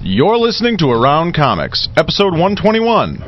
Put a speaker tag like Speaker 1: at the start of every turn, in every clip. Speaker 1: You're listening to Around Comics, episode 121.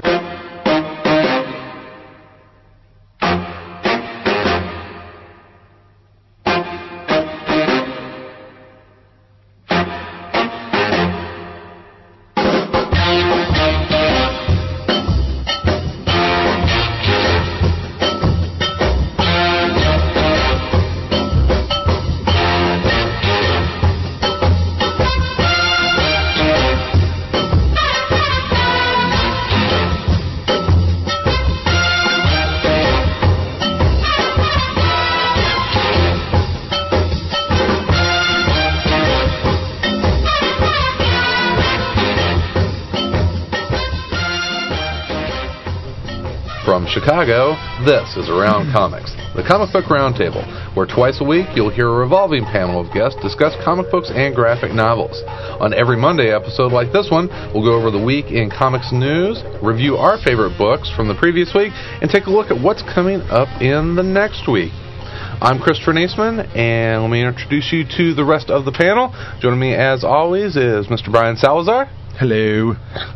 Speaker 2: From Chicago, this is Around Comics, the comic book roundtable, where twice a week you'll hear a revolving panel of guests discuss comic books and graphic novels. On every Monday episode like this one, we'll go over the week in comics news, review our favorite books from the previous week, and take a look at what's coming up in the next week. I'm Christopher Naisman, and let me introduce you to the rest of the panel. Joining me, as always, is Mr. Brian Salazar.
Speaker 3: Hello.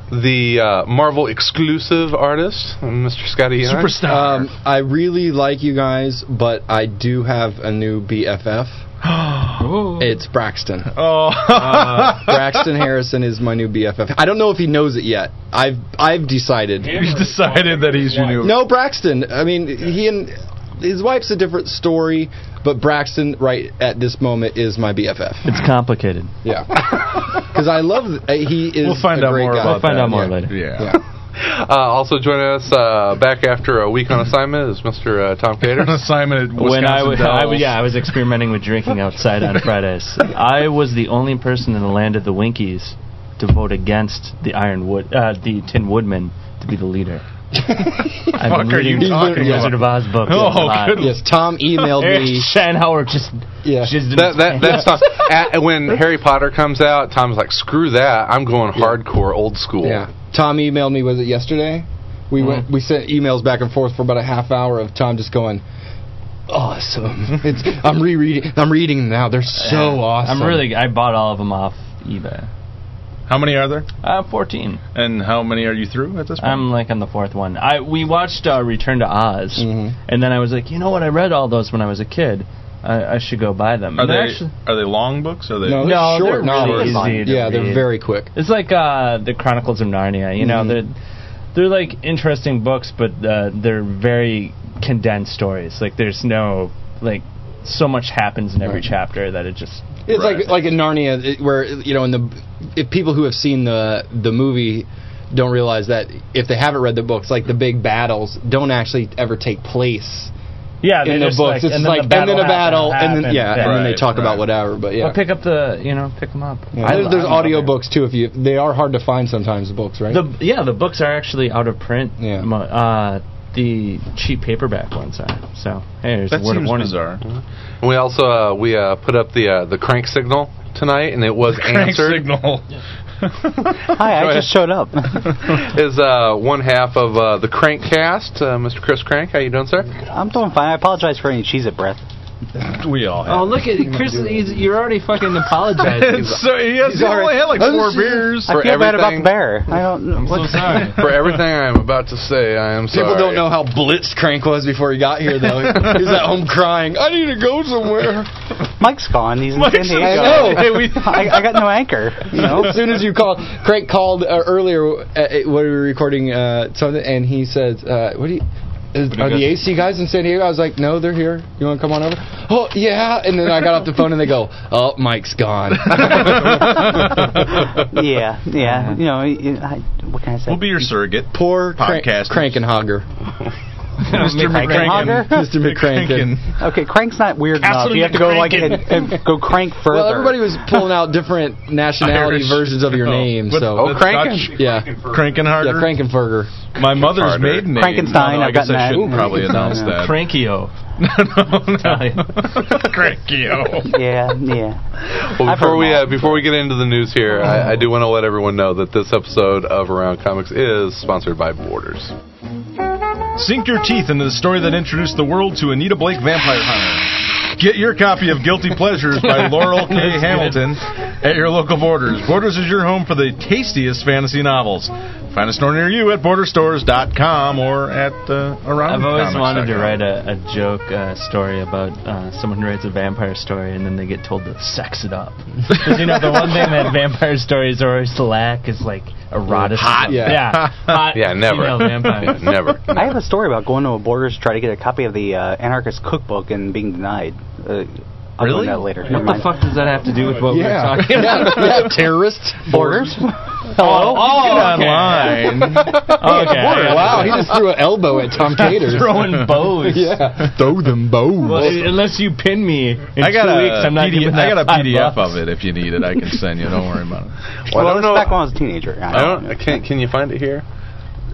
Speaker 2: The uh, Marvel exclusive artist, Mr. Scotty. Young.
Speaker 3: Superstar.
Speaker 4: Um, I really like you guys, but I do have a new BFF. It's Braxton.
Speaker 1: Um, Oh,
Speaker 5: uh,
Speaker 4: Braxton Harrison is my new BFF. I don't know if he knows it yet. I've I've decided.
Speaker 1: he's decided that he's your new.
Speaker 4: No, Braxton. I mean, he and his wife's a different story, but Braxton right at this moment is my BFF.
Speaker 5: It's complicated.
Speaker 4: Yeah, because I love uh, he is.
Speaker 1: We'll find
Speaker 4: a
Speaker 1: out
Speaker 4: great
Speaker 1: more
Speaker 4: guy.
Speaker 1: about
Speaker 5: Find out more
Speaker 4: Yeah.
Speaker 5: later.
Speaker 1: Yeah.
Speaker 4: Yeah.
Speaker 2: Uh, also joining us uh, back after a week on assignment is Mr. Uh, Tom Cater.
Speaker 1: Assignment at
Speaker 5: When I
Speaker 1: Wisconsin
Speaker 5: wa- I wa-
Speaker 1: Dells.
Speaker 5: yeah, I was experimenting with drinking outside on Fridays. I was the only person in the land of the Winkies to vote against the Iron Wood, uh, the Tin Woodman to be the leader. I've
Speaker 1: Fuck
Speaker 5: been
Speaker 1: are you
Speaker 5: reading
Speaker 1: talking
Speaker 5: the Wizard of Oz book.
Speaker 1: Oh,
Speaker 5: a lot.
Speaker 1: good
Speaker 4: Yes, Tom emailed
Speaker 5: Eric
Speaker 4: me.
Speaker 5: Schanhauer just
Speaker 4: Yeah.
Speaker 5: jizzed
Speaker 2: That, that, that's not, at, when Harry Potter comes out, Tom's like, screw that. I'm going hardcore old school.
Speaker 4: Yeah. Tom emailed me. Was it yesterday? We went. We sent emails back and forth for about a half hour of Tom just going, "Awesome! It's I'm rereading. I'm reading them now. They're so awesome.
Speaker 5: I'm really. I bought all of them off eBay.
Speaker 1: How many are there?
Speaker 5: Uh, 14.
Speaker 1: And how many are you through at this point?
Speaker 4: Um,
Speaker 5: I'm like on the fourth one. I we watched uh, Return to Oz,
Speaker 4: Mhm.
Speaker 5: and then I was like, you know what? I read all those when I was a kid. I, I should go buy them.
Speaker 1: are
Speaker 5: And they're
Speaker 1: they
Speaker 5: actually-
Speaker 1: are they long books? Are they?
Speaker 4: no, they're
Speaker 5: No, they're
Speaker 4: short
Speaker 5: really
Speaker 4: novels.
Speaker 5: easy to
Speaker 4: yeah, they're
Speaker 5: read.
Speaker 4: very quick.
Speaker 5: It's like uh, the Chronicles of Narnia. You know,
Speaker 4: Mhm.
Speaker 5: they're they're like interesting books, but uh, they're very condensed stories. Like there's no like so much happens in every
Speaker 4: Right.
Speaker 5: chapter that it just
Speaker 4: It's
Speaker 1: Right.
Speaker 4: like like in Narnia, it- where you know, in the if people who have seen the the movie don't realize that if they haven't read the books, like the big battles don't actually ever take place
Speaker 5: yeah
Speaker 4: in the books. it's like and then a battle, and then yeah, and then they
Speaker 1: Right,
Speaker 4: talk
Speaker 1: right.
Speaker 4: about whatever. But yeah,
Speaker 5: But pick up the you know pick them up.
Speaker 4: Yeah,
Speaker 5: I-
Speaker 4: there's there's
Speaker 5: I love it.
Speaker 4: audiobooks too. If you they are hard to find sometimes. The books, right?
Speaker 5: The yeah, the books are actually out of print.
Speaker 4: Yeah.
Speaker 5: Mo- Uh, the cheap paperback ones are. So hey, there's
Speaker 1: That
Speaker 5: a word
Speaker 1: seems
Speaker 5: of warning.
Speaker 1: bizarre.
Speaker 2: And we also uh, we uh, put up the uh, the crank signal tonight, and it was
Speaker 1: Crank
Speaker 2: answered.
Speaker 1: signal.
Speaker 2: Go
Speaker 6: Hi,
Speaker 2: ahead.
Speaker 6: I just showed up.
Speaker 2: Is uh, one half of uh, the crank cast, uh, Mr. Chris Crank. How you doing, sir?
Speaker 6: I'm doing fine. I apologize for any cheese at breath.
Speaker 1: We all have.
Speaker 5: Oh look at Chris! He's, you're already fucking apologizing.
Speaker 1: so he has he only had like
Speaker 4: Oh,
Speaker 1: four beers.
Speaker 2: For
Speaker 6: I feel bad about
Speaker 2: everything-
Speaker 6: the bear. I don't. know.
Speaker 5: I'm so sorry.
Speaker 2: For everything I am about to say, I am sorry.
Speaker 4: People don't know how blitzed Crank was before he got here, though. he was at home crying, I need to go somewhere.
Speaker 6: Mike's gone. He's in San
Speaker 4: I
Speaker 6: Diego.
Speaker 4: know.
Speaker 1: Hey, we-
Speaker 6: I, I got no anchor. You know.
Speaker 4: As soon as you called, Crank called uh, earlier uh, uh, when we were recording uh, something, and he said, uh, What do you. Is, are the AC guys in San Diego? I was like, no, they're here. You want to come on over? Oh, yeah. And then I got off the phone and they go, oh, Mike's gone.
Speaker 6: Yeah, yeah. You know. you- I, what can I say?
Speaker 1: We'll be your surrogate.
Speaker 4: Poor Crank,
Speaker 1: Podcasting.
Speaker 4: Crankenhager.
Speaker 1: Mr.
Speaker 6: Crankenhager?
Speaker 1: McCranken.
Speaker 4: Mr. McCranken.
Speaker 6: okay, crank's not weird enough.
Speaker 1: Castle
Speaker 6: You have to go like
Speaker 1: Crank.
Speaker 6: and, and go crank further.
Speaker 4: Well, everybody was pulling out different nationality
Speaker 1: Irish.
Speaker 4: versions of your
Speaker 1: No.
Speaker 4: name,
Speaker 1: With-
Speaker 4: so.
Speaker 2: Oh,
Speaker 1: That's
Speaker 2: Cranken.
Speaker 1: Dutch.
Speaker 4: yeah. Yeah,
Speaker 1: Crankenharder.
Speaker 4: Frankenfurger.
Speaker 1: My mother's
Speaker 2: Harder.
Speaker 1: maiden name. No,
Speaker 6: Frankenstein,
Speaker 1: no, I
Speaker 6: I've
Speaker 1: guess
Speaker 6: gotten
Speaker 1: I
Speaker 6: that.
Speaker 1: shouldn't
Speaker 6: Ooh,
Speaker 1: probably announce
Speaker 6: Frankenstein,
Speaker 1: that.
Speaker 5: Crankio. Italian.
Speaker 1: Crankio.
Speaker 6: Yeah, yeah.
Speaker 2: Well,
Speaker 6: I've
Speaker 2: before
Speaker 6: heard
Speaker 2: we
Speaker 6: them
Speaker 2: uh, before we get into the news here, I, I do want to let everyone know that this episode of Around Comics is sponsored by Borders.
Speaker 1: Sink your teeth into the story that introduced the world to Anita Blake Vampire Hunter. Get your copy of Guilty Pleasures by Laurel K. Hamilton at your local Borders. Borders is your home for the tastiest fantasy novels. Find a store near you at borderstores.com or at uh, around.
Speaker 5: I've always wanted to write a, a joke uh, story about uh, someone who writes a vampire story and then they get told to sex it up. Because you know the one thing that vampire stories always lack is like eroticism.
Speaker 1: Hot.
Speaker 5: yeah,
Speaker 4: Yeah.
Speaker 5: hot
Speaker 2: Yeah, never.
Speaker 5: female
Speaker 2: Yeah,
Speaker 5: vampire.
Speaker 2: never.
Speaker 6: I have a story about going to a Borders to try to get a copy of the uh, anarchist cookbook and being denied. Uh, I'll go
Speaker 1: Really?
Speaker 6: into that later. Never
Speaker 5: What the
Speaker 6: mind.
Speaker 5: fuck does that have to do with what
Speaker 4: Yeah.
Speaker 5: we're talking about?
Speaker 4: yeah. Terrorists.
Speaker 6: Borders?
Speaker 5: Oh, okay.
Speaker 1: online.
Speaker 5: Oh, Okay.
Speaker 4: Wow, he just threw an elbow at Tom Cater.
Speaker 5: Throwing bows.
Speaker 4: yeah.
Speaker 1: Throw them bows.
Speaker 5: Well, unless you pin me in
Speaker 1: I got
Speaker 5: two
Speaker 1: a
Speaker 5: weeks, I'm not
Speaker 1: PDF,
Speaker 5: giving
Speaker 1: I
Speaker 5: that
Speaker 1: got a
Speaker 5: five
Speaker 1: PDF
Speaker 5: bucks.
Speaker 1: of it if you need it. I can send you. Don't worry about it.
Speaker 2: Well, I
Speaker 6: Well,
Speaker 2: don't
Speaker 6: this
Speaker 2: know.
Speaker 6: back when I was a teenager.
Speaker 2: I don't. I can't. Can you find it here?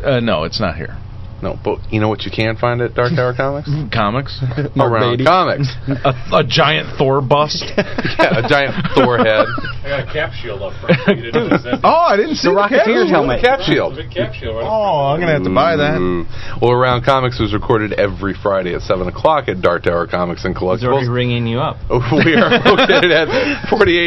Speaker 1: Uh, no, it's not here.
Speaker 2: No, but you know what you can find at Dark Tower Comics?
Speaker 1: Comics.
Speaker 4: Mark
Speaker 2: Around
Speaker 4: Beatty.
Speaker 2: comics.
Speaker 1: a, a giant Thor bust.
Speaker 2: yeah, a giant Thor head.
Speaker 3: I got a cap shield up front. You didn't notice that.
Speaker 1: oh, I didn't see
Speaker 6: The Rocketeer's
Speaker 1: cap-
Speaker 6: helmet.
Speaker 2: Cap
Speaker 3: There's
Speaker 2: shield.
Speaker 3: a big cap shield right up front.
Speaker 1: Oh, I'm gonna have to buy that.
Speaker 2: Ooh. Well, Around Comics is recorded every Friday at 7 o'clock at Dark Tower Comics and
Speaker 5: He's
Speaker 2: Collectibles.
Speaker 5: already ringing you up.
Speaker 2: we are located at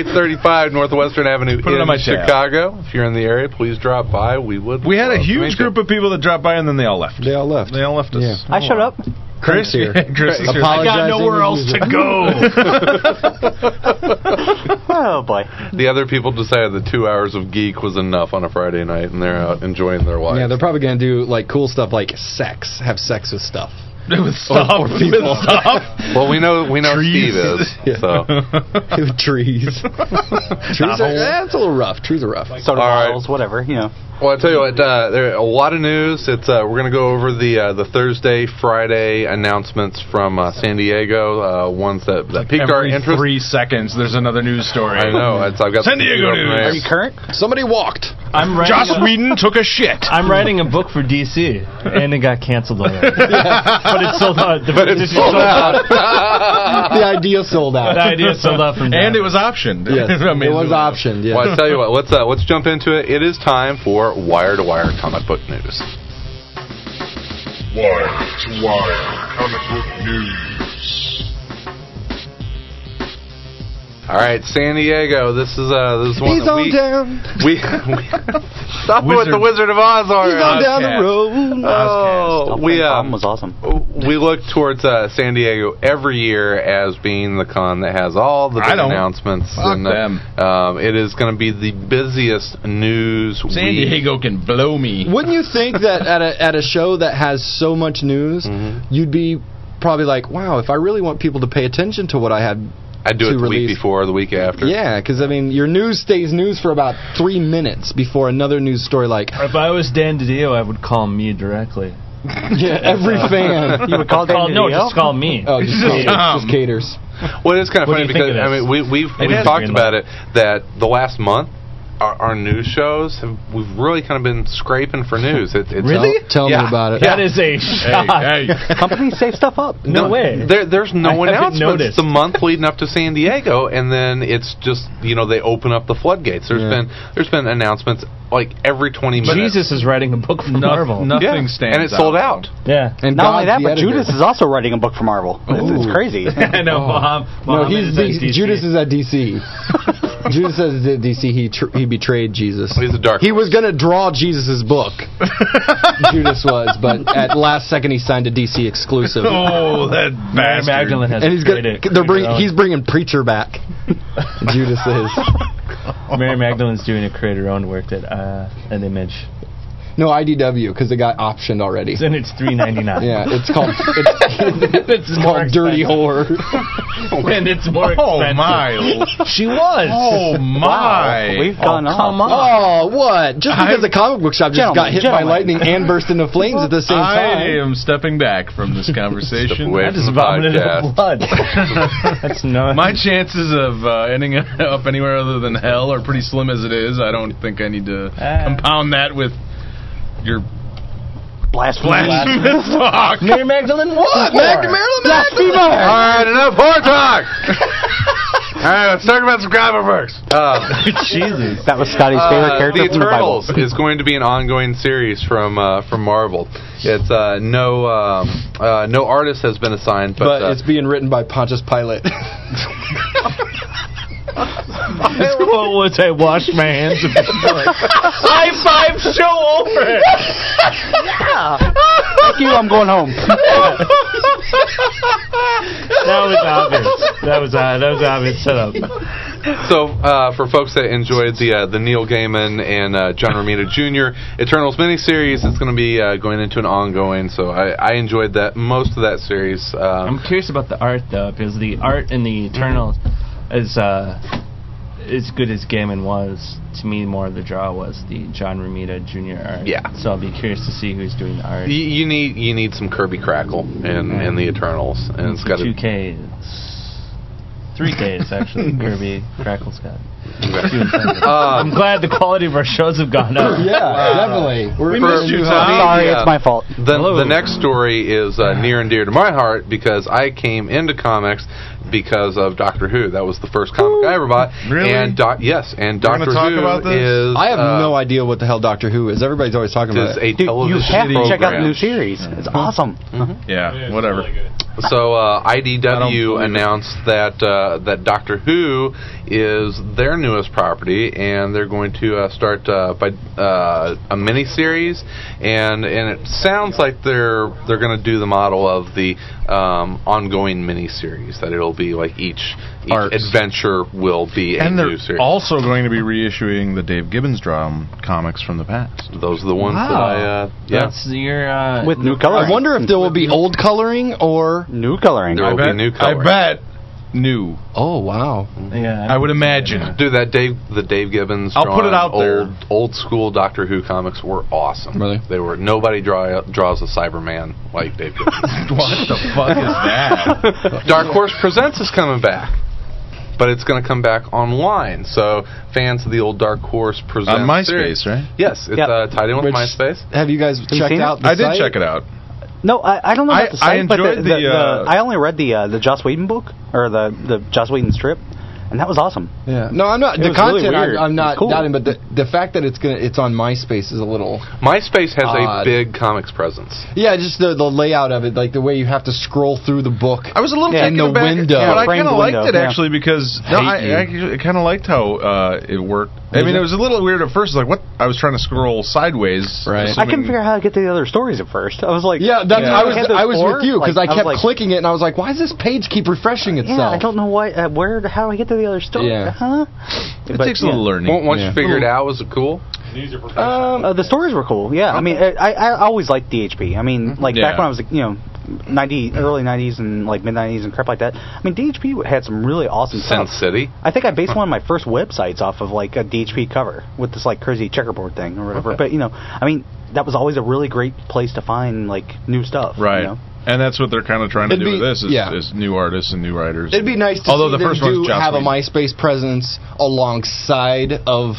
Speaker 2: 4835 Northwestern Avenue
Speaker 1: Put it
Speaker 2: in
Speaker 1: on my tab.
Speaker 2: Chicago. If you're in the area, please drop by. We would.
Speaker 1: We had a
Speaker 2: love to
Speaker 1: huge
Speaker 2: meet
Speaker 1: group
Speaker 2: you.
Speaker 1: of people that dropped by and then Oh, they all left.
Speaker 4: They all left.
Speaker 1: They all left us. Oh.
Speaker 4: Yeah.
Speaker 6: I showed up.
Speaker 1: Chris,
Speaker 4: Chris here.
Speaker 1: Chris is here.
Speaker 4: Apologizing
Speaker 1: I got nowhere
Speaker 4: to
Speaker 1: else
Speaker 4: you.
Speaker 1: to go.
Speaker 6: Oh, boy.
Speaker 2: The other people decided the two hours of geek was enough on a Friday night, and they're out enjoying their life.
Speaker 4: Yeah, they're probably gonna do like cool stuff like sex, have sex with stuff.
Speaker 1: with stuff,
Speaker 4: Or- or
Speaker 1: with
Speaker 4: people.
Speaker 1: stuff.
Speaker 2: well, we know we know
Speaker 1: Trees.
Speaker 2: Steve is.
Speaker 4: Yeah.
Speaker 2: So
Speaker 4: With trees. trees are, that's a little rough. Trees are rough.
Speaker 6: Soda
Speaker 2: All right.
Speaker 6: bottles, whatever, you know.
Speaker 2: well, I tell you what, uh, there are a lot of news. It's uh, we're going to go over the uh, the Thursday, Friday announcements from uh, San Diego, uh, ones that, that piqued our
Speaker 1: Every
Speaker 2: interest.
Speaker 1: three seconds, there's another news story.
Speaker 2: I know. It's, I've got
Speaker 1: San
Speaker 2: the
Speaker 1: Diego
Speaker 2: computer
Speaker 1: news.
Speaker 2: open
Speaker 6: Are you current?
Speaker 4: Somebody walked.
Speaker 5: I'm writing.
Speaker 1: Joss
Speaker 5: a-
Speaker 1: Whedon took a shit.
Speaker 5: I'm writing a book for DC, and it got canceled already. But it's sold out. The but
Speaker 2: it's sold
Speaker 5: out.
Speaker 4: the idea sold out.
Speaker 5: The idea sold out from
Speaker 1: And it
Speaker 5: Jack.
Speaker 1: was optioned.
Speaker 4: Yes,
Speaker 1: I mean,
Speaker 4: it was optioned. Yeah.
Speaker 2: Well, I tell you what, let's uh, let's jump into it. It is time for wire to wire comic book news.
Speaker 3: Wire to wire comic book news.
Speaker 2: All right, San Diego. This is uh, this is one
Speaker 4: He's
Speaker 2: that
Speaker 4: on
Speaker 2: we,
Speaker 4: down.
Speaker 2: we, we stop with the
Speaker 1: Wizard.
Speaker 2: Wizard of Oz.
Speaker 4: He's on
Speaker 2: already.
Speaker 4: down
Speaker 1: Ozcast.
Speaker 4: the road.
Speaker 2: Oh, we
Speaker 6: That
Speaker 2: uh,
Speaker 6: album um, was awesome.
Speaker 2: we look towards uh, San Diego every year as being the con that has all the
Speaker 1: I
Speaker 2: big
Speaker 1: don't.
Speaker 2: announcements.
Speaker 1: Fuck
Speaker 2: uh,
Speaker 1: them.
Speaker 2: Um, it is going to be the busiest news
Speaker 1: San
Speaker 2: week.
Speaker 1: Diego can blow me.
Speaker 4: Wouldn't you think that at a at a show that has so much news, you'd be probably like, wow, if I really want people to pay attention to what I had.
Speaker 2: I do
Speaker 4: to
Speaker 2: it the
Speaker 4: release.
Speaker 2: week before, the week after.
Speaker 4: Yeah, because I mean, your news stays news for about three minutes before another news story. Like,
Speaker 5: If I was Dan DiDio, I would call me directly.
Speaker 4: yeah, every fan.
Speaker 6: You would call
Speaker 5: Call,
Speaker 6: Dan
Speaker 5: no,
Speaker 6: DiDio?
Speaker 5: just call me.
Speaker 4: Oh, just,
Speaker 1: Just
Speaker 4: caters,
Speaker 1: dumb.
Speaker 4: just caters.
Speaker 2: Well, it's kind of
Speaker 5: What
Speaker 2: funny
Speaker 5: do you think
Speaker 2: because
Speaker 5: of
Speaker 2: I
Speaker 5: this?
Speaker 2: mean we we've
Speaker 5: It
Speaker 2: we've
Speaker 5: has
Speaker 2: talked
Speaker 5: green
Speaker 2: about it that the last month our, our news shows have we've really kind of been scraping for news. It, it's
Speaker 5: Really?
Speaker 4: Tell, tell
Speaker 2: Yeah.
Speaker 4: me about it.
Speaker 5: That is a
Speaker 1: Hey,
Speaker 5: shock.
Speaker 1: hey.
Speaker 6: Companies save stuff up.
Speaker 5: No way.
Speaker 2: There, there's
Speaker 5: I
Speaker 2: no
Speaker 5: haven't
Speaker 2: announcements
Speaker 5: noticed.
Speaker 2: the month leading up to San Diego, and then it's just you know they open up the floodgates. There's
Speaker 4: Yeah.
Speaker 2: been there's been announcements like every 20 minutes.
Speaker 5: Jesus is writing a book for
Speaker 1: No-
Speaker 5: Marvel.
Speaker 1: no-
Speaker 2: Yeah.
Speaker 1: Nothing stands
Speaker 2: and it's sold out.
Speaker 5: Yeah.
Speaker 4: And
Speaker 6: Not only
Speaker 4: God's
Speaker 6: that,
Speaker 4: the
Speaker 6: but
Speaker 4: editor.
Speaker 6: Judas is also writing a book for Marvel. It's, it's
Speaker 4: Ooh.
Speaker 6: crazy.
Speaker 5: I know. Oh. Mohammed-
Speaker 4: No,
Speaker 5: Mohammed
Speaker 4: he's
Speaker 5: at
Speaker 4: the-
Speaker 5: DC.
Speaker 4: Judas is at DC. Judas says at DC he tr- he betrayed Jesus.
Speaker 2: He's a dark
Speaker 4: He was gonna draw Jesus' book. Judas was, but at last second he signed a DC exclusive.
Speaker 1: Oh, that
Speaker 5: Mary
Speaker 1: bastard.
Speaker 5: Magdalene has
Speaker 4: And he's
Speaker 5: great
Speaker 4: gonna,
Speaker 5: it.
Speaker 4: they're bring,
Speaker 5: You know?
Speaker 4: he's bringing preacher back. Judas is.
Speaker 5: Mary Magdalene's doing a creator-owned work that uh, an image,
Speaker 4: No IDW because it got optioned already.
Speaker 5: and it's three ninety nine.
Speaker 4: Yeah, it's called it's,
Speaker 5: It's
Speaker 4: it's
Speaker 5: more
Speaker 4: called Dirty
Speaker 5: expensive.
Speaker 4: Whore.
Speaker 5: and it's more
Speaker 1: Oh
Speaker 5: expensive.
Speaker 1: my!
Speaker 5: She was.
Speaker 1: Oh my!
Speaker 6: We've gone off.
Speaker 5: come on.
Speaker 4: Oh, what? Just because
Speaker 1: I'm-
Speaker 4: the comic book shop just got
Speaker 6: Gentlemen,
Speaker 4: hit by
Speaker 6: gentlemen.
Speaker 4: lightning and burst into flames at the same time.
Speaker 1: I am stepping back from this
Speaker 2: Step
Speaker 1: conversation.
Speaker 2: away
Speaker 5: I just
Speaker 2: from the
Speaker 5: vomited
Speaker 2: podcast.
Speaker 5: up blood. That's not.
Speaker 1: My chances of uh, ending up anywhere other than hell are pretty slim as it is. I don't think I need to
Speaker 5: Ah.
Speaker 1: compound that with your
Speaker 6: Blasphemy.
Speaker 1: blasphemous talk.
Speaker 5: Mary Magdalene what?
Speaker 4: Magda- Marilyn
Speaker 2: All right, enough horror talk. All right, let's talk about some comic books. Uh,
Speaker 5: Jesus.
Speaker 6: That was Scotty's favorite
Speaker 2: Uh,
Speaker 6: character
Speaker 2: the
Speaker 6: from the Bible.
Speaker 2: Eternals is going to be an ongoing series from uh, from Marvel. It's uh, no um, uh, no artist has been assigned, but,
Speaker 4: but
Speaker 2: uh,
Speaker 4: it's being written by Pontius Pilate.
Speaker 5: This quote was, I wash my hands of this bullet. High five, show over it.
Speaker 6: Fuck you, I'm going home.
Speaker 5: That was obvious. That was, uh, that was obvious setup.
Speaker 2: So, uh, for folks that enjoyed the uh, the Neil Gaiman and uh, John Romita Jr. Eternals miniseries, it's going to be uh, going into an ongoing. So, I, I enjoyed that most of that series. Um,
Speaker 5: I'm curious about the art though, because the art in the Eternals is uh, as good as Gaiman was. To me, more of the draw was the John Romita Jr. art.
Speaker 2: Yeah.
Speaker 5: So I'll be curious to see who's doing the art.
Speaker 2: you, you need you need some Kirby crackle in, in the Eternals, and it's got to
Speaker 5: two Ks, three Ks actually. Kirby Crackle Scott.
Speaker 2: Um,
Speaker 5: I'm glad the quality of our shows have gone up.
Speaker 4: Yeah, definitely. We're
Speaker 1: We
Speaker 4: we're
Speaker 1: missed
Speaker 4: a
Speaker 1: you,
Speaker 4: new
Speaker 1: Tom.
Speaker 4: house.
Speaker 6: Sorry,
Speaker 2: Yeah.
Speaker 6: it's my fault.
Speaker 2: The,
Speaker 5: Hello.
Speaker 2: the next story is uh, near and dear to my heart because I came into comics because of Doctor Who. That was the first comic I ever bought.
Speaker 1: Really?
Speaker 2: And doc- yes, and
Speaker 1: We're gonna
Speaker 2: Doctor
Speaker 1: talk
Speaker 2: Who
Speaker 1: about this?
Speaker 2: is
Speaker 4: I have
Speaker 2: uh,
Speaker 4: no idea what the hell Doctor Who is. Everybody's always talking
Speaker 2: Is
Speaker 4: about it.
Speaker 2: a
Speaker 6: Dude, you
Speaker 2: television
Speaker 6: have to check out
Speaker 2: program.
Speaker 6: the
Speaker 2: Mm-hmm.
Speaker 6: new series. It's awesome.
Speaker 1: Mm-hmm. Yeah, whatever.
Speaker 2: So uh,
Speaker 1: I don't believe
Speaker 2: IDW
Speaker 1: it.
Speaker 2: announced that uh, that Doctor Who is their newest property, and they're going to uh, start uh, by uh, a mini series, and and it sounds like they're they're going to do the model of the um, ongoing mini series that it'll be like each, each
Speaker 1: Arcs.
Speaker 2: adventure will be a
Speaker 1: And
Speaker 2: new
Speaker 1: they're
Speaker 2: series.
Speaker 1: also going to be reissuing the Dave Gibbons drum comics from the past.
Speaker 2: Those are the ones that I uh, yeah.
Speaker 5: That's your uh,
Speaker 6: With new
Speaker 4: I
Speaker 6: coloring.
Speaker 4: wonder if there will be old coloring or
Speaker 6: New coloring.
Speaker 2: There will be new
Speaker 1: I
Speaker 2: colors.
Speaker 1: bet new.
Speaker 4: oh wow.
Speaker 5: yeah.
Speaker 1: I would imagine.
Speaker 2: Dude, that Dave, the Dave Gibbons.
Speaker 1: I'll put it
Speaker 2: drawn
Speaker 1: out
Speaker 2: old,
Speaker 1: there.
Speaker 2: Old school Doctor Who comics were awesome.
Speaker 4: Really?
Speaker 2: They were. Nobody draw, draws a Cyberman like Dave Gibbons.
Speaker 1: What the fuck is that?
Speaker 2: Dark Horse Presents is coming back, but it's going to come back online. So fans of the old Dark Horse Presents
Speaker 1: On
Speaker 2: series-
Speaker 1: MySpace, right?
Speaker 2: Yes, it's
Speaker 6: Yep.
Speaker 2: uh, tied in with
Speaker 4: Which-
Speaker 2: MySpace.
Speaker 4: Have you guys
Speaker 6: you
Speaker 4: checked
Speaker 6: seen it?
Speaker 4: out? The
Speaker 1: I did
Speaker 4: site?
Speaker 1: check it out.
Speaker 6: No, I, I don't know
Speaker 1: I-
Speaker 6: about the site,
Speaker 1: I
Speaker 6: but the,
Speaker 1: enjoyed the, uh,
Speaker 6: I only read the uh, the Joss Whedon book or the the Joss Whedon strip, and that was awesome.
Speaker 4: Yeah. No, I'm not.
Speaker 6: It
Speaker 4: the
Speaker 6: was really
Speaker 4: content,
Speaker 6: weird.
Speaker 4: I'm, I'm
Speaker 6: It was
Speaker 4: not
Speaker 6: cool.
Speaker 4: doubting, but the, the fact that it's gonna it's on MySpace is a little.
Speaker 2: MySpace has a
Speaker 4: Odd.
Speaker 2: big comics presence.
Speaker 4: Yeah, just the the layout of it, like the way you have to scroll through the book.
Speaker 1: I was a little
Speaker 6: Yeah,
Speaker 1: taken
Speaker 4: in the
Speaker 1: aback, but
Speaker 4: window.
Speaker 1: I
Speaker 6: Yeah,
Speaker 1: kind
Speaker 6: framed
Speaker 1: of liked
Speaker 6: window,
Speaker 1: it
Speaker 6: yeah.
Speaker 1: actually because no,
Speaker 4: Hate
Speaker 1: I,
Speaker 4: you.
Speaker 1: I kind of liked how uh, it worked. I mean, it was a little weird at first. Like, what? I was trying to scroll sideways.
Speaker 4: Right. I
Speaker 6: I
Speaker 1: assuming-
Speaker 6: couldn't figure out how to get to the other stories at first. I was like,
Speaker 4: Yeah, that's,
Speaker 6: you
Speaker 4: I
Speaker 6: know,
Speaker 4: was
Speaker 6: had those
Speaker 4: I was
Speaker 6: four,
Speaker 4: with you because
Speaker 6: like,
Speaker 4: I kept
Speaker 6: was like,
Speaker 4: clicking it and I was like, why does this page keep refreshing
Speaker 6: Yeah,
Speaker 4: itself?
Speaker 6: I don't know why. Uh, where? How do I get to the other story?
Speaker 4: Yeah.
Speaker 6: Huh?
Speaker 1: It
Speaker 6: But,
Speaker 1: takes a
Speaker 6: yeah.
Speaker 1: little learning.
Speaker 2: Once
Speaker 4: Yeah.
Speaker 2: you figure it out, was it cool?
Speaker 6: Um, uh, the stories were cool. Yeah, I mean, I, I I always liked DHP. I mean,
Speaker 4: Mm-hmm.
Speaker 6: like
Speaker 1: Yeah.
Speaker 6: back when I was like, you know, ninety early nineties and like mid nineties and crap like that. I mean, DHP had some really awesome
Speaker 2: Sin
Speaker 6: stuff.
Speaker 2: City.
Speaker 6: I think I based one of my first websites off of like a DHP cover with this like crazy checkerboard thing or whatever. But you know, I mean, that was always a really great place to find like new stuff. you
Speaker 1: Right.
Speaker 6: know?
Speaker 1: And that's what they're kind of trying to
Speaker 4: It'd
Speaker 1: do with
Speaker 4: be-
Speaker 1: this is,
Speaker 4: yeah.
Speaker 1: is new artists and new writers.
Speaker 4: It'd be nice to
Speaker 1: Although
Speaker 4: see
Speaker 1: the first
Speaker 4: them
Speaker 1: one's
Speaker 4: do
Speaker 1: Joss
Speaker 4: have a
Speaker 1: Whedon.
Speaker 4: MySpace presence alongside of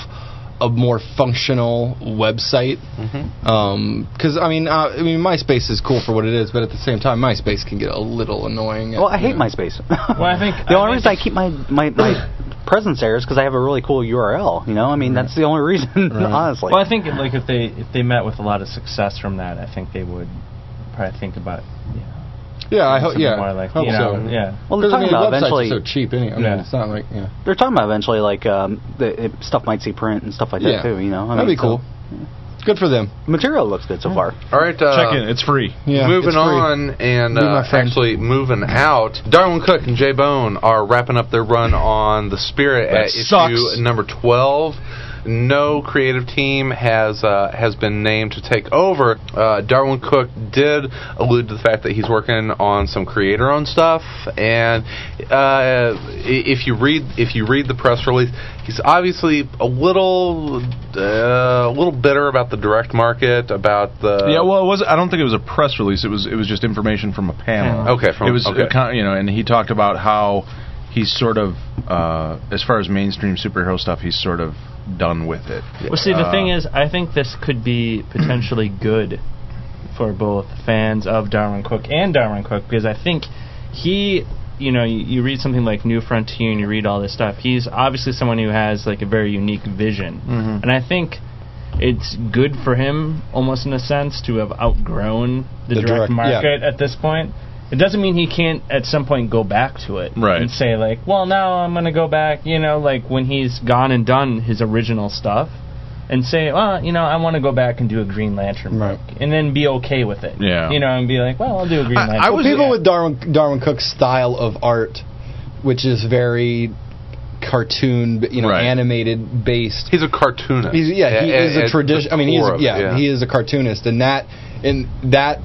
Speaker 4: a more functional website.
Speaker 1: Mm-hmm.
Speaker 4: Because I mean, uh, I mean, MySpace is cool for what it is, but at the same time, MySpace can get a little annoying.
Speaker 6: Well, I hate MySpace.
Speaker 5: Well, I think
Speaker 6: the
Speaker 5: I
Speaker 6: only
Speaker 5: think
Speaker 6: reason I keep my my, my presence there is because I have a really cool URL. You know, I mean, that's the only reason, honestly.
Speaker 5: Well, I think like if they if they met with a lot of success from that, I think they would probably think about yeah,
Speaker 4: yeah, I hope.
Speaker 5: something
Speaker 4: Yeah,
Speaker 5: more like
Speaker 4: hope
Speaker 5: you know,
Speaker 4: so.
Speaker 5: yeah.
Speaker 6: Well, they're
Speaker 4: 'Cause, I mean,
Speaker 6: talking about
Speaker 4: websites
Speaker 6: eventually.
Speaker 4: are so cheap. Any, I mean,
Speaker 5: Yeah.
Speaker 4: it's not like yeah.
Speaker 6: they're talking about eventually, like um, the it, stuff might see print and stuff like that
Speaker 4: yeah,
Speaker 6: too. You know, I
Speaker 4: that'd
Speaker 6: mean,
Speaker 4: be cool. Good for them.
Speaker 6: so material looks good so far.
Speaker 2: All right. Uh,
Speaker 1: Check in. It's free.
Speaker 4: Yeah, it's
Speaker 2: moving
Speaker 4: free.
Speaker 2: on and
Speaker 4: Be my
Speaker 2: uh,
Speaker 4: friend.
Speaker 2: actually moving out, Darwin Cook and Jay Bone are wrapping up their run on the Spirit
Speaker 1: That
Speaker 2: at
Speaker 1: sucks.
Speaker 2: issue number twelve. No creative team has uh, has been named to take over. Uh, Darwin Cook did allude to the fact that he's working on some creator-owned stuff, and uh, i- if you read if you read the press release, he's obviously a little uh, a little bitter about the direct market, about the
Speaker 1: yeah, well, it was. I don't think it was a press release. It was. It was just information from a panel.
Speaker 2: Okay, from-
Speaker 1: it was.
Speaker 2: okay.
Speaker 1: a con- you know, and he talked about how he's sort of, uh, as far as mainstream superhero stuff, he's sort of done with it.
Speaker 5: Well, see, the
Speaker 1: Uh,
Speaker 5: thing is, I think this could be potentially good for both fans of Darwin Cook and Darwin Cook because I think he, you know, you, you read something like New Frontier and you read all this stuff. He's obviously someone who has like a very unique vision,
Speaker 1: Hmm.
Speaker 6: Mm-hmm.
Speaker 5: and I think it's good for him, almost in a sense, to have outgrown
Speaker 4: The
Speaker 5: the, direct,
Speaker 4: direct- yeah.
Speaker 5: market at this point. It doesn't mean he can't at some point go back to it
Speaker 1: Right.
Speaker 5: and say like, well, now I'm gonna go back, you know, like when he's gone and done his original stuff, and say, well, you know, I want to go back and do a Green Lantern
Speaker 4: Right.
Speaker 5: book, and then be okay with it.
Speaker 1: Yeah.
Speaker 5: you know, and be like, well, I'll do a Green Lantern.
Speaker 1: I
Speaker 5: book.
Speaker 1: was-
Speaker 4: people with Darwin Darwin Cook's style of art, which is very cartoon, you know,
Speaker 1: Right.
Speaker 4: animated based.
Speaker 2: He's a cartoonist.
Speaker 4: He's, yeah, he
Speaker 2: At-
Speaker 4: is
Speaker 2: at
Speaker 4: a
Speaker 2: the
Speaker 4: tradition. I mean, he's
Speaker 2: core of it,
Speaker 4: yeah, he is a cartoonist, and that and that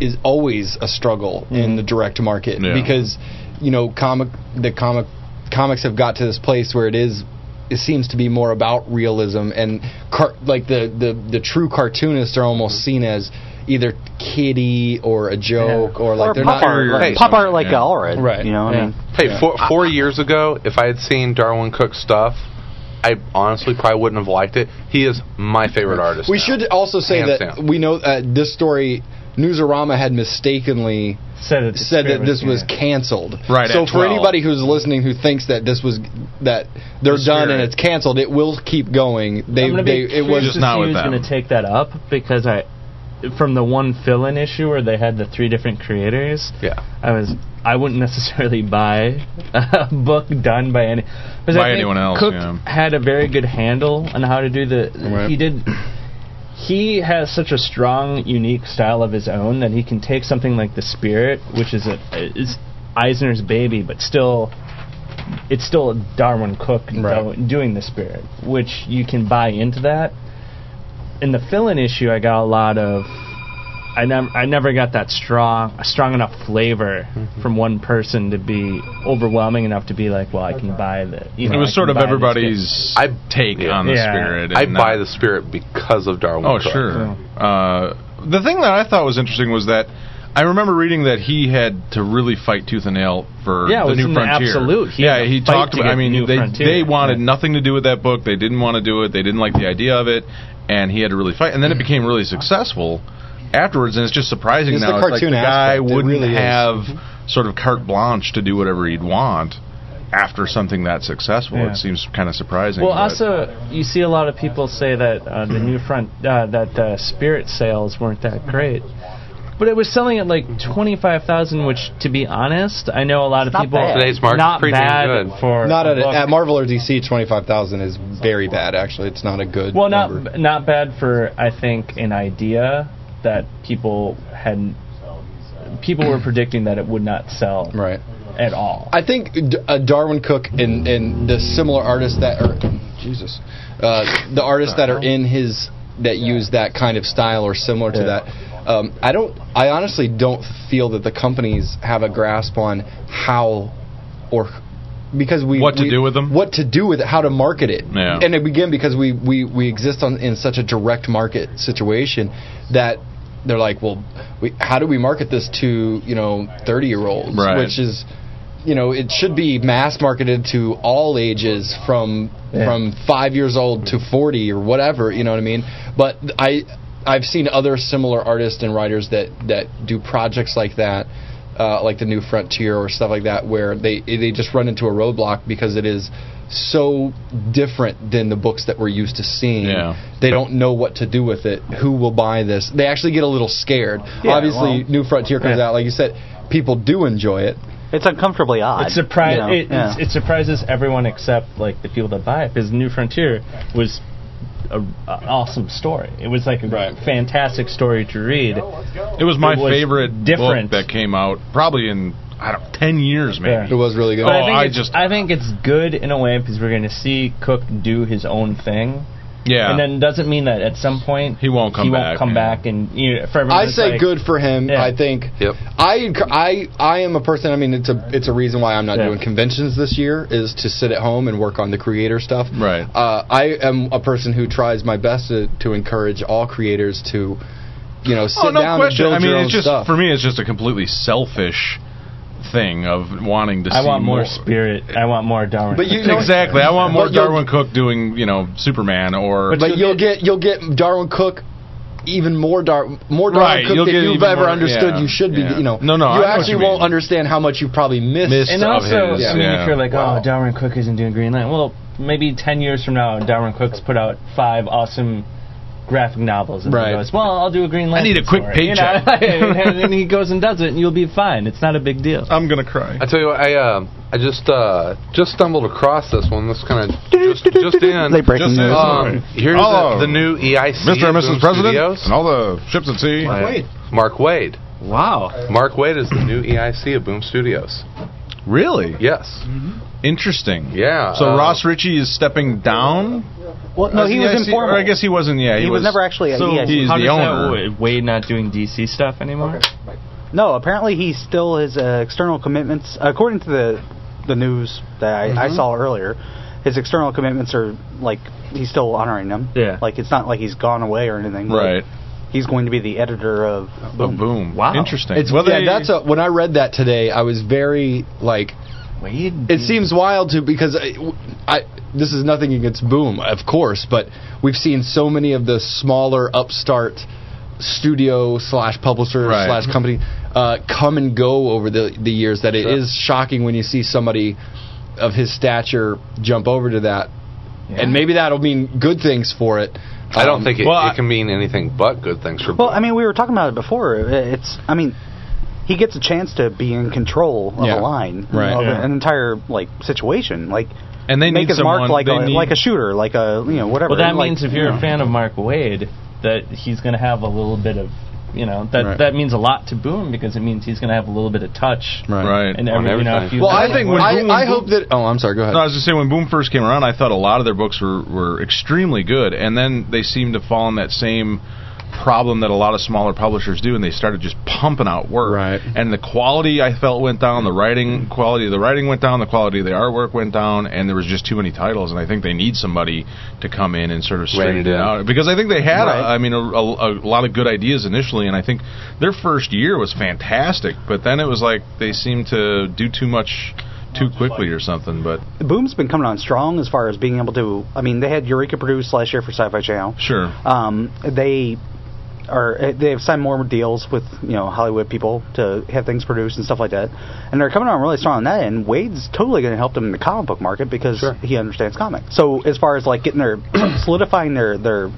Speaker 4: is always a struggle
Speaker 2: Mm-hmm.
Speaker 4: in the direct market
Speaker 1: Yeah.
Speaker 4: because you know comic the comic comics have got to this place where it is it seems to be more about realism and car- like the, the the true cartoonists are almost seen as either kiddie or a joke or like
Speaker 6: or
Speaker 4: they're
Speaker 6: pop
Speaker 4: not
Speaker 6: art,
Speaker 2: Hey.
Speaker 6: like, pop art like
Speaker 1: Yeah.
Speaker 6: uh, Allred,
Speaker 4: Right.
Speaker 6: You know,
Speaker 5: Yeah.
Speaker 6: I mean,
Speaker 2: Hey, four, four years ago, if I had seen Darwin Cook stuff, I honestly probably wouldn't have liked it. He is my favorite artist.
Speaker 4: We
Speaker 2: now.
Speaker 4: should also say
Speaker 2: Hands
Speaker 4: that
Speaker 2: down.
Speaker 4: we know uh, this story Newsarama had mistakenly
Speaker 5: said that the
Speaker 4: said
Speaker 5: script
Speaker 4: that this was
Speaker 5: yeah.
Speaker 4: canceled.
Speaker 1: Right,
Speaker 4: So
Speaker 1: at
Speaker 4: for
Speaker 1: 12.
Speaker 4: anybody who's listening who thinks that this was that they're
Speaker 1: The
Speaker 4: done and
Speaker 1: spirit.
Speaker 4: it's canceled, it will keep going. They
Speaker 5: I'm gonna
Speaker 4: they
Speaker 5: be
Speaker 4: it
Speaker 5: curious
Speaker 4: was
Speaker 1: Just
Speaker 5: to
Speaker 1: not
Speaker 5: see
Speaker 1: with
Speaker 5: who's
Speaker 1: them.
Speaker 5: going to take that up because I, from the one fill-in issue where they had the three different creators,
Speaker 2: Yeah.
Speaker 5: I was I wouldn't necessarily buy a book done by any because
Speaker 1: By anyone else,
Speaker 5: Cook
Speaker 1: yeah.
Speaker 5: had a very good handle on how to do the. He did. He has such a strong, unique style of his own that he can take something like the Spirit, which is a is Eisner's baby, but still. It's still Darwin Cook do- doing the spirit, which you can buy into that. In the fill-in issue, I got a lot of I never I never got that strong strong enough flavor
Speaker 1: Mm-hmm.
Speaker 5: from one person to be overwhelming enough to be like, well, I can buy the. You know,
Speaker 1: It
Speaker 5: I
Speaker 1: was sort
Speaker 5: can
Speaker 1: of
Speaker 5: buy this
Speaker 1: everybody's
Speaker 2: I-
Speaker 1: take
Speaker 2: yeah.
Speaker 1: on the
Speaker 5: Yeah.
Speaker 1: spirit.
Speaker 2: I
Speaker 1: and
Speaker 2: buy
Speaker 1: not-
Speaker 2: the spirit because of Darwin
Speaker 1: Oh,
Speaker 2: Cook.
Speaker 1: sure. Uh, the thing that I thought was interesting was that I remember reading that he had to really fight tooth and nail for
Speaker 5: Yeah, it
Speaker 1: the
Speaker 5: was
Speaker 1: New
Speaker 5: an
Speaker 1: Frontier.
Speaker 5: absolute. He had
Speaker 1: yeah,
Speaker 5: to
Speaker 1: he
Speaker 5: fight
Speaker 1: talked
Speaker 5: to
Speaker 1: about. I
Speaker 5: get
Speaker 1: mean,
Speaker 5: New
Speaker 1: they
Speaker 5: Frontier.
Speaker 1: they wanted
Speaker 5: Yeah.
Speaker 1: nothing to do with that book. They didn't want to do it. They didn't like the idea of it, and he had to really fight. And then it became really successful afterwards. And it's just surprising
Speaker 4: It's the
Speaker 1: now. it's like
Speaker 4: cartoon
Speaker 1: the guy
Speaker 4: aspect. It
Speaker 1: wouldn't
Speaker 4: really is. Mm-hmm.
Speaker 1: have sort of carte blanche to do whatever he'd want after something that successful.
Speaker 5: Yeah.
Speaker 1: It seems kind of surprising.
Speaker 5: Well,
Speaker 1: but-
Speaker 5: also you see a lot of people say that uh, the new front uh, that uh, Spirit sales weren't that great. But it was selling at like twenty five thousand, which, to be honest, I know a lot of
Speaker 6: not
Speaker 5: people
Speaker 6: bad.
Speaker 2: Today's market's
Speaker 5: not
Speaker 2: pretty damn
Speaker 5: bad
Speaker 2: good.
Speaker 5: for
Speaker 4: not
Speaker 5: a
Speaker 4: at,
Speaker 5: book.
Speaker 4: at Marvel or DC. Twenty five thousand is very bad. Actually, it's not a good.
Speaker 5: Well, not
Speaker 4: number.
Speaker 5: not bad for I think an idea that people had people were predicting that it would not sell
Speaker 4: right.
Speaker 5: at all.
Speaker 4: I think D- uh, Darwin Cook and and the similar artists that are Jesus, uh, the artists that are in his that use that kind of style or similar to
Speaker 5: Yeah.
Speaker 4: that. Um, I don't. I honestly don't feel that the companies have a grasp on how or because we
Speaker 1: What to
Speaker 4: we-
Speaker 1: do with them?
Speaker 4: what to do with it, how to market it,
Speaker 1: Yeah.
Speaker 4: and again because we we we exist on in such a direct market situation that. They're like, well, we, how do we market this to you know thirty year olds,
Speaker 1: Right.
Speaker 4: which is you know it should be mass marketed to all ages from
Speaker 5: Yeah.
Speaker 4: from five years old to 40 or whatever you know what i mean but i i've seen other similar artists and writers that that do projects like that uh, like the new frontier or stuff like that where they they just run into a roadblock because it is so different than the books that we're used to seeing
Speaker 1: Yeah.
Speaker 4: they don't know what to do with it who will buy this they actually get a little scared obviously
Speaker 6: well-
Speaker 4: new frontier comes
Speaker 5: Yeah.
Speaker 4: out like you said people do enjoy it
Speaker 6: it's uncomfortably odd.
Speaker 5: it surprised
Speaker 6: you know?
Speaker 5: it,
Speaker 6: Yeah.
Speaker 5: it's- it surprises everyone except like the people that buy it because New Frontier was a, a awesome story. It was like a
Speaker 4: Right.
Speaker 5: fantastic story to read.
Speaker 1: Oh, It was my
Speaker 5: It was
Speaker 1: favorite
Speaker 5: different.
Speaker 1: book that came out probably in I don't ten years maybe.
Speaker 4: it was really good
Speaker 5: But I
Speaker 1: Oh,
Speaker 5: think
Speaker 1: I
Speaker 5: it's,
Speaker 1: just-
Speaker 5: I think it's good in a way because we're going to see Cook do his own thing.
Speaker 1: Yeah,
Speaker 5: And then doesn't mean that at some point
Speaker 1: He won't come
Speaker 5: he
Speaker 1: back,
Speaker 5: won't come
Speaker 1: yeah.
Speaker 5: back and you know, for everyone
Speaker 4: I
Speaker 5: it's
Speaker 4: say
Speaker 5: like-
Speaker 4: good for him.
Speaker 5: Yeah.
Speaker 4: I think.
Speaker 2: Yep.
Speaker 4: I enc- I I am a person. I mean, it's a it's a reason why I'm not
Speaker 5: Yeah.
Speaker 4: doing conventions this year is to sit at home and work on the creator stuff.
Speaker 1: Right.
Speaker 4: Uh, I am a person who tries my best to, to encourage all creators to, you know, sit
Speaker 1: oh no
Speaker 4: down
Speaker 1: question.
Speaker 4: and build
Speaker 1: I mean,
Speaker 4: your own
Speaker 1: it's just
Speaker 4: stuff.
Speaker 1: for me, it's just a completely selfish thing of wanting to.
Speaker 5: I
Speaker 1: see
Speaker 5: want more spirit. I want more Darwin.
Speaker 4: But you know-
Speaker 1: exactly. I want more
Speaker 4: But you'll-
Speaker 1: Darwin Cook doing you know Superman or.
Speaker 4: but you'll get you'll get Darwin Cook. Even more Dar- more Darwin
Speaker 1: Right,
Speaker 4: Cook
Speaker 1: you'll
Speaker 4: than
Speaker 1: get
Speaker 4: you've
Speaker 1: even
Speaker 4: ever
Speaker 1: more-
Speaker 4: understood.
Speaker 1: yeah,
Speaker 4: you should be,
Speaker 1: yeah.
Speaker 4: you know.
Speaker 1: No, no, I know
Speaker 4: You
Speaker 1: what
Speaker 4: actually
Speaker 1: you
Speaker 4: won't
Speaker 1: mean.
Speaker 4: understand how much you probably missed.
Speaker 1: Missed
Speaker 5: and
Speaker 1: of
Speaker 5: also,
Speaker 1: his,
Speaker 5: I mean,
Speaker 1: yeah.
Speaker 5: if you're like,
Speaker 4: Wow.
Speaker 5: oh, Darwin Cook isn't doing Green Lantern, well, maybe ten years from now, Darwin Cook's put out five awesome graphic novels. And
Speaker 4: Right.
Speaker 5: he goes, well, I'll do a Green Lantern.
Speaker 1: need a quick
Speaker 5: story," you know? and then he goes and does it, and you'll be fine. It's not a big deal.
Speaker 1: I'm gonna cry.
Speaker 2: I tell you what, I um, I just uh, just stumbled across this one. This kind of just, just in.
Speaker 6: They
Speaker 1: Just
Speaker 6: breaking news.
Speaker 1: is.
Speaker 2: Um, here's
Speaker 1: Hello.
Speaker 2: the, the new E EIC,
Speaker 1: Mr. Oh. and Mrs.
Speaker 2: Boom
Speaker 1: President,
Speaker 2: Studios.
Speaker 1: and all the ships at sea.
Speaker 2: Mark Wade. Mark Wade.
Speaker 5: Wow.
Speaker 2: Mark Wade is the new E EIC of Boom Studios.
Speaker 1: Really?
Speaker 2: Yes.
Speaker 1: Interesting.
Speaker 2: Yeah,
Speaker 1: Mm-hmm. So
Speaker 2: uh,
Speaker 1: Ross Ritchie is stepping down.
Speaker 6: Well, no,
Speaker 1: as
Speaker 6: he was
Speaker 1: EIC?
Speaker 6: informal.
Speaker 1: Or I guess he wasn't. Yeah,
Speaker 6: He was never actually a E
Speaker 1: So
Speaker 6: EIC.
Speaker 1: he's
Speaker 5: How
Speaker 1: the
Speaker 5: does
Speaker 1: owner.
Speaker 5: that w- Wade not doing DC stuff anymore?
Speaker 6: No, apparently he still his uh, external commitments. According to the the news that I, I saw earlier, his external commitments are like he's still honoring them.
Speaker 5: Yeah.
Speaker 6: like it's not like he's gone away or anything. but
Speaker 1: Right.
Speaker 6: He's going to be the editor of
Speaker 1: Boom.
Speaker 6: Boom.
Speaker 1: boom.
Speaker 5: Wow.
Speaker 1: Interesting.
Speaker 4: It's
Speaker 1: Well,
Speaker 4: yeah.
Speaker 1: they-
Speaker 4: That's a, when I read that today. I was very like.
Speaker 5: Wade.
Speaker 4: It seems wild to because I, I this is nothing against Boom, of course, but we've seen so many of the smaller upstart studio slash publisher
Speaker 1: Right.
Speaker 4: slash company uh, come and go over the the years that it is
Speaker 2: Sure.
Speaker 4: shocking when you see somebody of his stature jump over to that, and maybe that'll mean good things for it.
Speaker 2: I don't
Speaker 4: Um,
Speaker 2: think it,
Speaker 1: well, I-
Speaker 2: it can mean anything but good things for.
Speaker 6: Well,
Speaker 2: Boom.
Speaker 6: I mean, we were talking about it before. Uh, It's, I mean, he gets a chance to be in control of
Speaker 4: Yeah.
Speaker 6: a line,
Speaker 4: Right.
Speaker 6: of
Speaker 5: Yeah.
Speaker 6: an entire like situation, like
Speaker 1: and they
Speaker 6: make
Speaker 1: need
Speaker 6: his
Speaker 1: someone
Speaker 6: mark like
Speaker 1: they
Speaker 6: a
Speaker 1: need-
Speaker 6: like a shooter, like a you know whatever.
Speaker 5: Well, that
Speaker 6: like,
Speaker 5: means if you're
Speaker 6: you
Speaker 5: a
Speaker 6: know.
Speaker 5: fan of Mark Wade, that he's going to have a little bit of, you know, that
Speaker 4: Right.
Speaker 5: that means a lot to Boom because it means he's going to have a little bit of touch.
Speaker 1: right.
Speaker 5: And every, you know,
Speaker 2: everything.
Speaker 5: if you
Speaker 4: Well, I think
Speaker 1: when
Speaker 4: I,
Speaker 1: Boom-
Speaker 4: I hope that. Oh, I'm sorry. Go ahead.
Speaker 1: No, I was just saying when Boom first came around, I thought a lot of their books were were extremely good, and then they seemed to fall in that same problem that a lot of smaller publishers do, and they started just pumping out work.
Speaker 4: Right.
Speaker 1: And the quality I felt went down. The writing quality of the writing went down. The quality of the artwork went down, and there was just too many titles. And I think they need somebody to come in and sort of straighten
Speaker 2: it
Speaker 1: it
Speaker 2: out.
Speaker 1: out because I think they had, a,
Speaker 6: Right.
Speaker 1: I mean, a, a- a lot of good ideas initially, and I think their first year was fantastic. But then it was like they seemed to do too much. Too quickly or something, but
Speaker 6: Boom's been coming on strong as far as being able to. I mean, they had Eureka produced last year for Sci-Fi Channel.
Speaker 1: Sure.
Speaker 6: Um, they are eh, they have signed more deals with you know Hollywood people to have things produced and stuff like that, and they're coming on really strong on that. And Wade's totally going to help them in the comic book market because he understands comics. So as far as like getting their solidifying their their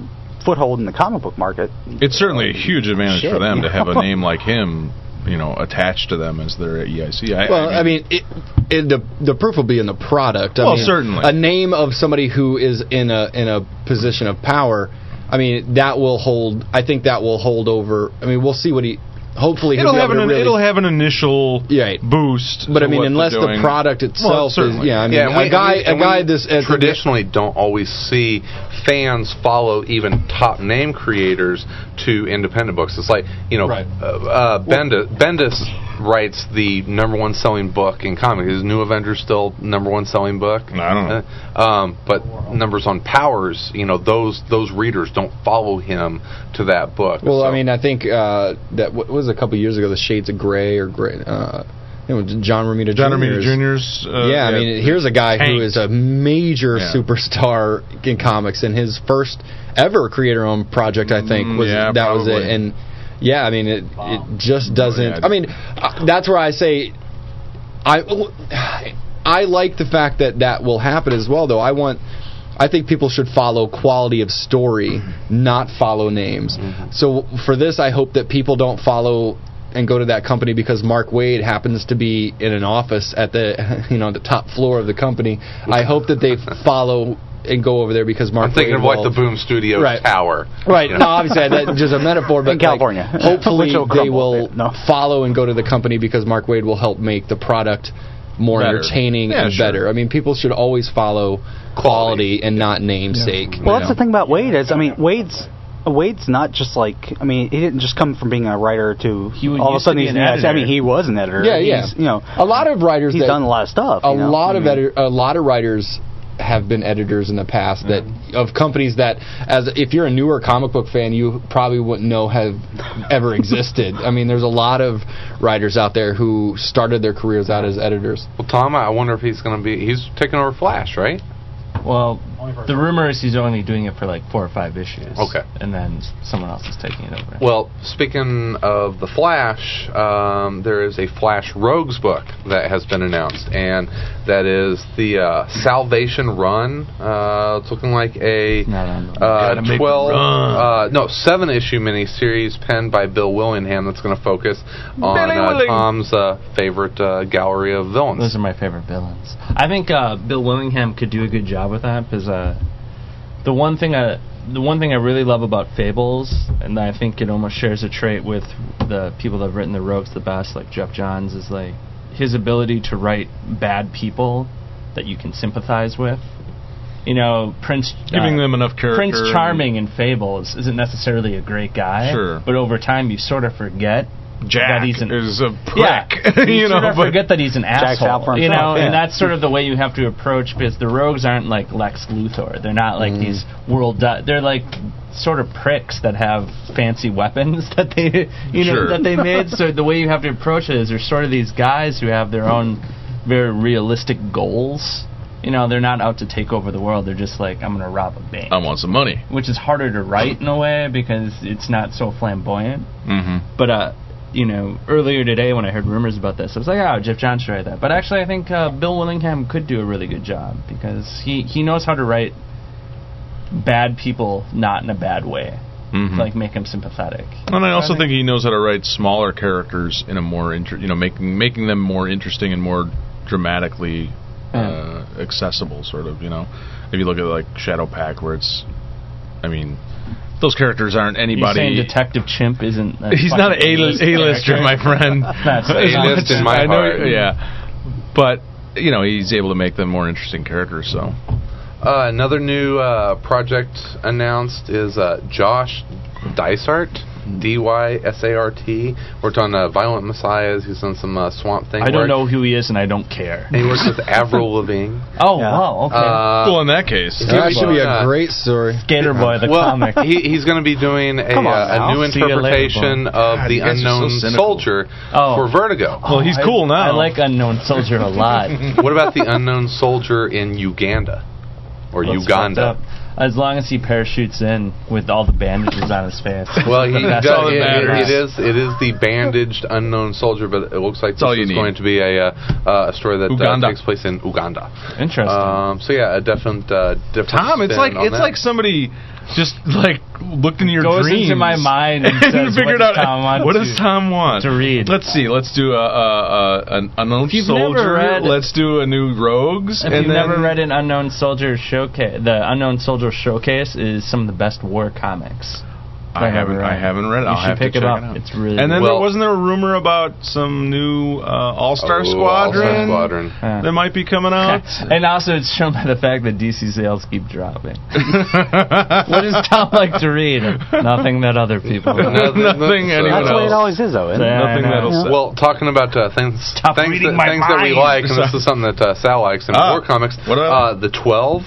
Speaker 6: foothold in the comic book market,
Speaker 1: It's certainly a huge advantage
Speaker 6: Shit,
Speaker 1: for them
Speaker 6: you
Speaker 1: to have a
Speaker 6: know?
Speaker 1: name like him, you know, attached to them as their EIC. I,
Speaker 4: Well, I mean, it, it, the the proof will be in the product. I
Speaker 1: Well,
Speaker 4: mean,
Speaker 1: certainly.
Speaker 4: a name of somebody who is in a in a position of power. I mean, that will hold. I think that will hold over. I mean, we'll see what he. Hopefully,
Speaker 1: it'll
Speaker 4: he'll be
Speaker 1: have
Speaker 4: able
Speaker 1: an
Speaker 4: to really,
Speaker 1: it'll have an initial
Speaker 4: Yeah.
Speaker 1: boost.
Speaker 4: But
Speaker 1: to
Speaker 4: I mean,
Speaker 1: what they're
Speaker 4: unless the
Speaker 1: doing.
Speaker 4: product itself is,
Speaker 1: certainly.
Speaker 4: yeah. I mean,
Speaker 2: Yeah, and we-
Speaker 4: a guy,
Speaker 2: and we- and
Speaker 4: a guy
Speaker 2: we
Speaker 4: this as
Speaker 2: traditionally don't always see fans follow even top name creators to independent books. It's like you know,
Speaker 4: Right.
Speaker 2: uh, uh, Bendis, Bendis writes the number one selling book in comics. Is New Avengers still number one selling book?
Speaker 1: I don't know.
Speaker 2: Uh, um, but numbers on Powers, you know, those those readers don't follow him to that book.
Speaker 4: Well, I
Speaker 2: So-
Speaker 4: mean, I think uh, that what was a couple years ago, the Shades of Gray or Gray, uh, you know, John Romita
Speaker 1: John
Speaker 4: Jr.
Speaker 1: Romita
Speaker 4: 's-
Speaker 1: Jr.'s. Uh,
Speaker 4: yeah, I mean, here's a guy who
Speaker 1: tanked.
Speaker 4: is a major
Speaker 1: Yeah.
Speaker 4: superstar in comics, and his first ever creator-owned project, I think,
Speaker 1: Mm,
Speaker 4: was
Speaker 1: yeah,
Speaker 4: that was it.
Speaker 1: probably.
Speaker 4: And yeah, I mean, it it just doesn't.
Speaker 1: yeah.
Speaker 4: I mean, uh, that's where I say, I I like the fact that that will happen as well. Though I want. I think people should follow quality of story, not follow names.
Speaker 2: Mm-hmm.
Speaker 4: So for this, I hope that people don't follow and go to that company because Mark Wade happens to be in an office at the you know the top floor of the company. I hope that they follow and go over there because Mark.
Speaker 2: I'm thinking
Speaker 4: Wade
Speaker 2: of like
Speaker 4: will-
Speaker 2: the Boom Studios
Speaker 4: Right.
Speaker 2: tower.
Speaker 4: Right.
Speaker 2: You
Speaker 4: No,
Speaker 2: know?
Speaker 4: obviously that's just a metaphor, but
Speaker 6: In California.
Speaker 4: like, hopefully
Speaker 6: Which will
Speaker 4: they
Speaker 6: crumble a
Speaker 4: will
Speaker 6: bit. No.
Speaker 4: follow and go to the company because Mark Wade will help make the product more
Speaker 1: Better.
Speaker 4: entertaining
Speaker 1: Yeah,
Speaker 4: and
Speaker 1: sure.
Speaker 4: better. I mean, people should always follow quality and not namesake.
Speaker 6: Well,
Speaker 1: Yeah.
Speaker 6: that's the thing about Wade is, I mean, Wade's Wade's not just like, I mean, he didn't just come from being a writer to
Speaker 5: He was-
Speaker 6: all of a
Speaker 5: used to
Speaker 6: sudden
Speaker 5: be
Speaker 6: he's
Speaker 5: an
Speaker 6: editor. I mean,
Speaker 5: editor.
Speaker 6: he was an editor.
Speaker 4: Yeah, yeah.
Speaker 6: He's, you know,
Speaker 4: A lot of writers
Speaker 6: he's
Speaker 4: that
Speaker 6: done a lot of stuff.
Speaker 4: a
Speaker 6: you know? Mm-hmm.
Speaker 4: lot of
Speaker 6: I mean,
Speaker 4: edi- a lot of writers have been editors in the past that of companies that as if you're a newer comic book fan you probably wouldn't know have ever existed. I mean there's a lot of writers out there who started their careers out as editors.
Speaker 2: Well, Tom, I wonder if he's going to be. He's taking over Flash, right?
Speaker 5: Well, The rumor is he's only doing it for like four or five issues.
Speaker 2: Okay.
Speaker 5: And then someone else is taking it over.
Speaker 2: Well, speaking of the Flash, um, there is a Flash Rogues book that has been announced, and that is the uh, Salvation Run. Uh, it's looking like a
Speaker 5: No, no, no.
Speaker 2: uh,
Speaker 1: make
Speaker 2: twelve,
Speaker 1: a run.
Speaker 2: uh, no, seven issue miniseries penned by Bill Willingham that's going to focus on uh, Tom's uh, favorite uh, gallery of villains.
Speaker 5: Those are my favorite villains. I think uh, Bill Willingham could do a good job with that because uh, the one thing I the one thing I really love about Fables, and I think it almost shares a trait with the people that have written the Rogues the best, like Jeff Johns, is like his ability to write bad people that you can sympathize with. You know, Prince
Speaker 1: Giving
Speaker 5: uh,
Speaker 1: them enough character.
Speaker 5: Prince
Speaker 1: and-
Speaker 5: Charming in Fables isn't necessarily a great guy,
Speaker 1: Sure.
Speaker 5: but over time you sort of forget
Speaker 1: Jack
Speaker 5: that he's an
Speaker 1: is a prick.
Speaker 5: yeah, you,
Speaker 1: you know,
Speaker 5: sort of
Speaker 1: but-
Speaker 5: forget that he's an
Speaker 6: Jack's out for
Speaker 5: asshole. You know,
Speaker 6: himself,
Speaker 5: and
Speaker 6: yeah.
Speaker 5: that's sort of the way you have to approach because the rogues aren't like Lex Luthor. They're
Speaker 1: Mm.
Speaker 5: not like these world. Di- they're like sort of pricks that have fancy weapons that they, you know,
Speaker 1: Sure.
Speaker 5: that they made. So the way you have to approach it is they're sort of these guys who have their own very realistic goals. You know, they're not out to take over the world. They're just like, I'm gonna rob a bank,
Speaker 1: I want some money.
Speaker 5: which is harder to write in a way because it's not so flamboyant.
Speaker 1: Mm-hmm.
Speaker 5: But uh, you know, earlier today when I heard rumors about this, I was like, oh, Jeff Johns should write that. But actually, I think uh, Bill Willingham could do a really good job because he he knows how to write bad people not in a bad way,
Speaker 1: Mm-hmm.
Speaker 5: like make them sympathetic.
Speaker 1: And I also think he knows how to write smaller characters in a more inter- you know making making them more interesting and more dramatically uh, accessible sort of you know if you look at like Shadow Pack where it's I mean those characters aren't
Speaker 5: You're saying
Speaker 1: anybody
Speaker 5: Detective Chimp isn't? A
Speaker 1: he's not an
Speaker 5: fucking
Speaker 1: A-list,
Speaker 5: elite
Speaker 1: A-lister my
Speaker 5: character?
Speaker 1: friend
Speaker 5: That's
Speaker 1: As
Speaker 2: A-list
Speaker 1: much-
Speaker 2: in my
Speaker 1: I know-
Speaker 2: heart.
Speaker 1: yeah but you know he's able to make them more interesting characters so
Speaker 2: Uh, another new uh, project announced is uh, Josh Dysart. D Y S A R T worked on uh, Violent Messiahs. He's done some uh, Swamp Thing.
Speaker 5: I don't
Speaker 2: work.
Speaker 5: know who he is, and I don't care.
Speaker 2: And he works with Avril Lavigne.
Speaker 5: Oh
Speaker 6: Yeah.
Speaker 5: wow, okay.
Speaker 2: Uh,
Speaker 1: well in that case
Speaker 2: Yeah.
Speaker 4: That should be a
Speaker 2: Uh,
Speaker 4: great story.
Speaker 5: Gator Boy, the
Speaker 2: well,
Speaker 5: comic.
Speaker 2: he, he's going to be doing a,
Speaker 6: Come on
Speaker 2: uh, a
Speaker 6: now.
Speaker 2: new
Speaker 5: See you later,
Speaker 2: interpretation of
Speaker 1: God,
Speaker 2: the
Speaker 1: you guys are so
Speaker 2: Unknown
Speaker 1: cynical.
Speaker 2: Soldier
Speaker 5: Oh.
Speaker 2: for Vertigo.
Speaker 1: well he's
Speaker 5: I-
Speaker 1: cool now
Speaker 5: I like Unknown Soldier a lot.
Speaker 2: what about the Unknown Soldier in Uganda or
Speaker 5: That's
Speaker 2: Uganda?
Speaker 5: fucked up. As long as he parachutes in with all the bandages on his face.
Speaker 2: Well, he
Speaker 5: That's
Speaker 2: does-
Speaker 5: all that
Speaker 2: it-
Speaker 5: matters.
Speaker 2: it is it is the bandaged unknown soldier, but it looks like
Speaker 1: all
Speaker 2: this
Speaker 1: you
Speaker 2: is
Speaker 1: need.
Speaker 2: going to be a uh, uh, a story that uh,
Speaker 1: Uganda.
Speaker 2: takes place in Uganda.
Speaker 1: uh,
Speaker 5: Interesting.
Speaker 2: Um, so yeah, a definite uh, different.
Speaker 1: Tom, it's
Speaker 2: spin
Speaker 1: like
Speaker 2: on
Speaker 1: it's
Speaker 2: that.
Speaker 1: like somebody just like looked into your
Speaker 5: Goes
Speaker 1: dreams
Speaker 5: into my mind and says,
Speaker 1: figured
Speaker 5: "What does
Speaker 1: out
Speaker 5: Tom want
Speaker 1: what
Speaker 5: to-
Speaker 1: does Tom want
Speaker 5: to read?"
Speaker 1: Let's see. Let's do a, a, a an unknown
Speaker 5: you've never
Speaker 1: soldier.
Speaker 5: read-
Speaker 1: let's do a new rogues.
Speaker 5: if
Speaker 1: and
Speaker 5: you've
Speaker 1: then
Speaker 5: never read an Unknown Soldier showcase, the Unknown Soldier showcase is some of the best war comics.
Speaker 1: I haven't. I haven't read it.
Speaker 5: You
Speaker 1: I'll
Speaker 5: should
Speaker 1: have
Speaker 5: pick
Speaker 1: to
Speaker 5: it
Speaker 1: check
Speaker 5: up.
Speaker 1: it out.
Speaker 5: It's really
Speaker 1: and then
Speaker 2: Well-
Speaker 1: there wasn't there a rumor about some new uh, All Star
Speaker 2: Ooh,
Speaker 1: Squadron
Speaker 2: All-Star Oh, Squadron.
Speaker 5: Yeah.
Speaker 1: that might be coming out.
Speaker 5: and also, it's shown by the fact that DC sales keep dropping. what does Tom like to read? Nothing that other people.
Speaker 2: No,
Speaker 1: Nothing anyone
Speaker 6: That's the way
Speaker 1: else.
Speaker 6: it always is, though. Isn't it?
Speaker 5: Yeah, I
Speaker 1: Nothing
Speaker 5: know.
Speaker 1: that'll sell.
Speaker 2: Well, talking about uh, things,
Speaker 5: Stop
Speaker 2: things,
Speaker 5: reading
Speaker 2: that,
Speaker 5: my
Speaker 2: things that we like,
Speaker 5: mind.
Speaker 2: and this is something that uh, Sal likes in
Speaker 1: Ah,
Speaker 2: War Comics.
Speaker 1: what about-
Speaker 2: uh, the Twelve?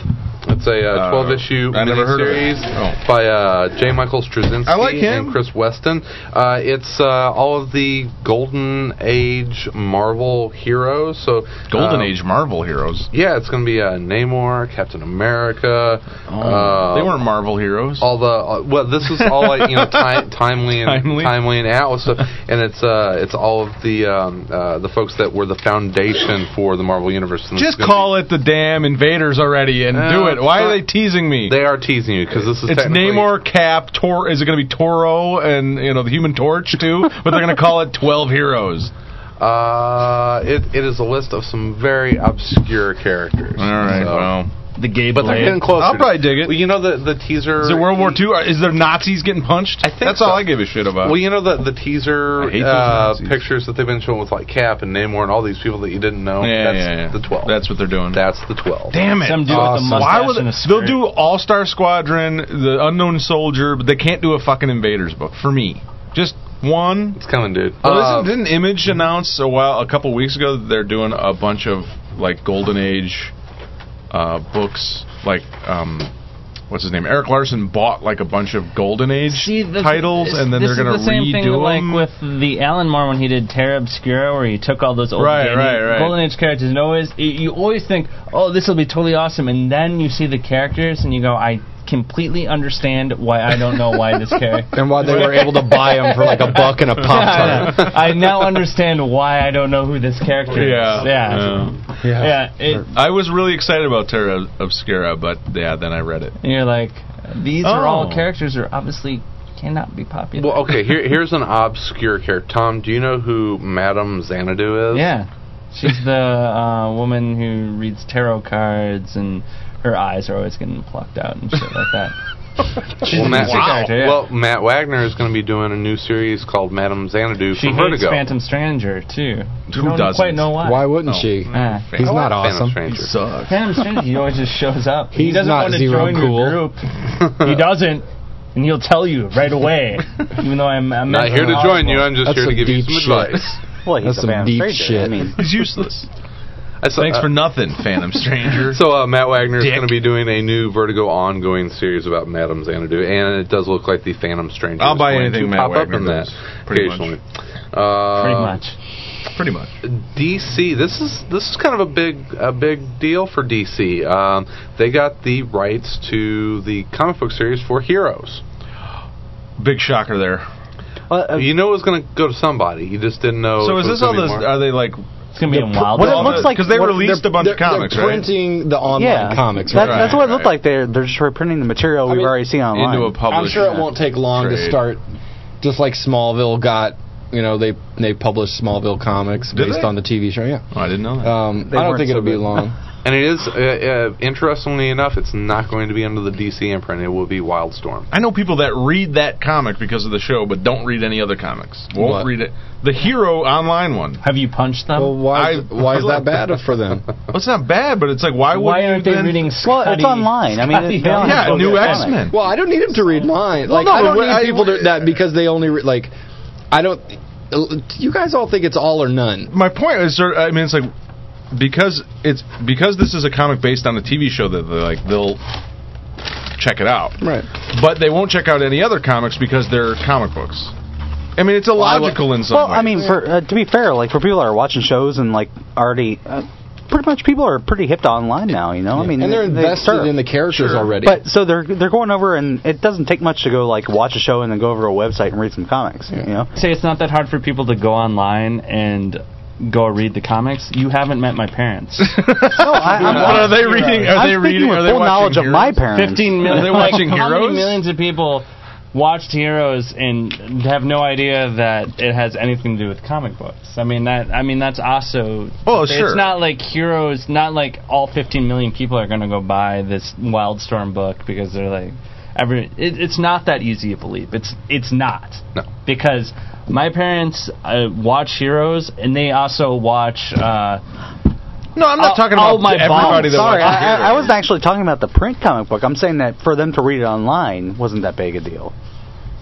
Speaker 2: It's a
Speaker 1: Uh,
Speaker 2: uh, twelve issue
Speaker 1: I never heard of it.
Speaker 2: miniseries
Speaker 1: Oh.
Speaker 2: by uh, J. Michael Straczynski
Speaker 1: I like him.
Speaker 2: and Chris Weston. Uh, it's uh, all of the Golden Age Marvel heroes. So
Speaker 1: Golden
Speaker 2: uh,
Speaker 1: Age Marvel heroes.
Speaker 2: Yeah, it's going to be uh, Namor, Captain America. uh,
Speaker 1: Oh. they weren't Marvel heroes.
Speaker 2: all the uh, well this is all like you know ti- timely and
Speaker 1: Timely.
Speaker 2: timely, and atlas stuff and it's uh it's all of the um uh, the folks that were the foundation for the marvel universe And
Speaker 1: Just call it the damn invaders already and
Speaker 2: No,
Speaker 1: do it.
Speaker 2: it's
Speaker 1: Why
Speaker 2: not-
Speaker 1: are they teasing me?
Speaker 2: they are teasing you because this is
Speaker 1: it's
Speaker 2: technically-
Speaker 1: Namor, Cap, Tor. Is it going to be Toro and you know the Human Torch too? but they're going to call it Twelve Heroes.
Speaker 2: uh it, it is a list of some very obscure characters
Speaker 1: All right.
Speaker 2: So-
Speaker 1: well,
Speaker 5: the gay
Speaker 2: but they're
Speaker 5: blade.
Speaker 2: getting closer
Speaker 1: I'll
Speaker 2: to-
Speaker 1: probably dig it.
Speaker 2: well, you know the the teaser
Speaker 1: is there World War II? Or Is there Nazis getting punched?
Speaker 2: I think
Speaker 1: that's all
Speaker 2: so.
Speaker 1: I give a shit about.
Speaker 2: Well, you know the the teaser
Speaker 1: I hate those
Speaker 2: uh,
Speaker 1: Nazis.
Speaker 2: pictures that they've been showing with like Cap and Namor and all these people that you didn't know.
Speaker 1: yeah,
Speaker 2: that's
Speaker 1: yeah, yeah.
Speaker 2: the twelve.
Speaker 1: That's what they're doing.
Speaker 2: that's the twelve.
Speaker 1: Damn it!
Speaker 5: Some dude with a Awesome. mustache
Speaker 1: Why would
Speaker 5: and a
Speaker 1: they'll
Speaker 5: skirt.
Speaker 1: do All Star Squadron, the Unknown Soldier, but they can't do a fucking Invaders book for me. Just one
Speaker 2: It's coming, dude.
Speaker 1: Well,
Speaker 2: Um,
Speaker 1: isn't, didn't Image announce a while, a couple weeks ago, that they're doing a bunch of like Golden Age uh, books, like um, what's his name? Eric Larson bought like a bunch of Golden Age
Speaker 5: See, this-
Speaker 1: titles,
Speaker 5: this-
Speaker 1: and then
Speaker 5: this
Speaker 1: they're gonna
Speaker 5: is the same
Speaker 1: redo
Speaker 5: thing that,
Speaker 1: them.
Speaker 5: like with the Alan Moore when he did Terra Obscura, where he took all those old
Speaker 1: Right,
Speaker 5: Danny-
Speaker 1: right, right.
Speaker 5: Golden Age characters, and always y- you always think, oh, this will be totally awesome, and then you see the characters, and you go, I completely understand why I don't know why this character.
Speaker 4: and why they were able to buy them for like a buck and a pop
Speaker 5: I,
Speaker 4: tart.
Speaker 5: know. I now understand why I don't know who this character
Speaker 1: yeah,
Speaker 5: is. Yeah,
Speaker 1: yeah.
Speaker 4: Yeah.
Speaker 5: yeah. it-
Speaker 1: I was really excited about Terra Obscura, but yeah, then I read it.
Speaker 5: and you're like, these are
Speaker 1: Oh.
Speaker 5: all characters that are obviously cannot be popular.
Speaker 2: Well, okay. Here, here's an obscure character. Tom, do you know who Madame Xanadu is?
Speaker 5: Yeah. She's the uh, woman who reads tarot cards and her eyes are always getting plucked out and shit like that.
Speaker 2: Well, Matt,
Speaker 5: Wow. character, yeah.
Speaker 2: well, Matt Wagner is going to be doing a new series called Madame Xanadu for
Speaker 5: She hates
Speaker 2: Vertigo.
Speaker 5: Phantom Stranger too.
Speaker 1: Who
Speaker 5: you don't
Speaker 1: doesn't?
Speaker 5: quite know why.
Speaker 4: Why wouldn't
Speaker 1: Oh.
Speaker 4: she?
Speaker 5: Ah.
Speaker 4: He's
Speaker 2: I like
Speaker 4: not
Speaker 2: Phantom
Speaker 4: awesome.
Speaker 2: Stranger.
Speaker 1: Sucks.
Speaker 5: Phantom Stranger, he always just shows up. he
Speaker 4: He's
Speaker 5: doesn't
Speaker 4: not
Speaker 5: want to
Speaker 4: zero
Speaker 5: join
Speaker 4: cool.
Speaker 5: your group. he doesn't, and he'll tell you right away. even though I'm, I'm
Speaker 2: Not here to
Speaker 5: mentally
Speaker 2: join you.
Speaker 5: horrible.
Speaker 2: I'm just
Speaker 4: That's
Speaker 2: here to
Speaker 4: some
Speaker 2: give you
Speaker 4: deep
Speaker 2: some
Speaker 4: shit.
Speaker 2: advice.
Speaker 6: Well, he's
Speaker 4: That's
Speaker 6: a
Speaker 4: some
Speaker 6: fan
Speaker 4: deep
Speaker 6: favorite. I
Speaker 4: shit.
Speaker 6: mean,
Speaker 1: He's useless.
Speaker 2: That's,
Speaker 1: Thanks
Speaker 2: uh,
Speaker 1: for nothing, Phantom Stranger.
Speaker 2: So uh, Matt Wagner is
Speaker 1: Dick.
Speaker 2: going to be doing a new Vertigo ongoing series about Madame Xanadu, and it does look like the Phantom Stranger.
Speaker 1: I'll
Speaker 2: is
Speaker 1: buy
Speaker 2: going
Speaker 1: anything
Speaker 2: to
Speaker 1: Matt
Speaker 2: pop
Speaker 1: Wagner
Speaker 2: up in that
Speaker 1: does, pretty much.
Speaker 2: occasionally. Uh,
Speaker 5: pretty much.
Speaker 1: Pretty much.
Speaker 2: DC. This is this is kind of a big a big deal for DC. Um, they got the rights to the comic book series for Heroes.
Speaker 1: Big shocker there.
Speaker 6: well, uh,
Speaker 2: You know it was going to go to somebody. You just didn't
Speaker 4: Oh,
Speaker 2: know.
Speaker 1: Oh. So
Speaker 2: if
Speaker 1: is
Speaker 2: it was
Speaker 1: this all
Speaker 2: gonna
Speaker 1: this?
Speaker 2: be
Speaker 1: Are they like?
Speaker 5: It's gonna be in Wild.
Speaker 6: what it looks like-
Speaker 1: because they
Speaker 6: what-
Speaker 1: released a bunch of comics,
Speaker 4: they're
Speaker 1: right?
Speaker 4: printing the online
Speaker 6: yeah,
Speaker 4: comics.
Speaker 6: That,
Speaker 4: Right?
Speaker 6: That's what it looked
Speaker 1: right.
Speaker 6: like. They're they're just reprinting the material we've
Speaker 4: mean,
Speaker 6: already seen online.
Speaker 1: Into a
Speaker 4: I'm
Speaker 1: published.
Speaker 4: sure it won't take long
Speaker 1: trade.
Speaker 4: to start. Just like Smallville got, you know, they they published Smallville comics
Speaker 1: Did
Speaker 4: based
Speaker 1: they?
Speaker 4: on the TV show. Yeah.
Speaker 1: Oh, I didn't know
Speaker 5: Uh,
Speaker 1: that.
Speaker 4: Um,
Speaker 6: They
Speaker 4: I don't
Speaker 6: weren't
Speaker 4: think
Speaker 6: so
Speaker 4: it'll be
Speaker 6: good.
Speaker 4: long.
Speaker 2: And it is uh, uh, interestingly enough, it's not going to be under the DC imprint. It will be Wildstorm.
Speaker 1: I know people that read that comic because of the show, but don't read any other comics. Won't
Speaker 4: What?
Speaker 1: read it. The Hero online one.
Speaker 5: Have you punched them?
Speaker 4: well, why?
Speaker 1: I-
Speaker 4: why is that bad for them?
Speaker 1: Well, it's not bad, but it's like why, would
Speaker 5: why
Speaker 1: you
Speaker 5: aren't they
Speaker 1: then-
Speaker 5: reading
Speaker 6: well,
Speaker 5: Scotty?
Speaker 6: it's online. I mean, it, they don't have
Speaker 1: Yeah,
Speaker 6: to go
Speaker 1: new
Speaker 6: get a
Speaker 1: X
Speaker 6: comic.
Speaker 1: Men.
Speaker 4: Well, I don't need him to read mine. like
Speaker 1: no,
Speaker 4: I don't
Speaker 1: but
Speaker 4: need
Speaker 1: I-
Speaker 4: people to that because they only re- like. I don't. You guys all think it's all or none.
Speaker 1: my point is, sort of- I mean, it's like because it's because this is a comic based on a TV show that they're like they'll check it out,
Speaker 4: Right.
Speaker 1: but they won't check out any other comics because they're comic books. I mean, it's illogical in some
Speaker 6: Well,
Speaker 1: ways.
Speaker 6: I mean, for uh, to be fair, like for people that are watching shows and like already, uh, pretty much people are pretty hip to online now. You know, I mean,
Speaker 4: and they're
Speaker 6: they- they
Speaker 4: invested
Speaker 6: surf.
Speaker 4: in the characters already.
Speaker 6: But so they're they're going over, and it doesn't take much to go like watch a show and then go over to a website and read some comics. You know,
Speaker 5: say it's not that hard for people to go online and go read the comics. You haven't met my parents.
Speaker 6: no, I,
Speaker 1: But
Speaker 6: I'm,
Speaker 1: are they
Speaker 5: Heroes.
Speaker 1: reading? Are
Speaker 6: I'm
Speaker 1: they
Speaker 6: speaking
Speaker 1: reading?
Speaker 6: with
Speaker 1: Are they
Speaker 6: full
Speaker 1: watching
Speaker 6: knowledge of
Speaker 1: Heroes?
Speaker 6: my parents.
Speaker 5: Fifteen
Speaker 1: Are
Speaker 5: million.
Speaker 1: they
Speaker 5: like,
Speaker 1: watching
Speaker 5: how many
Speaker 1: Heroes?
Speaker 5: millions of people watched Heroes and have no idea that it has anything to do with comic books. I mean that. I mean that's also.
Speaker 1: Oh,
Speaker 5: it's
Speaker 1: sure.
Speaker 5: not like Heroes. Not like all fifteen million people are going to go buy this Wildstorm book because they're like. Every, it, it's not that easy of a leap. It's it's not
Speaker 2: No.
Speaker 5: because my parents uh, watch Heroes and they also watch. Uh,
Speaker 1: No, I'm not
Speaker 5: Oh,
Speaker 1: talking
Speaker 5: oh,
Speaker 1: about
Speaker 5: my
Speaker 1: everybody
Speaker 5: balls.
Speaker 1: that
Speaker 6: Sorry,
Speaker 1: watches
Speaker 6: I, I, I
Speaker 1: Heroes.
Speaker 6: wasn't actually talking about the print comic book. I'm saying that for them to read it online wasn't that big a deal.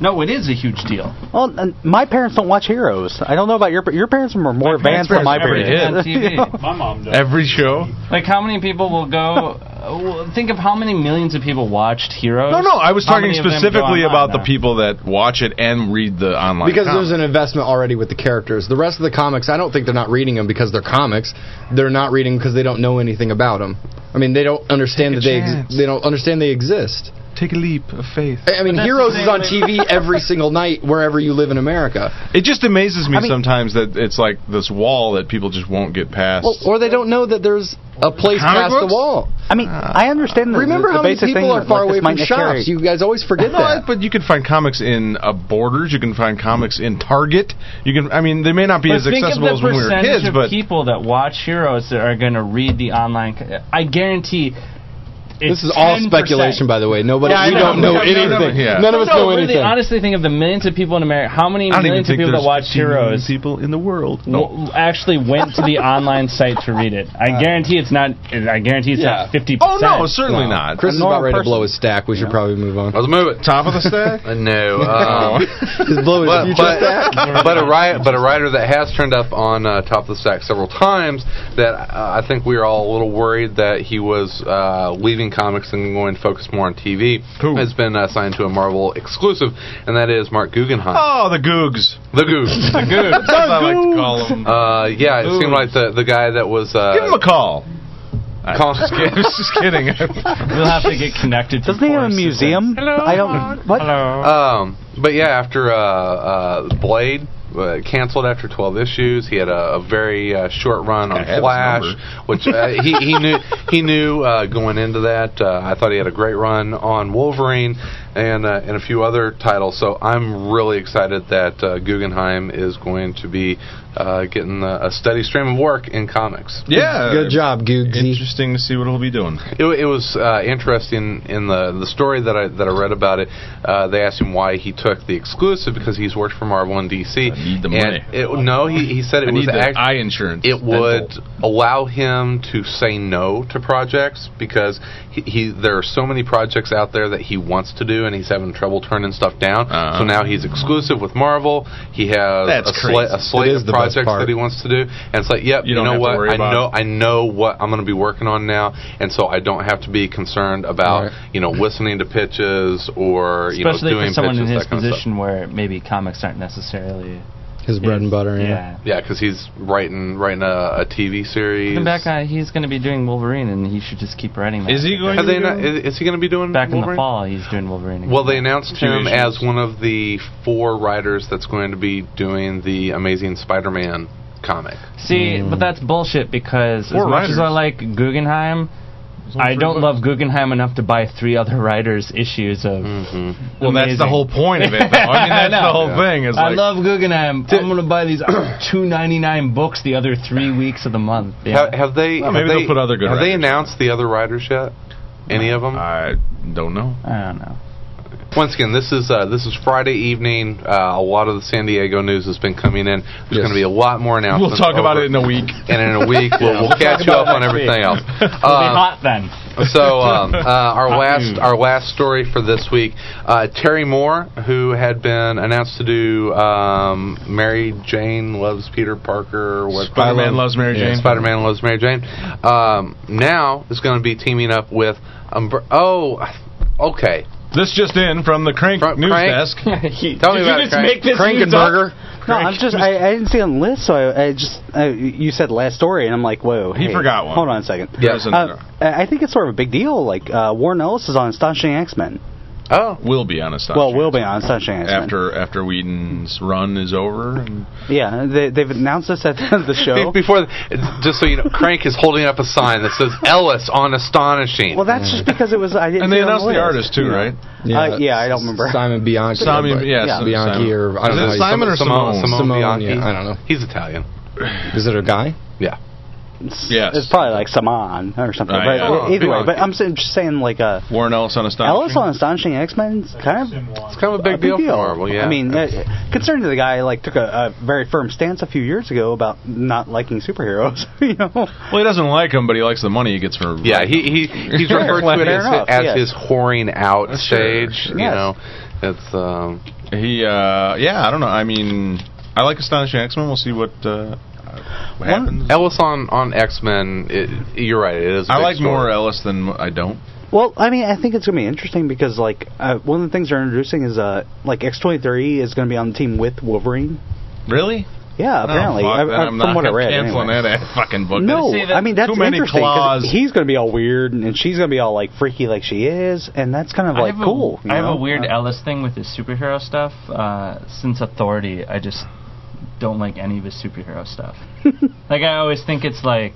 Speaker 5: no, it is a huge deal.
Speaker 6: Well, and my parents don't watch Heroes. I don't know about your your parents were more advanced than my
Speaker 1: parents
Speaker 6: parents.
Speaker 1: were
Speaker 5: pretty hip. On TV.
Speaker 7: My mom does.
Speaker 1: Every show?
Speaker 5: Like how many people will go? uh, well, think of how many millions of people watched Heroes.
Speaker 1: No, no. I was
Speaker 5: How
Speaker 1: talking
Speaker 5: many of them go
Speaker 1: specifically
Speaker 5: online
Speaker 1: about the
Speaker 5: now?
Speaker 1: people that watch it and read the online.
Speaker 4: because
Speaker 1: comic.
Speaker 4: there's an investment already with the characters. The rest of the comics, I don't think they're not reading them because they're comics. They're not reading because they don't know anything about them. I mean, they don't understand
Speaker 1: Take a
Speaker 4: that they
Speaker 1: chance.
Speaker 4: ex- they don't understand they exist.
Speaker 1: take a leap of faith.
Speaker 4: I I mean,
Speaker 5: that's
Speaker 4: Heroes
Speaker 5: the
Speaker 4: is on
Speaker 5: same
Speaker 4: TV
Speaker 5: way-
Speaker 4: every single night wherever you live in America,
Speaker 1: It just amazes me
Speaker 6: mean-
Speaker 1: sometimes that it's like this wall that people just won't get past.
Speaker 4: well, or they don't know that there's a place
Speaker 1: Comic
Speaker 4: past
Speaker 1: books?
Speaker 4: the wall.
Speaker 6: I mean, I understand. The,
Speaker 4: Remember
Speaker 6: the,
Speaker 4: how many
Speaker 6: basic thing
Speaker 4: people are
Speaker 6: that,
Speaker 4: far away
Speaker 6: like, this might
Speaker 4: from
Speaker 6: not
Speaker 4: shops?
Speaker 6: carry-
Speaker 4: You guys always forget
Speaker 1: no,
Speaker 4: that.
Speaker 1: but you can find comics in uh, Borders. You can find comics in Target. You can. I mean, they may not be
Speaker 5: But
Speaker 1: as
Speaker 5: think
Speaker 1: accessible as
Speaker 5: of the
Speaker 1: when we were
Speaker 5: percentage
Speaker 1: kids,
Speaker 5: of
Speaker 1: but
Speaker 5: people that watch Heroes that are going to read the online. c- I guarantee. It's
Speaker 4: this is all
Speaker 5: 10%.
Speaker 4: speculation, by the way. Nobody,
Speaker 1: Yeah, I
Speaker 4: we
Speaker 1: know.
Speaker 4: don't know
Speaker 1: No, no, no,
Speaker 4: anything.
Speaker 1: yeah.
Speaker 4: None of us
Speaker 5: no,
Speaker 4: know
Speaker 5: really,
Speaker 4: anything.
Speaker 5: honestly, think of the millions of people in America. How many
Speaker 1: I don't even
Speaker 5: millions of
Speaker 1: think
Speaker 5: people that
Speaker 1: there's
Speaker 5: watch
Speaker 1: 15 million
Speaker 5: Heroes
Speaker 1: people in the world.
Speaker 5: w- actually went to the online site to read it? I guarantee it's not. I guarantee it's
Speaker 4: Yeah.
Speaker 5: not fifty
Speaker 1: Oh
Speaker 5: percent.
Speaker 1: no, certainly not.
Speaker 4: Chris is
Speaker 6: normal
Speaker 4: about ready to
Speaker 6: person.
Speaker 4: blow his stack. We should probably move on.
Speaker 2: Let's move it.
Speaker 1: Top of the stack.
Speaker 2: Uh, no. Um,
Speaker 4: Just blow his
Speaker 2: but,
Speaker 4: future
Speaker 2: but,
Speaker 4: stack.
Speaker 2: but a riot, but a writer that has turned up on uh, top of the stack several times. That uh, I think we are all a little worried that he was uh, leaving leaving comics and going to focus more on TV, has been assigned to a Marvel exclusive, and that is Mark Guggenheim.
Speaker 1: Oh, the Googs.
Speaker 2: The Goose.
Speaker 1: The Googs. as I like to call them.
Speaker 2: Uh, yeah, it seemed like the the guy that was uh,
Speaker 1: Give him a call.
Speaker 2: Call-
Speaker 1: I'm just kidding. just kidding.
Speaker 5: We'll have to get connected.
Speaker 6: Doesn't he have a museum? Hello, I don't. What?
Speaker 5: Hello.
Speaker 2: Um, but yeah, after uh, uh, Blade uh, canceled after 12 issues, he had a, a very uh, short run on
Speaker 1: I have his
Speaker 2: Flash,
Speaker 1: number.
Speaker 2: which uh, he, he knew he knew uh, going into that. Uh, I thought he had a great run on Wolverine and uh, and a few other titles. So I'm really excited that uh, Guggenheim is going to be uh, getting a, a steady stream of work in comics.
Speaker 1: yeah.
Speaker 4: Good job, Googsy.
Speaker 1: Interesting to see what he'll be doing.
Speaker 2: It, it was uh, interesting in the the story that I that I read about it. Uh, they asked him why he took the exclusive because he's worked for Marvel and DC.
Speaker 1: I need the
Speaker 2: and
Speaker 1: money.
Speaker 2: It, no, he, he said it
Speaker 1: I
Speaker 2: was
Speaker 1: need the
Speaker 2: act-
Speaker 1: eye insurance.
Speaker 2: it would allow him to say no to projects because he, he there are so many projects out there that he wants to do and he's having trouble turning stuff down.
Speaker 1: Uh-huh.
Speaker 2: So now he's exclusive with Marvel. He has
Speaker 1: That's
Speaker 2: a, sla-
Speaker 1: crazy.
Speaker 2: a slate
Speaker 4: That is
Speaker 2: of
Speaker 4: the best
Speaker 2: projects
Speaker 4: part.
Speaker 2: that he wants to do, and it's like, yep,
Speaker 1: You
Speaker 2: you,
Speaker 1: don't
Speaker 2: know
Speaker 1: have to
Speaker 2: what?
Speaker 1: worry
Speaker 2: I
Speaker 1: about
Speaker 2: know
Speaker 1: it.
Speaker 2: I know what I'm going to be working on now, and so I don't have to be concerned about
Speaker 4: Right.
Speaker 2: you know listening to pitches or you
Speaker 5: Especially
Speaker 2: know doing
Speaker 5: for someone
Speaker 2: pitches
Speaker 5: in his
Speaker 2: that kind of stuff.
Speaker 5: position where maybe comics aren't necessarily
Speaker 4: His bread and butter. Yeah.
Speaker 5: Yeah.
Speaker 2: Yeah, because he's writing writing a, a TV series.
Speaker 5: Then back guy, he's going to be doing Wolverine, and he should just keep writing that.
Speaker 1: Is he going
Speaker 2: Have
Speaker 1: to
Speaker 2: they not, is, is he going to be doing
Speaker 5: Back in the
Speaker 2: Wolverine?
Speaker 5: fall, he's doing Wolverine. Again.
Speaker 2: Well, they announced
Speaker 1: Two
Speaker 2: him
Speaker 1: issues.
Speaker 2: as one of the four writers that's going to be doing the Amazing Spider-Man comic.
Speaker 5: See,
Speaker 4: Hmm.
Speaker 5: but that's bullshit because
Speaker 1: Poor
Speaker 5: as much as I
Speaker 1: writers.
Speaker 5: like Guggenheim, I don't love Guggenheim enough to buy three other writers' issues of.
Speaker 1: Well, that's the
Speaker 5: Amazing.
Speaker 1: whole point of it. Though. I mean, that's the whole thing. Is
Speaker 5: I
Speaker 1: like,
Speaker 5: love Guggenheim. I'm gonna buy these two ninety nine books the other three weeks of the month. Yeah.
Speaker 2: Ha- have they?
Speaker 1: Well,
Speaker 2: have
Speaker 1: maybe they'll
Speaker 2: they-
Speaker 1: put other good
Speaker 2: Have they
Speaker 1: writers.
Speaker 2: announced the other writers yet? Any of them?
Speaker 1: I don't know.
Speaker 5: I don't know.
Speaker 2: Once again, this is uh, this is Friday evening. Uh, a lot of the San Diego news has been coming in. There's
Speaker 4: Yes.
Speaker 2: going to be a lot more
Speaker 1: We'll
Speaker 2: announcements.
Speaker 1: talk about
Speaker 2: over-
Speaker 1: it in a week.
Speaker 2: And in a week, we'll, we'll catch you up on everything else.
Speaker 5: It'll be
Speaker 2: Um,
Speaker 5: hot then.
Speaker 2: So um, uh, our last
Speaker 1: news.
Speaker 2: our last story for this week, uh, Terry Moore, who had been announced to do um, Mary Jane loves Peter Parker, or what
Speaker 1: Spider-Man loves Mary Jane.
Speaker 2: Spider Man loves Mary Jane, um, now is going to be teaming up with Umbra- Oh, okay.
Speaker 1: This just in from the Crank
Speaker 2: From
Speaker 1: News
Speaker 2: Crank?
Speaker 1: Desk.
Speaker 2: Tell me about it, Crank.
Speaker 4: Krankenberger.
Speaker 1: Uh,
Speaker 6: No, I'm just. I, I didn't see it on the list, so I, I just. I, you said last story, and I'm like, whoa.
Speaker 1: He
Speaker 6: hey,
Speaker 1: forgot one.
Speaker 6: Hold on a second.
Speaker 1: Yeah. There's
Speaker 6: Uh,
Speaker 1: another.
Speaker 6: I I think it's sort of a big deal. Like uh, Warren Ellis is on Astonishing X Men.
Speaker 2: Oh,
Speaker 1: We'll be on a stop.
Speaker 6: Well, will be on Astonishing X Men.
Speaker 1: after after Whedon's run is over. And
Speaker 6: Yeah, they, they've announced this at the show.
Speaker 2: Be- before just so you know, Crank is holding up a sign that says Ellis on astonishing.
Speaker 6: well, that's just because it was. I
Speaker 1: And
Speaker 6: didn't
Speaker 1: they
Speaker 6: see it on
Speaker 1: announced the
Speaker 6: list.
Speaker 1: artist too, right?
Speaker 6: Uh, yeah, I don't remember.
Speaker 4: Simon Bianchi.
Speaker 1: Simon-
Speaker 4: but-
Speaker 1: yeah, Simon-
Speaker 4: Bianchi
Speaker 1: Simon.
Speaker 4: or I
Speaker 1: Is it
Speaker 4: don't know. how you-
Speaker 1: Simon or
Speaker 2: Simone,
Speaker 1: Simone?
Speaker 2: Simone,
Speaker 4: Simone,
Speaker 2: Bianchi.
Speaker 4: yeah, I don't know.
Speaker 2: He's Italian.
Speaker 4: Is it a guy?
Speaker 2: Yeah.
Speaker 6: It's,
Speaker 1: Yes.
Speaker 6: it's probably like Saman or something.
Speaker 1: Right,
Speaker 6: but
Speaker 1: yeah.
Speaker 2: Oh,
Speaker 6: either way,
Speaker 2: Bianchi.
Speaker 6: but I'm saying- just saying like uh,
Speaker 1: Warren Ellis on Astonishing.
Speaker 6: Ellis on Astonishing X Men is kind of
Speaker 2: It's kind of a big, deal, for Marvel, yeah.
Speaker 6: I mean, uh, considering that the guy like took a, a very firm stance a few years ago about not liking superheroes, you know.
Speaker 1: Well, he doesn't like him, but he likes the money he gets for.
Speaker 2: yeah, he, he he's referred to it
Speaker 6: Fair
Speaker 2: as,
Speaker 6: enough,
Speaker 2: as
Speaker 6: yes.
Speaker 2: his whoring out
Speaker 1: Sure,
Speaker 2: stage.
Speaker 1: sure.
Speaker 2: You
Speaker 6: Yes.
Speaker 2: know, it's um,
Speaker 1: He, uh, yeah, I don't know. I mean, I like Astonishing X Men. We'll see what, uh, what happens.
Speaker 2: Ellis on on X Men. It, you're right. It is. I
Speaker 1: I like more uh, Ellis than I don't.
Speaker 6: Well, I mean, I think it's gonna be interesting because like uh, one of the things they're introducing is uh like X twenty three is gonna be on the team with Wolverine.
Speaker 1: Really?
Speaker 6: Yeah, apparently,
Speaker 1: Oh, fuck
Speaker 6: I-
Speaker 1: that.
Speaker 6: I-
Speaker 1: I'm
Speaker 6: from
Speaker 1: not
Speaker 6: what I
Speaker 1: gonna
Speaker 6: read.
Speaker 1: Canceling
Speaker 6: anyway.
Speaker 1: that fucking book.
Speaker 6: No,
Speaker 1: Did you see that?
Speaker 6: I mean that's
Speaker 1: too many
Speaker 6: interesting 'cause
Speaker 1: claws.
Speaker 6: he's gonna be all weird and, and she's gonna be all like freaky like she is, and that's kind of like
Speaker 5: I have
Speaker 6: cool.
Speaker 5: A,
Speaker 6: you
Speaker 5: I have
Speaker 6: know?
Speaker 5: a weird
Speaker 6: Uh,
Speaker 5: Ellis thing with his superhero stuff. Uh, since Authority, I just don't like any of his superhero stuff. like I always think it's like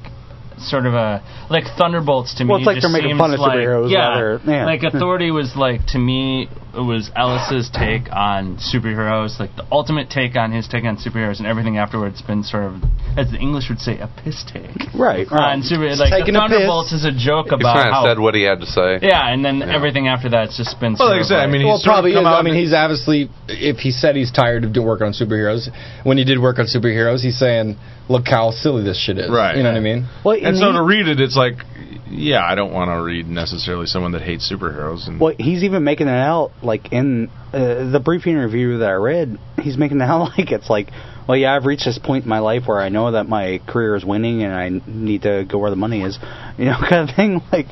Speaker 5: sort of a like Thunderbolts to
Speaker 6: Well,
Speaker 5: me.
Speaker 6: it's like
Speaker 5: just
Speaker 6: they're
Speaker 5: seems
Speaker 6: making fun of
Speaker 5: like-
Speaker 6: superheroes rather-
Speaker 5: Yeah,
Speaker 6: yeah.
Speaker 5: like Authority was like to me it was Ellis's take on superheroes, like the ultimate take on his take on superheroes, and everything afterwards has been sort of, as the English would say, a piss take.
Speaker 6: right, right.
Speaker 5: On super, like the
Speaker 4: taking a piss.
Speaker 5: Thunderbolts is a joke
Speaker 2: He's
Speaker 5: about
Speaker 2: kind of
Speaker 5: how
Speaker 2: said what he had to say.
Speaker 5: yeah, and then everything after that's just been.
Speaker 1: Well,
Speaker 5: sort
Speaker 1: like I
Speaker 5: of
Speaker 1: said, I
Speaker 5: like-
Speaker 1: mean, he's
Speaker 4: well,
Speaker 1: sort of
Speaker 4: probably
Speaker 1: come
Speaker 4: is.
Speaker 1: out
Speaker 4: I mean,
Speaker 1: and-
Speaker 4: he's obviously, if he said he's tired of do- working on superheroes, when he did work on superheroes, he's saying, look how silly this shit is.
Speaker 1: Right.
Speaker 4: You know what I mean?
Speaker 6: Well,
Speaker 1: And so
Speaker 6: he-
Speaker 1: to read it, it's like, yeah, I don't want to read necessarily someone that hates superheroes. And
Speaker 6: Well, he's even making it out like in uh, the brief interview that I read. He's making it out like it's like, well, yeah, I've reached this point in my life where I know that my career is winning and I need to go where the money is, you know, kind of thing. Like,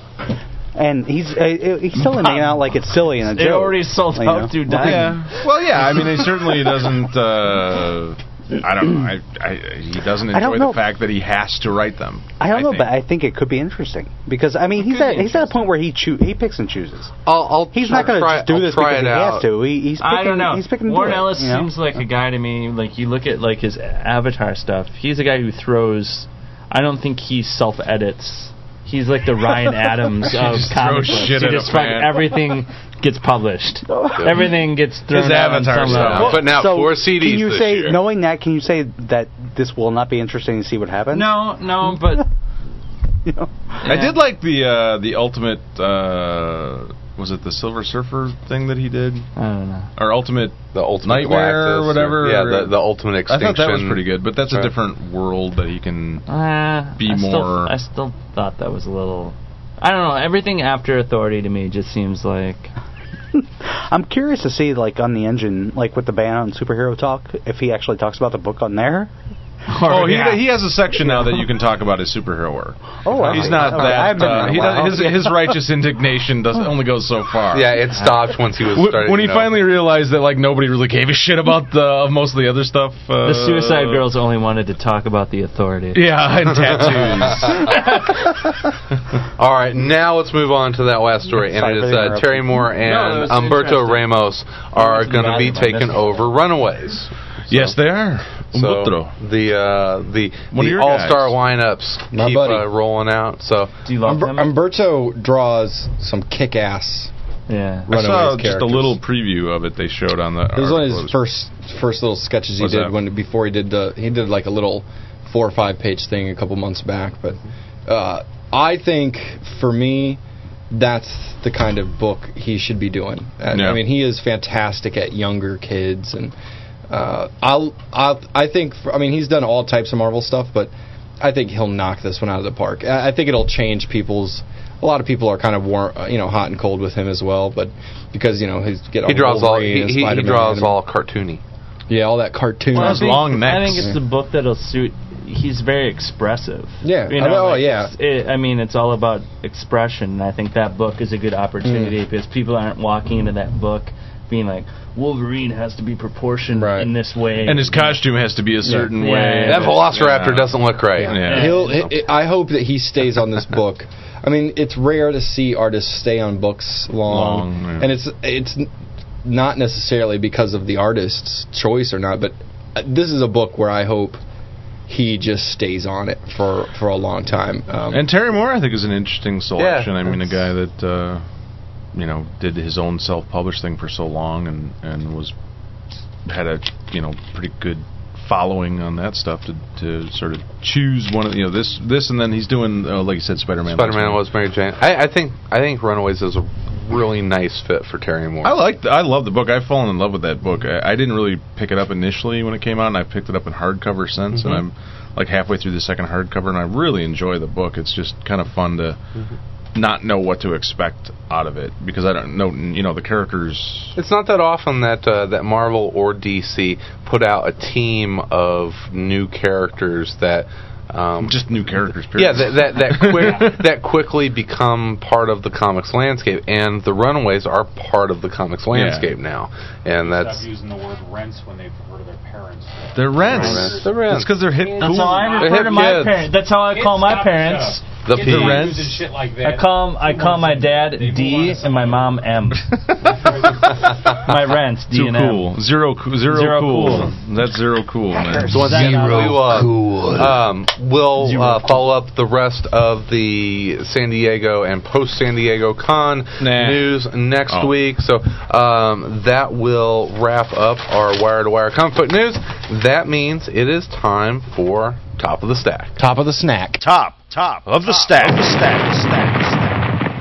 Speaker 6: and he's uh, he's still making out like it's silly and a
Speaker 5: It
Speaker 6: joke.
Speaker 5: already sold
Speaker 6: you know.
Speaker 5: out through dying.
Speaker 1: Yeah. Well, yeah. I mean, he certainly doesn't. Uh, I don't know. I, I, he doesn't
Speaker 6: I don't
Speaker 1: enjoy
Speaker 6: know.
Speaker 1: the fact that he has to write them.
Speaker 6: I don't know,
Speaker 1: think.
Speaker 6: but I think it could be interesting because I mean he's
Speaker 1: could
Speaker 6: at
Speaker 1: be
Speaker 6: he's at a point where he choo- he picks and chooses.
Speaker 2: I'll, I'll
Speaker 6: He's not going to
Speaker 2: try-
Speaker 6: just do
Speaker 2: I'll
Speaker 6: this
Speaker 2: try
Speaker 6: because
Speaker 2: it
Speaker 6: he
Speaker 2: out.
Speaker 6: has to. He, he's picking,
Speaker 5: I don't know.
Speaker 6: He's picking to
Speaker 5: Warren
Speaker 6: do it,
Speaker 5: Ellis
Speaker 6: you know?
Speaker 5: seems like a guy to me. Like you look at like his Avatar stuff. He's a guy who throws. I don't think he self edits. He's like the Ryan Adams of
Speaker 1: just throws
Speaker 5: comic books.
Speaker 1: shit
Speaker 5: he
Speaker 1: at a
Speaker 5: just fuck-
Speaker 1: fan.
Speaker 5: everything gets published. Everything gets thrown
Speaker 1: His
Speaker 5: out on
Speaker 1: Avatar
Speaker 5: some
Speaker 1: stuff.
Speaker 5: level.
Speaker 2: I'm putting out
Speaker 6: so
Speaker 2: four CDs
Speaker 6: Can you
Speaker 2: this
Speaker 6: say
Speaker 2: year.
Speaker 6: knowing that? Can you say that this will not be interesting to see what happens?
Speaker 5: No, no, but
Speaker 6: You know?
Speaker 1: I did like the uh, the ultimate. Uh, was it the Silver Surfer thing that he did,
Speaker 5: I don't know.
Speaker 1: or Ultimate?
Speaker 2: The ultimate
Speaker 1: Nightmare or
Speaker 2: Galactus,
Speaker 1: whatever,
Speaker 2: Yeah,
Speaker 1: or-
Speaker 2: the, the ultimate
Speaker 1: I
Speaker 2: extinction.
Speaker 1: thought that was pretty good, but that's a
Speaker 2: Right.
Speaker 1: different world that he can.
Speaker 5: Uh,
Speaker 1: Be
Speaker 5: I still-
Speaker 1: more-
Speaker 5: I still thought that was a little. I don't know. Everything after Authority to me just seems like.
Speaker 6: I'm curious to see like on the engine, like with the ban on superhero talk, if he actually talks about the book on there.
Speaker 1: Oh,
Speaker 5: Yeah.
Speaker 1: he, he has a section now that you can talk about his superhero work.
Speaker 6: Oh, I-
Speaker 1: He's not
Speaker 6: okay, I haven't
Speaker 1: that. Uh,
Speaker 6: been there in a
Speaker 1: he
Speaker 6: while.
Speaker 1: does, his, his righteous indignation does only goes so far.
Speaker 2: Yeah, it stopped once he was
Speaker 1: Wh-
Speaker 2: starting.
Speaker 1: when he
Speaker 2: you know.
Speaker 1: finally realized that like nobody really gave a shit about the most of the other stuff. Uh,
Speaker 5: The Suicide Girls only wanted to talk about the Authority.
Speaker 1: Yeah, and tattoos.
Speaker 2: All right, now let's move on to that last story, and
Speaker 6: Sorry
Speaker 2: it
Speaker 6: for
Speaker 2: is
Speaker 6: the
Speaker 2: uh, Terry
Speaker 6: interruption.
Speaker 2: Moore
Speaker 1: that
Speaker 2: and
Speaker 1: was
Speaker 2: Umberto
Speaker 1: interesting.
Speaker 2: Ramos are
Speaker 5: Wasn't
Speaker 2: going to
Speaker 5: bad
Speaker 2: be
Speaker 5: if I
Speaker 2: taken
Speaker 5: missed it.
Speaker 2: over Runaways.
Speaker 1: yes, they are.
Speaker 2: So
Speaker 1: Umbutro.
Speaker 2: the uh, the,
Speaker 1: One of
Speaker 2: the
Speaker 1: your
Speaker 2: all star
Speaker 1: guys.
Speaker 2: lineups
Speaker 4: My
Speaker 2: keep
Speaker 4: buddy.
Speaker 2: uh, rolling out. So
Speaker 5: Do you love
Speaker 4: Umber-
Speaker 5: them?
Speaker 4: Umberto draws some kick-ass.
Speaker 5: yeah.
Speaker 1: I saw
Speaker 4: Runaways
Speaker 1: just a
Speaker 4: characters.
Speaker 1: little preview of it they showed on the.
Speaker 4: It was one of
Speaker 1: article.
Speaker 4: his first first little sketches he
Speaker 1: What's
Speaker 4: did
Speaker 1: that?
Speaker 4: when before he did the he did like a little four or five page thing a couple months back. But uh, I think for me, that's the kind of book he should be doing. And,
Speaker 1: Yeah.
Speaker 4: I mean, he is fantastic at younger kids, and uh, I'll, I'll I think for, I mean he's done all types of Marvel stuff, but I think he'll knock this one out of the park. I, I think it'll change people's. A lot of people are kind of warm, uh, you know, hot and cold with him as well, but because you know he's get
Speaker 2: he draws all
Speaker 4: Wolverine
Speaker 2: he,
Speaker 4: and
Speaker 2: he, he
Speaker 4: Spider-Man
Speaker 2: draws
Speaker 4: and-
Speaker 2: all cartoony.
Speaker 4: yeah, all that cartoon.
Speaker 1: Well,
Speaker 5: I
Speaker 1: Those
Speaker 5: think-
Speaker 1: long
Speaker 5: I
Speaker 1: necks.
Speaker 5: think it's the book that'll suit. He's very expressive.
Speaker 4: Yeah.
Speaker 5: You
Speaker 4: I know,
Speaker 5: like,
Speaker 4: yeah.
Speaker 5: it's- It, I mean, it's all about expression, and I think that book is a good opportunity
Speaker 4: Mm.
Speaker 5: because people aren't walking into that book being like, Wolverine has to be proportioned
Speaker 4: Right.
Speaker 5: in this way.
Speaker 1: And his costume has to be a certain
Speaker 5: Yeah.
Speaker 1: way.
Speaker 5: Yeah.
Speaker 2: That Velociraptor
Speaker 1: Yeah.
Speaker 2: doesn't look right.
Speaker 1: Yeah.
Speaker 4: He'll. he- I hope that he stays on this book. I mean, it's rare to see artists stay on books
Speaker 1: Long,
Speaker 4: long,
Speaker 1: yeah.
Speaker 4: and it's it's n- not necessarily because of the artist's choice or not, but uh, this is a book where I hope he just stays on it for for a long time. Um,
Speaker 1: And Terry Moore, I think, is an interesting selection. I mean, a guy that uh, you know did his own self-published thing for so long, and and was had a you know pretty good following on that stuff to to sort of choose one of you know this this, and then he's doing uh, like you said, Spider-Man.
Speaker 2: Spider Man
Speaker 1: Loves
Speaker 2: was Mary Jane. I, I think I think Runaways is a really nice fit for Terry Moore.
Speaker 1: I like I love the book. I've fallen in love with that book. I, I didn't really pick it up initially when it came out, and I picked it up in hardcover since.
Speaker 8: Mm-hmm.
Speaker 1: And I'm like halfway through the second hardcover, and I really enjoy the book. It's just kind of fun to
Speaker 8: Mm-hmm.
Speaker 1: not know what to expect out of it because I don't know, you know, the characters.
Speaker 2: It's not that often that uh, that Marvel or DC put out a team of new characters that um,
Speaker 1: Just new characters.
Speaker 2: yeah
Speaker 1: Period.
Speaker 2: that that that, quick, that quickly become part of the comics landscape, and the Runaways are part of the comics landscape now, and that's
Speaker 7: stop using the word rents when they refer to their parents.
Speaker 1: they're
Speaker 2: Rents.
Speaker 1: rents.
Speaker 2: They're
Speaker 1: It's
Speaker 2: rents.
Speaker 1: because they're hit.
Speaker 5: that's how I
Speaker 2: They
Speaker 5: refer
Speaker 2: have
Speaker 5: to my
Speaker 2: kids.
Speaker 5: parents. That's how I call
Speaker 7: Kids
Speaker 5: my
Speaker 7: stop
Speaker 5: parents.
Speaker 2: the
Speaker 7: Kids
Speaker 2: P.
Speaker 7: stop
Speaker 1: rents.
Speaker 7: using shit like that.
Speaker 5: I call I call my dad
Speaker 7: They
Speaker 5: D
Speaker 7: move on to
Speaker 5: and my mom M. my rents D
Speaker 1: Too
Speaker 5: and M.
Speaker 1: cool. Zero, coo- zero
Speaker 5: Zero
Speaker 1: cool. That's zero cool. Man.
Speaker 2: So once again,
Speaker 5: Zero
Speaker 2: we will, uh, um, we'll uh, follow up the rest of the San Diego and post San Diego Con
Speaker 1: Nah.
Speaker 2: news next
Speaker 1: Oh.
Speaker 2: week. So um, that will wrap up our wire to wire comic book news. That means it is time for top of the stack.
Speaker 4: top of the snack.
Speaker 8: Top, top of the stack, stack, stack, stack.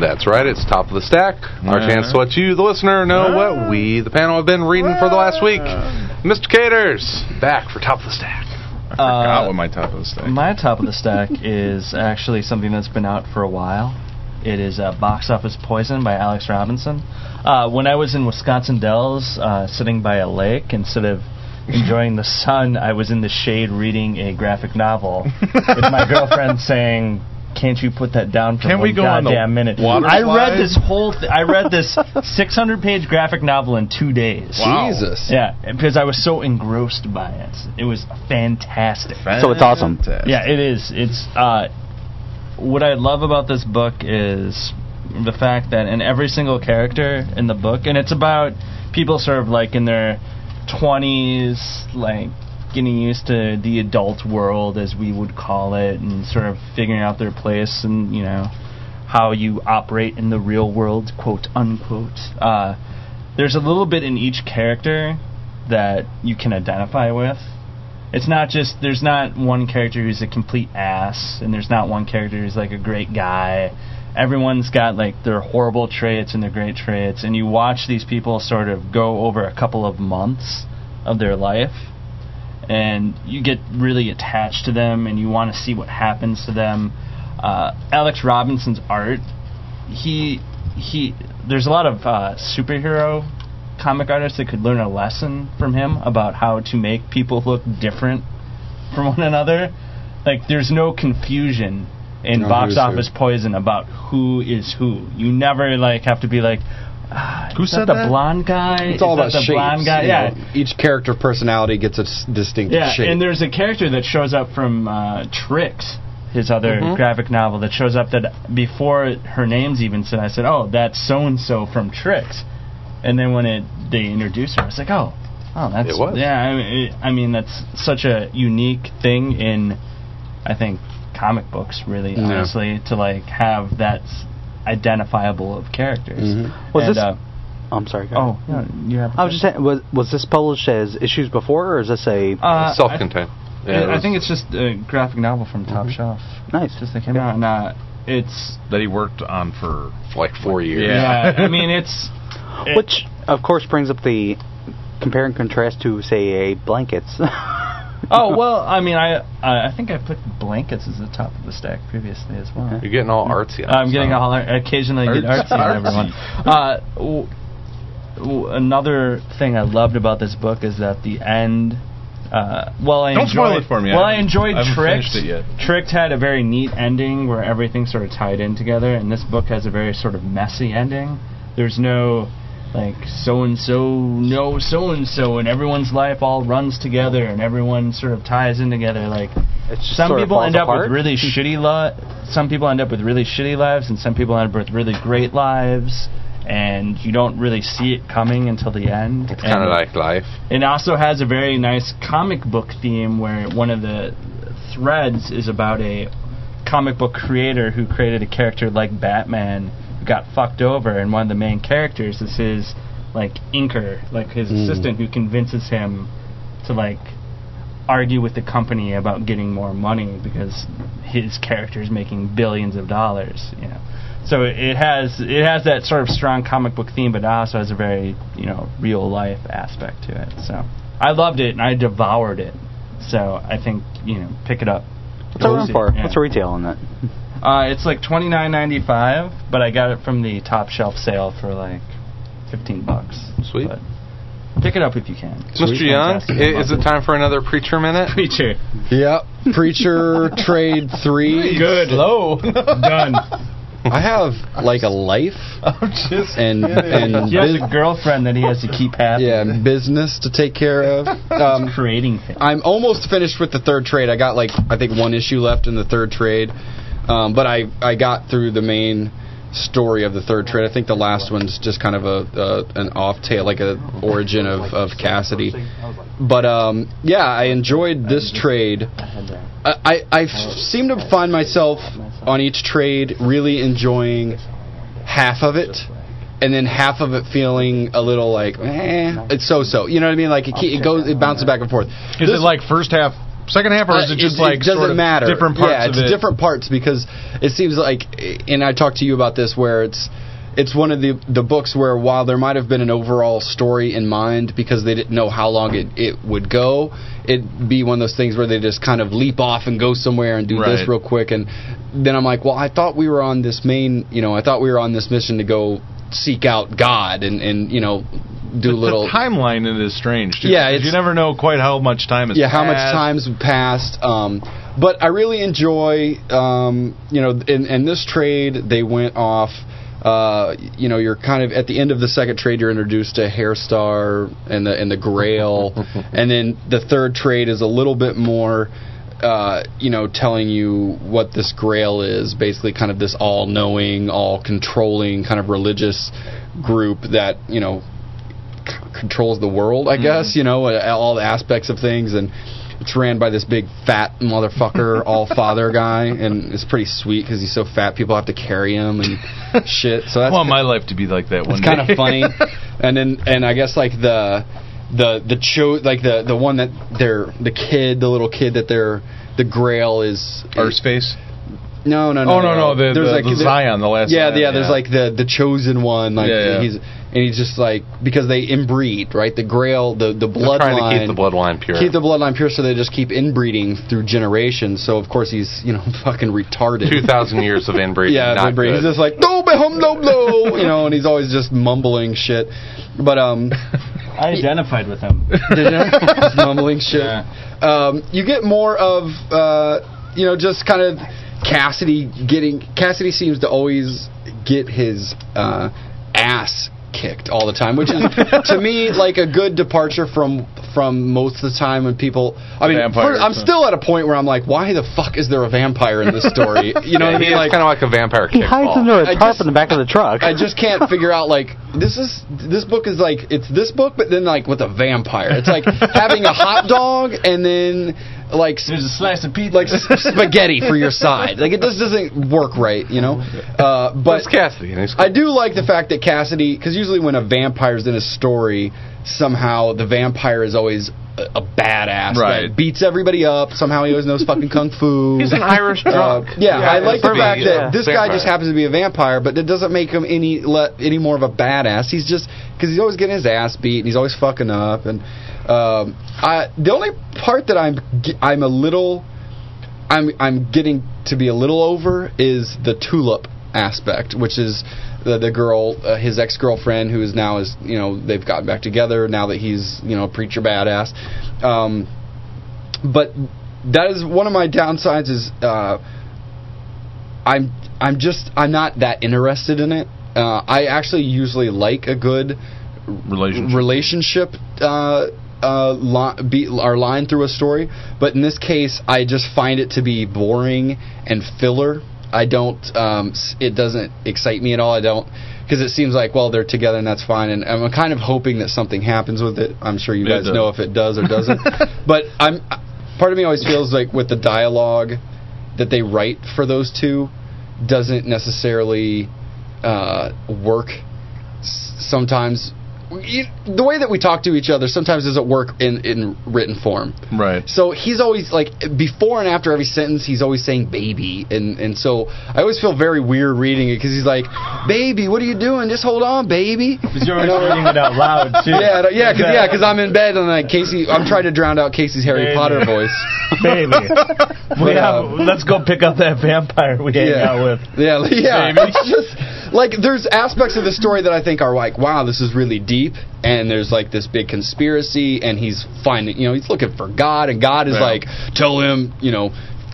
Speaker 2: That's right, it's top of the stack. Our
Speaker 1: Yeah.
Speaker 2: chance to let you, the listener, know what we, the panel, have been reading for the last week. Mr. Caters, back for top of the stack.
Speaker 1: I
Speaker 5: Uh,
Speaker 8: Uh,
Speaker 1: forgot what my top of the stack.
Speaker 5: My top of the stack is actually something that's been out for a while. It is uh, Box Office Poison by Alex Robinson. Uh, when I was in Wisconsin Dells, uh, sitting by a lake, instead of enjoying the sun, I was in the shade reading a graphic novel with my girlfriend saying, Can't you put that down for
Speaker 1: Can
Speaker 5: one
Speaker 1: we go on the
Speaker 5: goddamn minute?
Speaker 1: water
Speaker 5: I
Speaker 1: slide?
Speaker 5: read this whole. Th- I read this 600-page graphic novel in two days.
Speaker 4: Jesus.
Speaker 5: Yeah, because I was so engrossed by it. It was fantastic.
Speaker 6: So it's awesome.
Speaker 5: Yeah, it is. It's uh, what I love about this book is the fact that in every single character in the book, and it's about people sort of like in their twenties, like getting used to the adult world as we would call it, and sort of figuring out their place and you know how you operate in the real world, quote unquote. Uh, there's a little bit in each character that you can identify with. It's not just there's not one character who's a complete ass, and there's not one character who's like a great guy. Everyone's got like their horrible traits and their great traits, and you watch these people sort of go over a couple of months of their life, and you get really attached to them, and you want to see what happens to them. Uh, Alex Robinson's art, he he, there's a lot of uh, superhero comic artists that could learn a lesson from him about how to make people look different from one another. Like there's no confusion in
Speaker 4: No,
Speaker 5: box
Speaker 4: who's who?
Speaker 5: office poison about who is who. You never like have to be like, ah,
Speaker 1: Who
Speaker 5: is
Speaker 1: said
Speaker 5: that the
Speaker 1: that?
Speaker 5: blonde guy?
Speaker 4: It's all about
Speaker 5: is that the
Speaker 4: shapes.
Speaker 5: blonde guy.
Speaker 4: you
Speaker 5: Yeah,
Speaker 4: know. Each character personality gets a s- distinct
Speaker 5: yeah,
Speaker 4: shape.
Speaker 5: and there's a character that shows up from uh, Tricks, his other
Speaker 6: Mm-hmm.
Speaker 5: graphic novel, that shows up that before her name's even said, I said, "Oh, that's so and so from Tricks," and then when it they introduced her, I was like, "Oh, oh, that's
Speaker 2: It was.
Speaker 5: yeah." I mean, I mean, that's such a unique thing in, I think, comic books. Really,
Speaker 4: Yeah.
Speaker 5: honestly, to like have that s- identifiable of characters.
Speaker 2: Mm-hmm.
Speaker 4: Mhm.
Speaker 6: Was
Speaker 5: And,
Speaker 6: this-
Speaker 5: uh,
Speaker 6: I'm sorry. go ahead.
Speaker 5: oh, yeah, you have.
Speaker 6: I was just saying, was, was this published as issues before, or is this a
Speaker 5: Uh, I-
Speaker 2: Self-contained. Mm-hmm. Yeah, it
Speaker 5: I
Speaker 2: was-
Speaker 5: think it's just a graphic novel from Top Shelf.
Speaker 6: Nice.
Speaker 5: It's just that came out, and uh, it's
Speaker 1: that he worked on for.
Speaker 2: like four years.
Speaker 1: Yeah.
Speaker 5: yeah. I mean, it's it-
Speaker 6: Which, of course, brings up the compare and contrast to, say, a blankets.
Speaker 5: Oh well, I mean, I I I think I put blankets as the top of the stack previously as well.
Speaker 2: You're getting all artsy. on
Speaker 5: I'm
Speaker 2: this,
Speaker 5: getting
Speaker 2: huh?
Speaker 5: a holler. Occasionally, I get
Speaker 1: Artsy.
Speaker 5: artsy, on everyone. Uh, w- w- another thing I loved about this book is that the end. Uh, well, I
Speaker 1: Don't
Speaker 5: enjoyed,
Speaker 1: spoil it for me. I
Speaker 5: Well, I,
Speaker 1: haven't-
Speaker 5: enjoyed
Speaker 1: I haven't
Speaker 5: Tricked.
Speaker 1: finished it yet.
Speaker 5: Tricked had a very neat ending where everything sort of tied in together, and this book has a very sort of messy ending. There's no like so and so, no so and so, and everyone's life all runs together, and everyone sort of ties in together. Like
Speaker 6: It's just
Speaker 5: some
Speaker 6: sort of
Speaker 5: people
Speaker 6: falls
Speaker 5: end up
Speaker 6: apart.
Speaker 5: with really shitty li- some people end up with really shitty lives and some people end up with really great lives and you don't really see it coming until the end
Speaker 2: It's
Speaker 5: And
Speaker 2: kind of like life.
Speaker 5: it also has a very nice comic book theme where one of the threads is about a comic book creator who created a character like Batman who got fucked over, and one of the main characters is his like inker, like his
Speaker 6: Mm.
Speaker 5: assistant who convinces him to like argue with the company about getting more money because his character is making billions of dollars, you know. So it has it has that sort of strong comic book theme, but it also has a very you know real life aspect to it. So I loved it and I devoured it. So I think you know pick it up.
Speaker 6: What's it run for?
Speaker 5: Yeah.
Speaker 6: What's the retail on that?
Speaker 5: Uh, it's like twenty nine ninety five, but I got it from the top shelf sale for like fifteen bucks.
Speaker 2: Sweet.
Speaker 5: But pick it up if you can.
Speaker 2: Mr. Young,
Speaker 5: Fantastic.
Speaker 2: i- is it time for another preacher minute?
Speaker 5: Preacher.
Speaker 4: Yep. Preacher Trade 3.
Speaker 5: Good. Low. Done.
Speaker 4: I have like a life and and
Speaker 5: He has
Speaker 4: bus-
Speaker 5: a girlfriend that he has to keep happy.
Speaker 4: yeah, and business to take care of. Um,
Speaker 5: Creating things.
Speaker 4: I'm almost finished with the third trade. I got like I think one issue left in the third trade, um, but I I got through the main story of the third trade. I think the last one's just kind of a uh, an off tale, like a origin of of Cassidy. But um, yeah, I enjoyed this trade. I I, I f- seem to find myself on each trade really enjoying half of it. And then half of it feeling a little like, eh, it's so-so. You know what I mean? Like it, ke- it goes, it bounces back and forth.
Speaker 1: Is it
Speaker 4: This-
Speaker 1: like first half, second half, or is
Speaker 4: uh,
Speaker 1: it just like
Speaker 4: doesn't
Speaker 1: sort of
Speaker 4: matter.
Speaker 1: different parts
Speaker 4: Yeah, it's
Speaker 1: of it?
Speaker 4: different parts because it seems like, and I talked to you about this, where it's it's one of the the books where while there might have been an overall story in mind because they didn't know how long it it would go, it'd be one of those things where they just kind of leap off and go somewhere and do
Speaker 1: Right.
Speaker 4: this real quick, and then I'm like, well, I thought we were on this main, you know, I thought we were on this mission to go seek out God and and you know do little
Speaker 1: The timeline in it is strange, too.
Speaker 4: Yeah,
Speaker 1: 'cause
Speaker 4: it's-
Speaker 1: you never know quite how much time has
Speaker 4: yeah how much
Speaker 1: passed.
Speaker 4: time's passed um but i really enjoy um you know in in this trade they went off uh, you know, you're kind of at the end of the second trade. You're introduced to Hairstar and the and the Grail, and then the third trade is a little bit more, uh, you know, telling you what this Grail is. Basically, kind of this all-knowing, all-controlling kind of religious group that you know c- controls the world,
Speaker 1: Mm.
Speaker 4: I guess, you know, uh, all the aspects of things. And it's ran by this big fat motherfucker, all father guy. And it's pretty sweet because he's so fat, people have to carry him and shit. So
Speaker 1: I
Speaker 4: that's
Speaker 1: want my life to be like that one
Speaker 4: it's
Speaker 1: day.
Speaker 4: kind of funny. And then, and I guess like the the the cho like the the one that they're the kid, the little kid that they're the Grail is
Speaker 1: Earthspace.
Speaker 4: no, no, no.
Speaker 1: Oh, no, no, the-
Speaker 4: There's
Speaker 1: the-
Speaker 4: like
Speaker 1: the Zion, the last
Speaker 4: Yeah,
Speaker 1: Zion,
Speaker 4: yeah. There's
Speaker 1: yeah.
Speaker 4: like the the chosen one. Like
Speaker 1: Yeah, yeah.
Speaker 4: he's and he's just like because they inbreed, right? The Grail, the the
Speaker 2: They're
Speaker 4: bloodline.
Speaker 2: trying to keep the bloodline pure.
Speaker 4: Keep the bloodline pure, so they just keep inbreeding through generations. So of course he's you know fucking retarded.
Speaker 2: Two thousand years of inbreeding.
Speaker 4: Yeah,
Speaker 2: not
Speaker 4: inbreed. He's
Speaker 2: good.
Speaker 4: just like no, be hum, no, no, you know, and he's always just mumbling shit. But um,
Speaker 5: I identified with him.
Speaker 4: did you? Just mumbling shit. Um, you get more of, uh, you know, just kind of Cassidy getting. Cassidy seems to always get his uh, ass kicked all the time, which is to me like a good departure from from most of the time when people. I mean,
Speaker 1: Vampires,
Speaker 4: first- I'm
Speaker 1: huh?
Speaker 4: still at a point where I'm like, why the fuck is there a vampire in this story? You know what I mean?
Speaker 2: He's
Speaker 4: Like,
Speaker 2: kind of like a vampire
Speaker 6: He hides under
Speaker 2: kickball.
Speaker 6: a
Speaker 4: I
Speaker 6: tarp
Speaker 4: just-
Speaker 6: in the back of the truck.
Speaker 4: I just can't figure out like this is this book is like it's this book, but then like with a vampire. It's like having a hot dog and then like s-
Speaker 5: There's a slice of pizza.
Speaker 4: like s- spaghetti for your side. Like it just doesn't work right, you know. Uh, but
Speaker 2: It's Cassidy, and he's
Speaker 4: I do like the fact that Cassidy, because usually when a vampire's in a story, somehow the vampire is always a, a badass
Speaker 1: Right.
Speaker 4: that beats everybody up. Somehow he always knows fucking kung fu.
Speaker 2: He's an Irish drunk.
Speaker 4: Uh, yeah, I like the
Speaker 2: perfect.
Speaker 4: fact that
Speaker 2: Yeah.
Speaker 4: this guy
Speaker 2: Vampire.
Speaker 4: just happens to be a vampire, but that doesn't make him any le- any more of a badass. He's just because he's always getting his ass beat and he's always fucking up. And um, I, the only part that I'm ge- I'm a little I'm I'm getting to be a little over is the tulip aspect, which is the, the girl, uh, his ex girlfriend, who is now is you know they've gotten back together now that he's you know a preacher badass. Um, but that is one of my downsides is uh, I'm I'm just I'm not that interested in it. Uh, I actually usually like a good
Speaker 1: Relationship.
Speaker 4: relationship uh, uh, li- be, or line through a story, but in this case, I just find it to be boring and filler. I don't. Um, s- it doesn't excite me at all. I don't because it seems like well they're together and that's fine. And I'm kind of hoping that something happens with it. I'm sure you
Speaker 1: It
Speaker 4: guys know if
Speaker 1: does.
Speaker 4: it does or doesn't. but I'm. Part of me always feels like with the dialogue that they write for those two doesn't necessarily uh, work s- sometimes you- the way that we talk to each other sometimes doesn't work in, in written form.
Speaker 1: right.
Speaker 4: So he's always like before and after every sentence, he's always saying "baby," and and so I always feel very weird reading it because he's like, "Baby, what are you doing? Just hold on, baby."
Speaker 5: Because you're always reading it out loud, too.
Speaker 4: Yeah, yeah, because yeah, because I'm in bed and like Casey, I'm trying to drown out Casey's Harry
Speaker 5: Baby.
Speaker 4: Potter voice.
Speaker 5: Baby. we have,
Speaker 4: um,
Speaker 5: let's go pick up that vampire we hang out with.
Speaker 4: Yeah, like- yeah. It's just like there's aspects of the story that I think are like, wow, this is really deep, and there's like this big conspiracy, and he's finding, you know, he's looking for God, and God is
Speaker 1: Yeah.
Speaker 4: like, tell him, you know.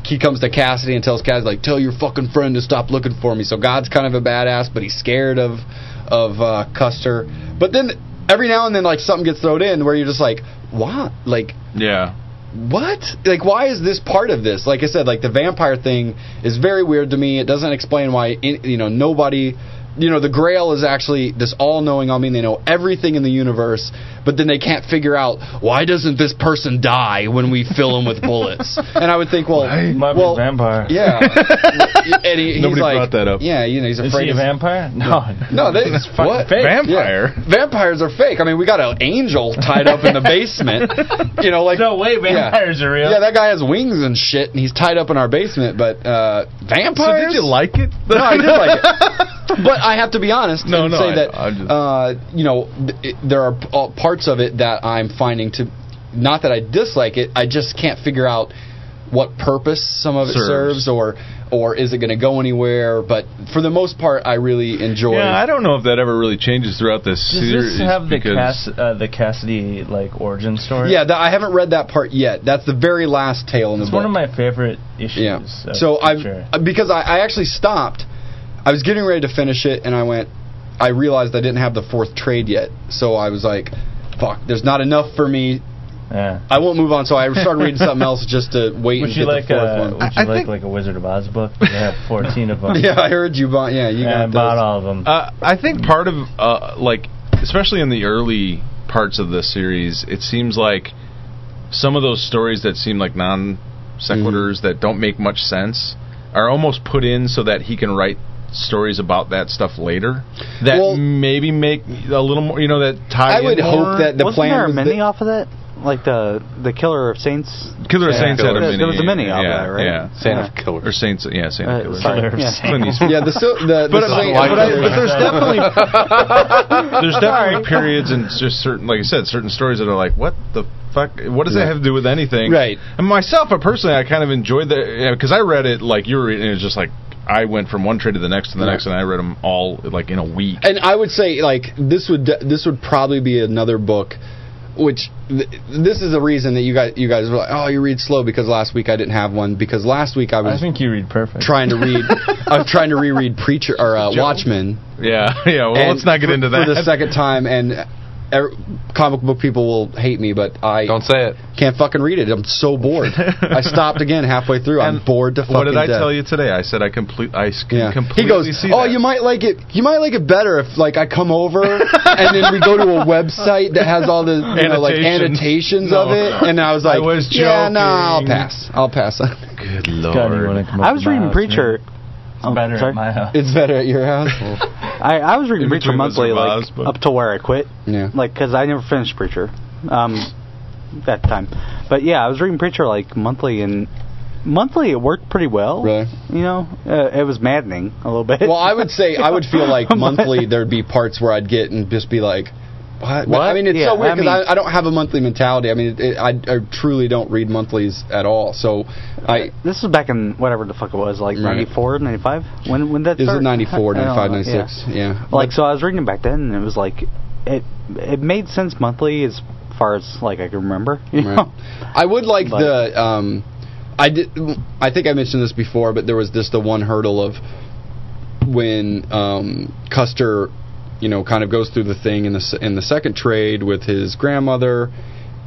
Speaker 4: He comes to Cassidy and tells Cassidy like, "Tell your fucking friend to stop looking for me." So God's kind of a badass, but he's scared of of uh, Custer. But then every now and then, like something gets thrown in where you're just like, "What?" Like
Speaker 1: Yeah.
Speaker 4: what? Like, why is this part of this? Like I said, like the vampire thing is very weird to me. It doesn't explain why, in, you know, nobody, you know, the Grail is actually this all-knowing. I mean, they know everything in the universe, but then they can't figure out why doesn't this person die when we fill him with bullets? And I would think, well,
Speaker 5: Might be
Speaker 4: well,
Speaker 5: a vampire.
Speaker 4: yeah. and he, he's
Speaker 1: Nobody
Speaker 4: like,
Speaker 1: brought that up.
Speaker 4: Yeah, you know, he's
Speaker 5: Is
Speaker 4: afraid.
Speaker 5: he a
Speaker 4: of-
Speaker 5: vampire? No.
Speaker 4: No, they
Speaker 5: fucking
Speaker 4: what?
Speaker 5: fake.
Speaker 1: Vampire.
Speaker 4: Yeah. Vampires are fake. I mean, we got an angel tied up in the basement. You know, like
Speaker 5: No way vampires
Speaker 4: yeah.
Speaker 5: are real.
Speaker 4: Yeah, that guy has wings and shit, and he's tied up in our basement. But uh,
Speaker 1: So
Speaker 4: vampires?
Speaker 1: did you like it?
Speaker 4: No, I did like it. But I have to be honest
Speaker 1: No,
Speaker 4: and
Speaker 1: no,
Speaker 4: say
Speaker 1: I
Speaker 4: that
Speaker 1: know. I'm just-
Speaker 4: uh, you know th- it, there are p- uh, all parts of it that I'm finding to not that I dislike it. I just can't figure out what purpose some of it
Speaker 1: Serves.
Speaker 4: serves, or or is it going to go anywhere? But for the most part, I really enjoy.
Speaker 1: Yeah, I don't know if that ever really changes throughout this
Speaker 5: Does
Speaker 1: series.
Speaker 5: this have the,
Speaker 1: because-
Speaker 5: Cass- uh, the Cassidy like origin story?
Speaker 4: Yeah, that, I haven't read that part yet. That's the very last tale in the
Speaker 5: it's
Speaker 4: book.
Speaker 5: one of my favorite issues.
Speaker 4: yeah.
Speaker 5: of
Speaker 4: So I
Speaker 5: Future.
Speaker 4: because I, I actually stopped. I was getting ready to finish it, and I went. I realized I didn't have the fourth trade yet, so I was like, "Fuck, there's not enough for me.
Speaker 5: yeah.
Speaker 4: I won't move on." So I started reading something else just to wait
Speaker 5: Would
Speaker 4: and
Speaker 5: you
Speaker 4: get
Speaker 5: like uh,
Speaker 4: the fourth one.
Speaker 5: a Would
Speaker 1: I-
Speaker 5: you
Speaker 1: I
Speaker 5: like
Speaker 1: think-
Speaker 5: like a Wizard of Oz book? They have fourteen of them.
Speaker 4: yeah, I heard you bought. Yeah, you
Speaker 5: Yeah, I
Speaker 4: got
Speaker 5: bought
Speaker 4: those.
Speaker 5: all of them.
Speaker 1: Uh, I think part of uh, like, especially in the early parts of the series, it seems like some of those stories that seem like non sequiturs that don't make much sense are almost put in so that he can write stories about that stuff later that
Speaker 4: Well-
Speaker 1: maybe make a little more you know that tie
Speaker 4: I would
Speaker 1: in more.
Speaker 4: hope that the
Speaker 6: Wasn't
Speaker 4: plan
Speaker 6: there a
Speaker 4: was that-
Speaker 6: mini off of that? Like the the Killer of Saints.
Speaker 1: Killer
Speaker 6: Yeah.
Speaker 1: Saints had a
Speaker 6: There-
Speaker 1: mini
Speaker 6: there was a mini of
Speaker 1: yeah,
Speaker 6: that, right?
Speaker 1: yeah
Speaker 2: Sand
Speaker 6: Yeah.
Speaker 2: of Killer.
Speaker 1: or Saints yeah Saint
Speaker 6: Uh,
Speaker 1: of Killer
Speaker 6: sorry, yeah.
Speaker 1: Clint Eastwood.
Speaker 4: Yeah, the sil- the, the
Speaker 1: But,
Speaker 4: same-
Speaker 1: but,
Speaker 4: but I-
Speaker 1: I- but there's definitely there's definitely periods and just certain, like I said, certain stories that are like, what the fuck? What does that have to do with anything?
Speaker 4: Right.
Speaker 1: And myself, I personally, I kind of enjoyed that because I read it like you were reading. It was just like I went from one trade to the next to the
Speaker 4: Yeah.
Speaker 1: next, and I read them all like in a week.
Speaker 4: and I would say like this would this would probably be another book, which th- this is the reason that you guys you guys were like, oh, you read slow because last week I didn't have one because last week I
Speaker 5: I
Speaker 4: was
Speaker 5: think you read perfect.
Speaker 4: trying to read I'm trying to reread Preacher or uh,
Speaker 1: Joe.
Speaker 4: Watchmen.
Speaker 1: yeah, yeah. Well,
Speaker 4: and
Speaker 1: let's not get
Speaker 4: for-
Speaker 1: into that.
Speaker 4: for the second time and. er- Comic book people will hate me, but I
Speaker 2: Don't say it.
Speaker 4: can't fucking read it. I'm so bored. I stopped again halfway through. I'm
Speaker 1: And
Speaker 4: bored to fucking
Speaker 1: What did I
Speaker 4: death.
Speaker 1: tell you today? I said I complete. I s- can
Speaker 4: Yeah.
Speaker 1: completely
Speaker 4: He goes,
Speaker 1: see
Speaker 4: "Oh,
Speaker 1: that."
Speaker 4: you might like it. You might like it better if like I come over and then we go to a website that has all the you know, like
Speaker 1: Annotations.
Speaker 4: annotations
Speaker 1: No.
Speaker 4: of it." And I was
Speaker 1: I
Speaker 4: like,
Speaker 1: was
Speaker 4: "Yeah, no, I'll
Speaker 1: joking."
Speaker 4: pass. I'll pass."
Speaker 1: Good
Speaker 5: God, you
Speaker 1: lord.
Speaker 5: wanna come
Speaker 6: I
Speaker 5: up
Speaker 6: was
Speaker 5: to my
Speaker 6: reading
Speaker 5: house,
Speaker 6: Preacher.
Speaker 5: man. It's
Speaker 6: Oh,
Speaker 5: better
Speaker 6: sorry.
Speaker 5: at my house.
Speaker 4: it's better at your house.
Speaker 6: I, I was reading
Speaker 1: In
Speaker 6: Preacher
Speaker 1: between
Speaker 6: monthly,
Speaker 1: Wizard of
Speaker 6: like
Speaker 1: Oz, but-
Speaker 6: up to where I quit,
Speaker 4: yeah.
Speaker 6: like because I never finished Preacher, um, that time. But yeah, I was reading Preacher like monthly, and monthly it worked pretty well.
Speaker 4: Really?
Speaker 6: You know, uh, it was maddening a little bit.
Speaker 4: Well, I would say I would feel like monthly there'd be parts where I'd get and just be like. What? But, I mean, it's
Speaker 6: Yeah,
Speaker 4: so weird
Speaker 6: I
Speaker 4: because I,
Speaker 6: mean-
Speaker 4: I, don't have a monthly mentality. I mean, it, it, I, I truly don't read monthlies at all. So, I
Speaker 6: This was back in whatever the fuck it was, like
Speaker 4: Right.
Speaker 6: 94, 95? When, when that
Speaker 4: is it
Speaker 6: started?
Speaker 4: 94,
Speaker 6: I don't know,
Speaker 4: 95,
Speaker 6: yeah.
Speaker 4: 96? Yeah.
Speaker 6: Like, so I was reading it back then, and it was like, it it made sense monthly as far as, like, I can remember. You
Speaker 4: Right.
Speaker 6: know?
Speaker 4: I would like
Speaker 6: But-
Speaker 4: the. Um, I did. I think I mentioned this before, but there was just the one hurdle of when um, Custer, you know, kind of goes through the thing in the s- in the second trade with his grandmother,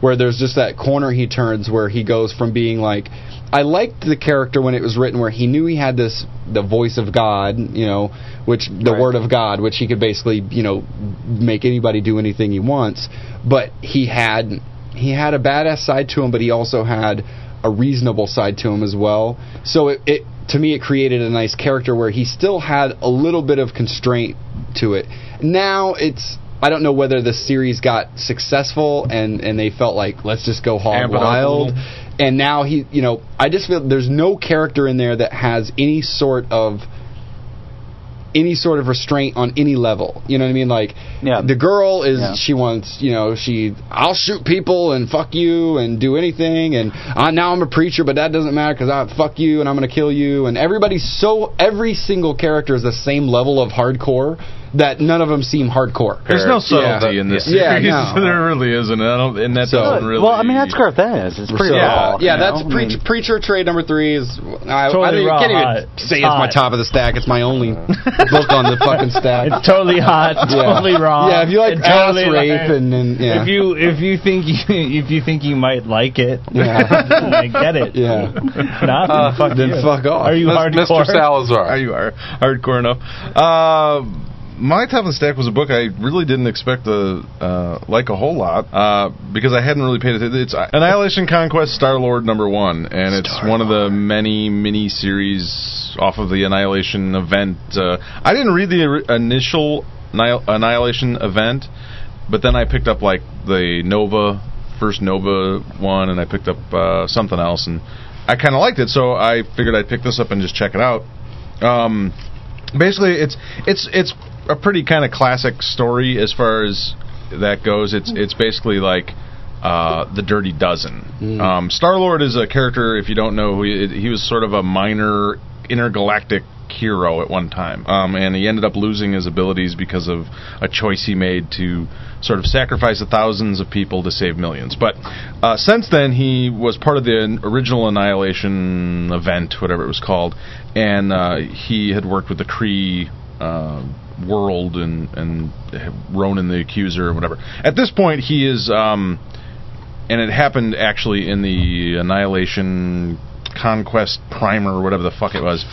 Speaker 4: where there's just that corner he turns where he goes from being like, I liked the character when it was written where he knew he had this the voice of God, you know, which the
Speaker 6: Right.
Speaker 4: word of God, which he could basically you know make anybody do anything he wants, but he had he had a badass side to him, but he also had a reasonable side to him as well. So it, it to me it created a nice character where he still had a little bit of constraint to it. Now it's I don't know whether the series got successful and and they felt like let's just go hog
Speaker 1: Amp it up a
Speaker 4: wild.
Speaker 1: little.
Speaker 4: And now he, you know, I just feel there's no character in there that has any sort of any sort of restraint on any level. You know what I mean? Like
Speaker 6: Yeah.
Speaker 4: the girl is
Speaker 6: Yeah.
Speaker 4: she wants, you know, she I'll shoot people and fuck you and do anything and I now I'm a preacher but that doesn't matter cuz I fuck you and I'm going to kill you and everybody's so every single character is the same level of hardcore that none of them seem hardcore.
Speaker 1: There's no
Speaker 4: Yeah.
Speaker 1: subtlety in this
Speaker 4: Yeah,
Speaker 1: series.
Speaker 4: no.
Speaker 1: there really isn't. I don't, and that
Speaker 4: So-
Speaker 1: doesn't really.
Speaker 6: Well, I mean, that's where that is. It's pretty
Speaker 4: So,
Speaker 6: raw.
Speaker 4: yeah,
Speaker 6: you know?
Speaker 4: that's
Speaker 6: I mean,
Speaker 4: preach, preacher trade number three is. I,
Speaker 5: Totally
Speaker 4: I don't even,
Speaker 5: raw,
Speaker 4: can't even
Speaker 5: hot.
Speaker 4: say it's
Speaker 5: Hot.
Speaker 4: my top of the stack. It's my only book on the fucking stack.
Speaker 5: It's totally hot, totally wrong.
Speaker 4: Yeah, if you like
Speaker 5: and
Speaker 4: ass
Speaker 5: totally
Speaker 4: rape
Speaker 5: like-
Speaker 4: and, and yeah,
Speaker 5: if you if you think you, if you think you might like it,
Speaker 4: yeah,
Speaker 5: I get it.
Speaker 4: yeah,
Speaker 5: Not Uh, then fuck
Speaker 4: then
Speaker 5: you.
Speaker 4: fuck off.
Speaker 5: Are you
Speaker 2: Mis- Mr.
Speaker 5: hardcore?
Speaker 2: Salazar.
Speaker 1: Are you are hardcore enough? Uh, my top of the stack was a book I really didn't expect to uh, like a whole lot uh, because I hadn't really paid attention. It's uh, Annihilation Conquest Star Lord number one, and it's one of the many mini series off of the Annihilation event. Uh, I didn't read the ori- initial Annihil- Annihilation event, but then I picked up like the Nova first Nova one, and I picked up uh, something else, and I kind of liked it, so I figured I'd pick this up and just check it out. Um, basically, it's it's it's a pretty kind of classic story as far as that goes. It's it's basically like uh, the Dirty Dozen. Um, Star Lord is a character. If you don't know, who he, he was sort of a minor intergalactic hero at one time, um, and he ended up losing his abilities because of a choice he made to sort of sacrifice the thousands of people to save millions. But uh, since then, he was part of the original Annihilation event, whatever it was called, and uh, he had worked with the Kree uh, world and and Ronan the Accuser and whatever. At this point, he is, um, and it happened actually in the Annihilation Conquest Primer or whatever the fuck it was.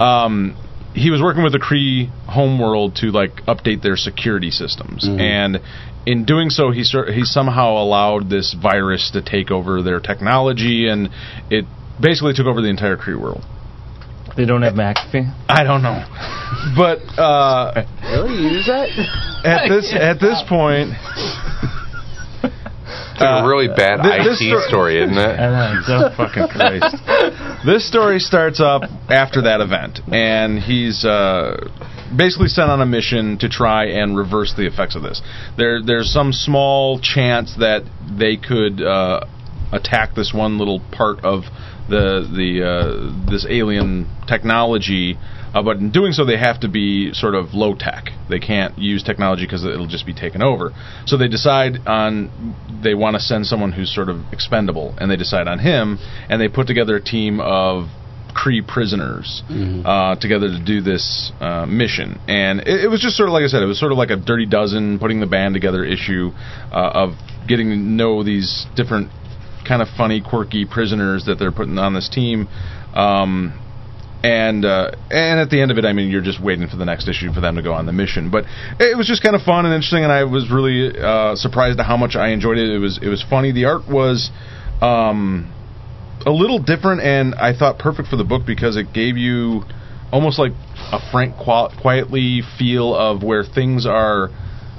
Speaker 1: Um, he was working with the Kree homeworld to like update their security systems, and in doing so, he sor- he somehow allowed this virus to take over their technology, and it basically took over the entire Kree world.
Speaker 5: They don't have McAfee.
Speaker 1: I don't know, but uh,
Speaker 4: Really? You use that?
Speaker 1: at this at this point,
Speaker 2: It's like a really bad
Speaker 1: thi- uh, this
Speaker 2: IT
Speaker 1: stor-
Speaker 2: story, isn't
Speaker 5: I
Speaker 2: it?
Speaker 5: know. it's so fu-
Speaker 1: fucking Christ. this story starts up after that event, and he's uh, basically sent on a mission to try and reverse the effects of this. There, there's some small chance that they could uh, attack this one little part of the the uh, this alien technology. Uh, but in doing so, they have to be sort of low tech. They can't use technology because it'll just be taken over. So they decide on they want to send someone who's sort of expendable, and they decide on him, and they put together a team of Cree prisoners uh, together to do this uh, mission. And it, it was just sort of like I said, it was sort of like a Dirty Dozen putting the band together issue uh, of getting to know these different kind of funny, quirky prisoners that they're putting on this team. Um, and uh, and at the end of it, I mean, you're just waiting for the next issue for them to go on the mission. But it was just kind of fun and interesting, and I was really uh, surprised at how much I enjoyed it. It was it was funny. The art was um, a little different, and I thought perfect for the book because it gave you almost like a Frank Qui- quietly feel of where things are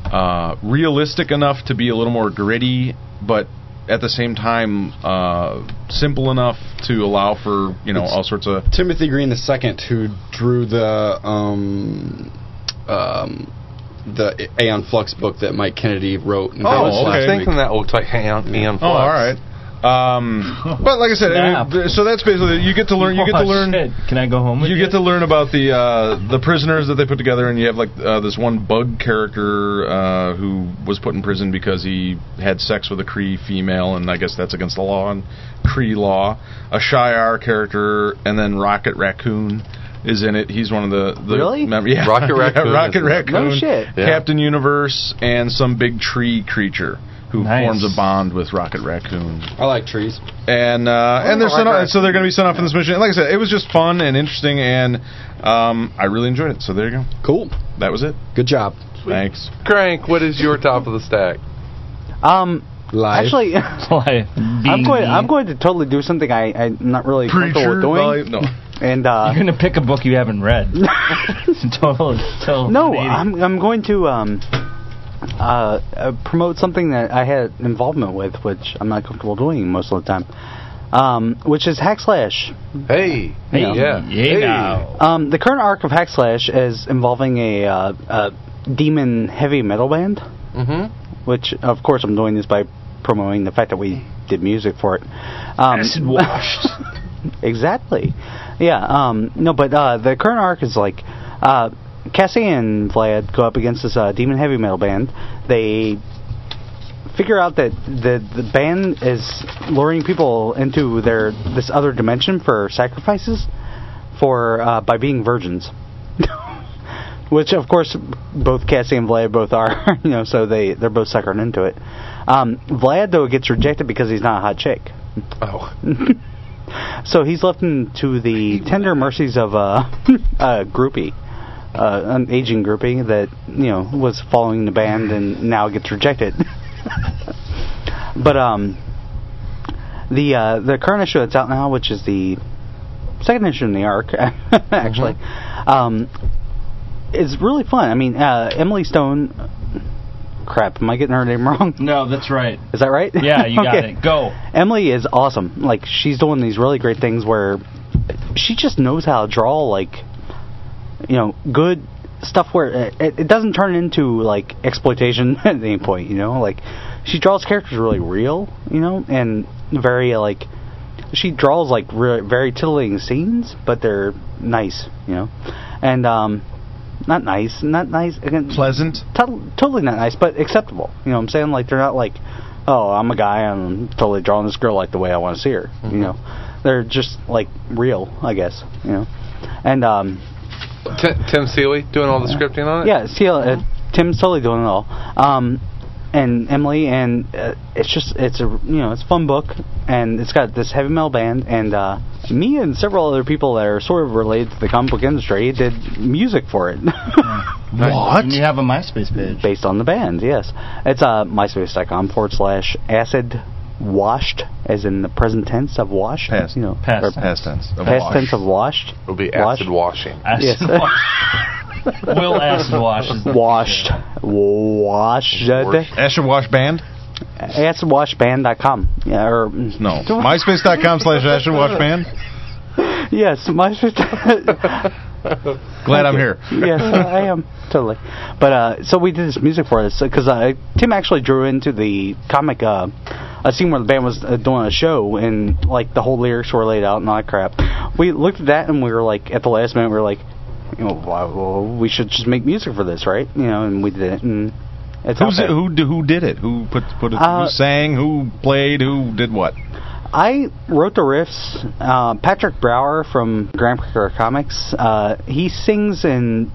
Speaker 1: uh, realistic enough to be a little more gritty, but at the same time uh, simple enough to allow for you know all sorts of
Speaker 4: Timothy Green the second, who drew the um, um, the Aeon Flux book that Mike Kennedy wrote. And
Speaker 1: Oh, okay.
Speaker 2: I
Speaker 4: published
Speaker 2: was
Speaker 4: last week.
Speaker 2: thinking that looked like Aeon, Aeon Flux.
Speaker 1: Oh, all right. Um, but like I said, I mean,
Speaker 5: Snap.
Speaker 1: th- so that's basically you get to learn. You get to
Speaker 5: Oh,
Speaker 1: learn.
Speaker 5: shit. Can I go home with
Speaker 1: You
Speaker 5: you?
Speaker 1: get to learn about the uh, the prisoners that they put together, and you have like uh, this one bug character uh, who was put in prison because he had sex with a Cree female, and I guess that's against the law and Cree law. A Shiar character, and then Rocket Raccoon is in it. He's one of the, the
Speaker 6: Really?
Speaker 1: mem- yeah.
Speaker 2: Rocket
Speaker 1: Yeah,
Speaker 2: Raccoon is
Speaker 1: Rocket
Speaker 2: in it.
Speaker 1: Raccoon,
Speaker 6: No shit.
Speaker 2: Yeah.
Speaker 1: Captain Universe, and some big tree creature who
Speaker 5: Nice.
Speaker 1: forms a bond with Rocket Raccoon
Speaker 4: I like trees.
Speaker 1: and uh, and they're
Speaker 6: I
Speaker 1: sent
Speaker 6: like
Speaker 1: off,
Speaker 6: that.
Speaker 1: so they're going to be sent off in this mission. And like I said, it was just fun and interesting, and um, I really enjoyed it. So there you go.
Speaker 4: Cool.
Speaker 1: That was it.
Speaker 4: Good job.
Speaker 1: Thanks.
Speaker 2: Crank, what is your top of the stack?
Speaker 6: Um,
Speaker 4: Live.
Speaker 6: actually,
Speaker 5: Why?
Speaker 6: I'm going.
Speaker 5: Beanie.
Speaker 6: I'm going to totally do something I, I'm not really comfortable with doing.
Speaker 1: volume- no.
Speaker 6: And uh,
Speaker 5: You're gonna pick a book you haven't read. total, total.
Speaker 6: no,
Speaker 5: idiot.
Speaker 6: I'm I'm going to um, uh, uh, promote something that I had involvement with, which I'm not comfortable doing most of the time. Um, which is Hackslash.
Speaker 2: Hey.
Speaker 5: Hey,
Speaker 2: Yeah.
Speaker 5: yeah, now.
Speaker 6: Um, the current arc of Hackslash is involving a, uh, a demon heavy metal band.
Speaker 2: Mm-hmm.
Speaker 6: which of course I'm doing this by promoting the fact that we did music for it. Um,
Speaker 5: Acid washed.
Speaker 6: exactly. Yeah. Um, no, but uh, the current arc is like uh, Cassie and Vlad go up against this uh, demon heavy metal band. They figure out that the the band is luring people into their this other dimension for sacrifices for uh, by being virgins. Which of course both Cassie and Vlad both are, you know, so they they're both suckered into it. Um, Vlad though gets rejected because he's not a hot chick,
Speaker 2: Oh.
Speaker 6: so he's left into the tender mercies of a, a groupie, uh, an aging groupie that you know was following the band and now gets rejected. but um, the uh, the current issue that's out now, which is the second issue in the arc, actually,
Speaker 5: Mm-hmm.
Speaker 6: um, is really fun. I mean, uh, Emily Stone. Crap, am I getting her name wrong?
Speaker 5: No, that's right.
Speaker 6: Is that right?
Speaker 5: Yeah, you got
Speaker 6: Okay.
Speaker 5: it. Go.
Speaker 6: Emily is awesome. Like she's doing these really great things where she just knows how to draw like you know good stuff where it, it doesn't turn into like exploitation at any point. You know, like she draws characters really real, you know, and very like she draws like re- very titillating scenes, but they're nice, you know, and um, not nice, not nice again,
Speaker 9: Pleasant.
Speaker 6: tot- totally not nice, but acceptable. You know what I'm saying? Like they're not like, oh, I'm a guy, I'm totally drawing this girl like the way I want to see her. You know, they're just like real, I guess. You know, and um,
Speaker 2: Tim, Tim Seeley doing all the scripting on it.
Speaker 6: yeah, see, uh, Tim's totally doing it all. Um, and Emily, and uh, it's just it's a you know it's a fun book, and it's got this heavy metal band, and uh, me and several other people that are sort of related to the comic book industry did music for it.
Speaker 9: What?
Speaker 5: And you have a MySpace page.
Speaker 6: Based on the band, yes. It's uh, myspace.com forward slash acid washed, as in the present tense of washed.
Speaker 9: Past.
Speaker 6: You know,
Speaker 5: Past
Speaker 6: or
Speaker 5: tense.
Speaker 9: Past tense.
Speaker 6: past tense of washed.
Speaker 2: It'll be
Speaker 6: Wash.
Speaker 2: acid washing.
Speaker 5: Acid
Speaker 6: Yes.
Speaker 5: wash. Will acid wash is
Speaker 6: Washed. Washed.
Speaker 9: Asher Wash Band?
Speaker 6: Acidwashband.com. Yeah, or
Speaker 9: No. MySpace.com slash Asher Wash Band?
Speaker 6: Yes, myspace.
Speaker 9: Glad I'm here.
Speaker 6: yes, I am totally. But uh, so we did this music for this because uh, Tim actually drew into the comic uh, a scene where the band was uh, doing a show and like the whole lyrics were laid out and all that crap. We looked at that and we were like, at the last minute, we were like, you know, why, well, we should just make music for this, right? You know, and we did it. And it's out
Speaker 9: Who's
Speaker 6: there.
Speaker 9: it, who d- who did it? Who put put it,
Speaker 6: Uh,
Speaker 9: who sang? Who played? Who did what?
Speaker 6: I wrote the riffs. Uh, Patrick Brower from Grand Prix Comics. Uh, he sings in,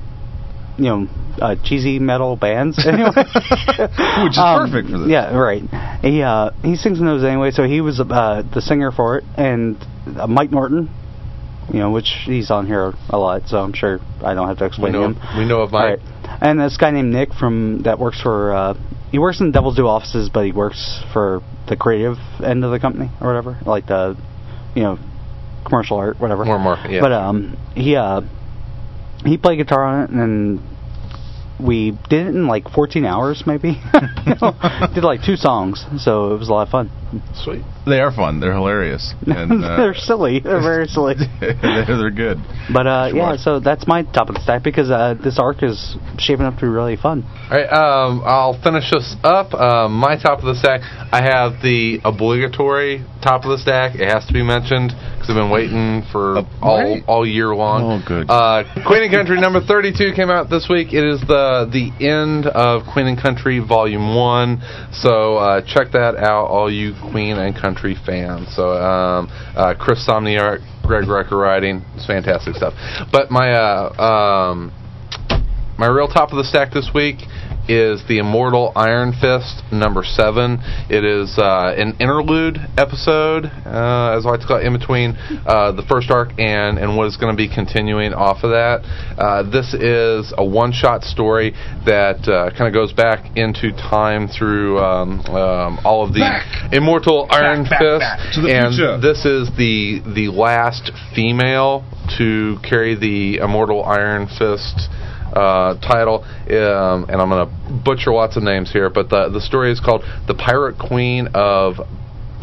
Speaker 6: you know, uh, cheesy metal bands. Anyway,
Speaker 9: Which is
Speaker 6: Um,
Speaker 9: perfect for this.
Speaker 6: Yeah, right. He uh, he sings in those anyway. So he was uh, the singer for it, and uh, Mike Norton. You know, which he's on here a lot, so I'm sure I don't have to
Speaker 2: We
Speaker 6: explain
Speaker 2: know
Speaker 6: him.
Speaker 2: we know of
Speaker 6: All
Speaker 2: Mike.
Speaker 6: right. And this guy named Nick from that works for uh, he works in Devil's Due offices, but he works for the creative end of the company or whatever, like the you know commercial art, whatever.
Speaker 2: More market. Yeah.
Speaker 6: But um, he uh, he played guitar on it, and we did it in like 14 hours, maybe. You know, did like two songs, so it was a lot of fun.
Speaker 2: Sweet.
Speaker 9: They are fun. They're hilarious. And, uh,
Speaker 6: They're silly. They're very silly.
Speaker 9: they're, they're good.
Speaker 6: But uh,
Speaker 9: Sure.
Speaker 6: yeah, so that's my top of the stack because uh, this arc is shaping up to be really fun.
Speaker 2: All right, um, I'll finish this up. Um, my top of the stack, I have the obligatory top of the stack. It has to be mentioned because I've been waiting for
Speaker 9: Uh,
Speaker 2: all
Speaker 9: right.
Speaker 2: all year long.
Speaker 9: Oh, good.
Speaker 2: Uh, Queen and Country number 32 came out this week. It is the the end of Queen and Country Volume One, so uh, check that out, all you Queen and Country fans. So um, uh, Chris Somniarch, Greg Rucker writing, it's fantastic stuff. But my uh, um, my real top of the stack this week is the Immortal Iron Fist number seven. It is uh, an interlude episode, uh, as I like to call it, in between uh, the first arc and and what is going to be continuing off of that. Uh, this is a one-shot story that uh, kind of goes back into time through um, um, all of the Immortal Iron
Speaker 8: back,
Speaker 2: Fist,
Speaker 8: back.
Speaker 9: To the
Speaker 2: and
Speaker 9: future.
Speaker 2: this is the the last female to carry the Immortal Iron Fist uh, title, um, and I'm gonna butcher lots of names here, but the the story is called "The Pirate Queen of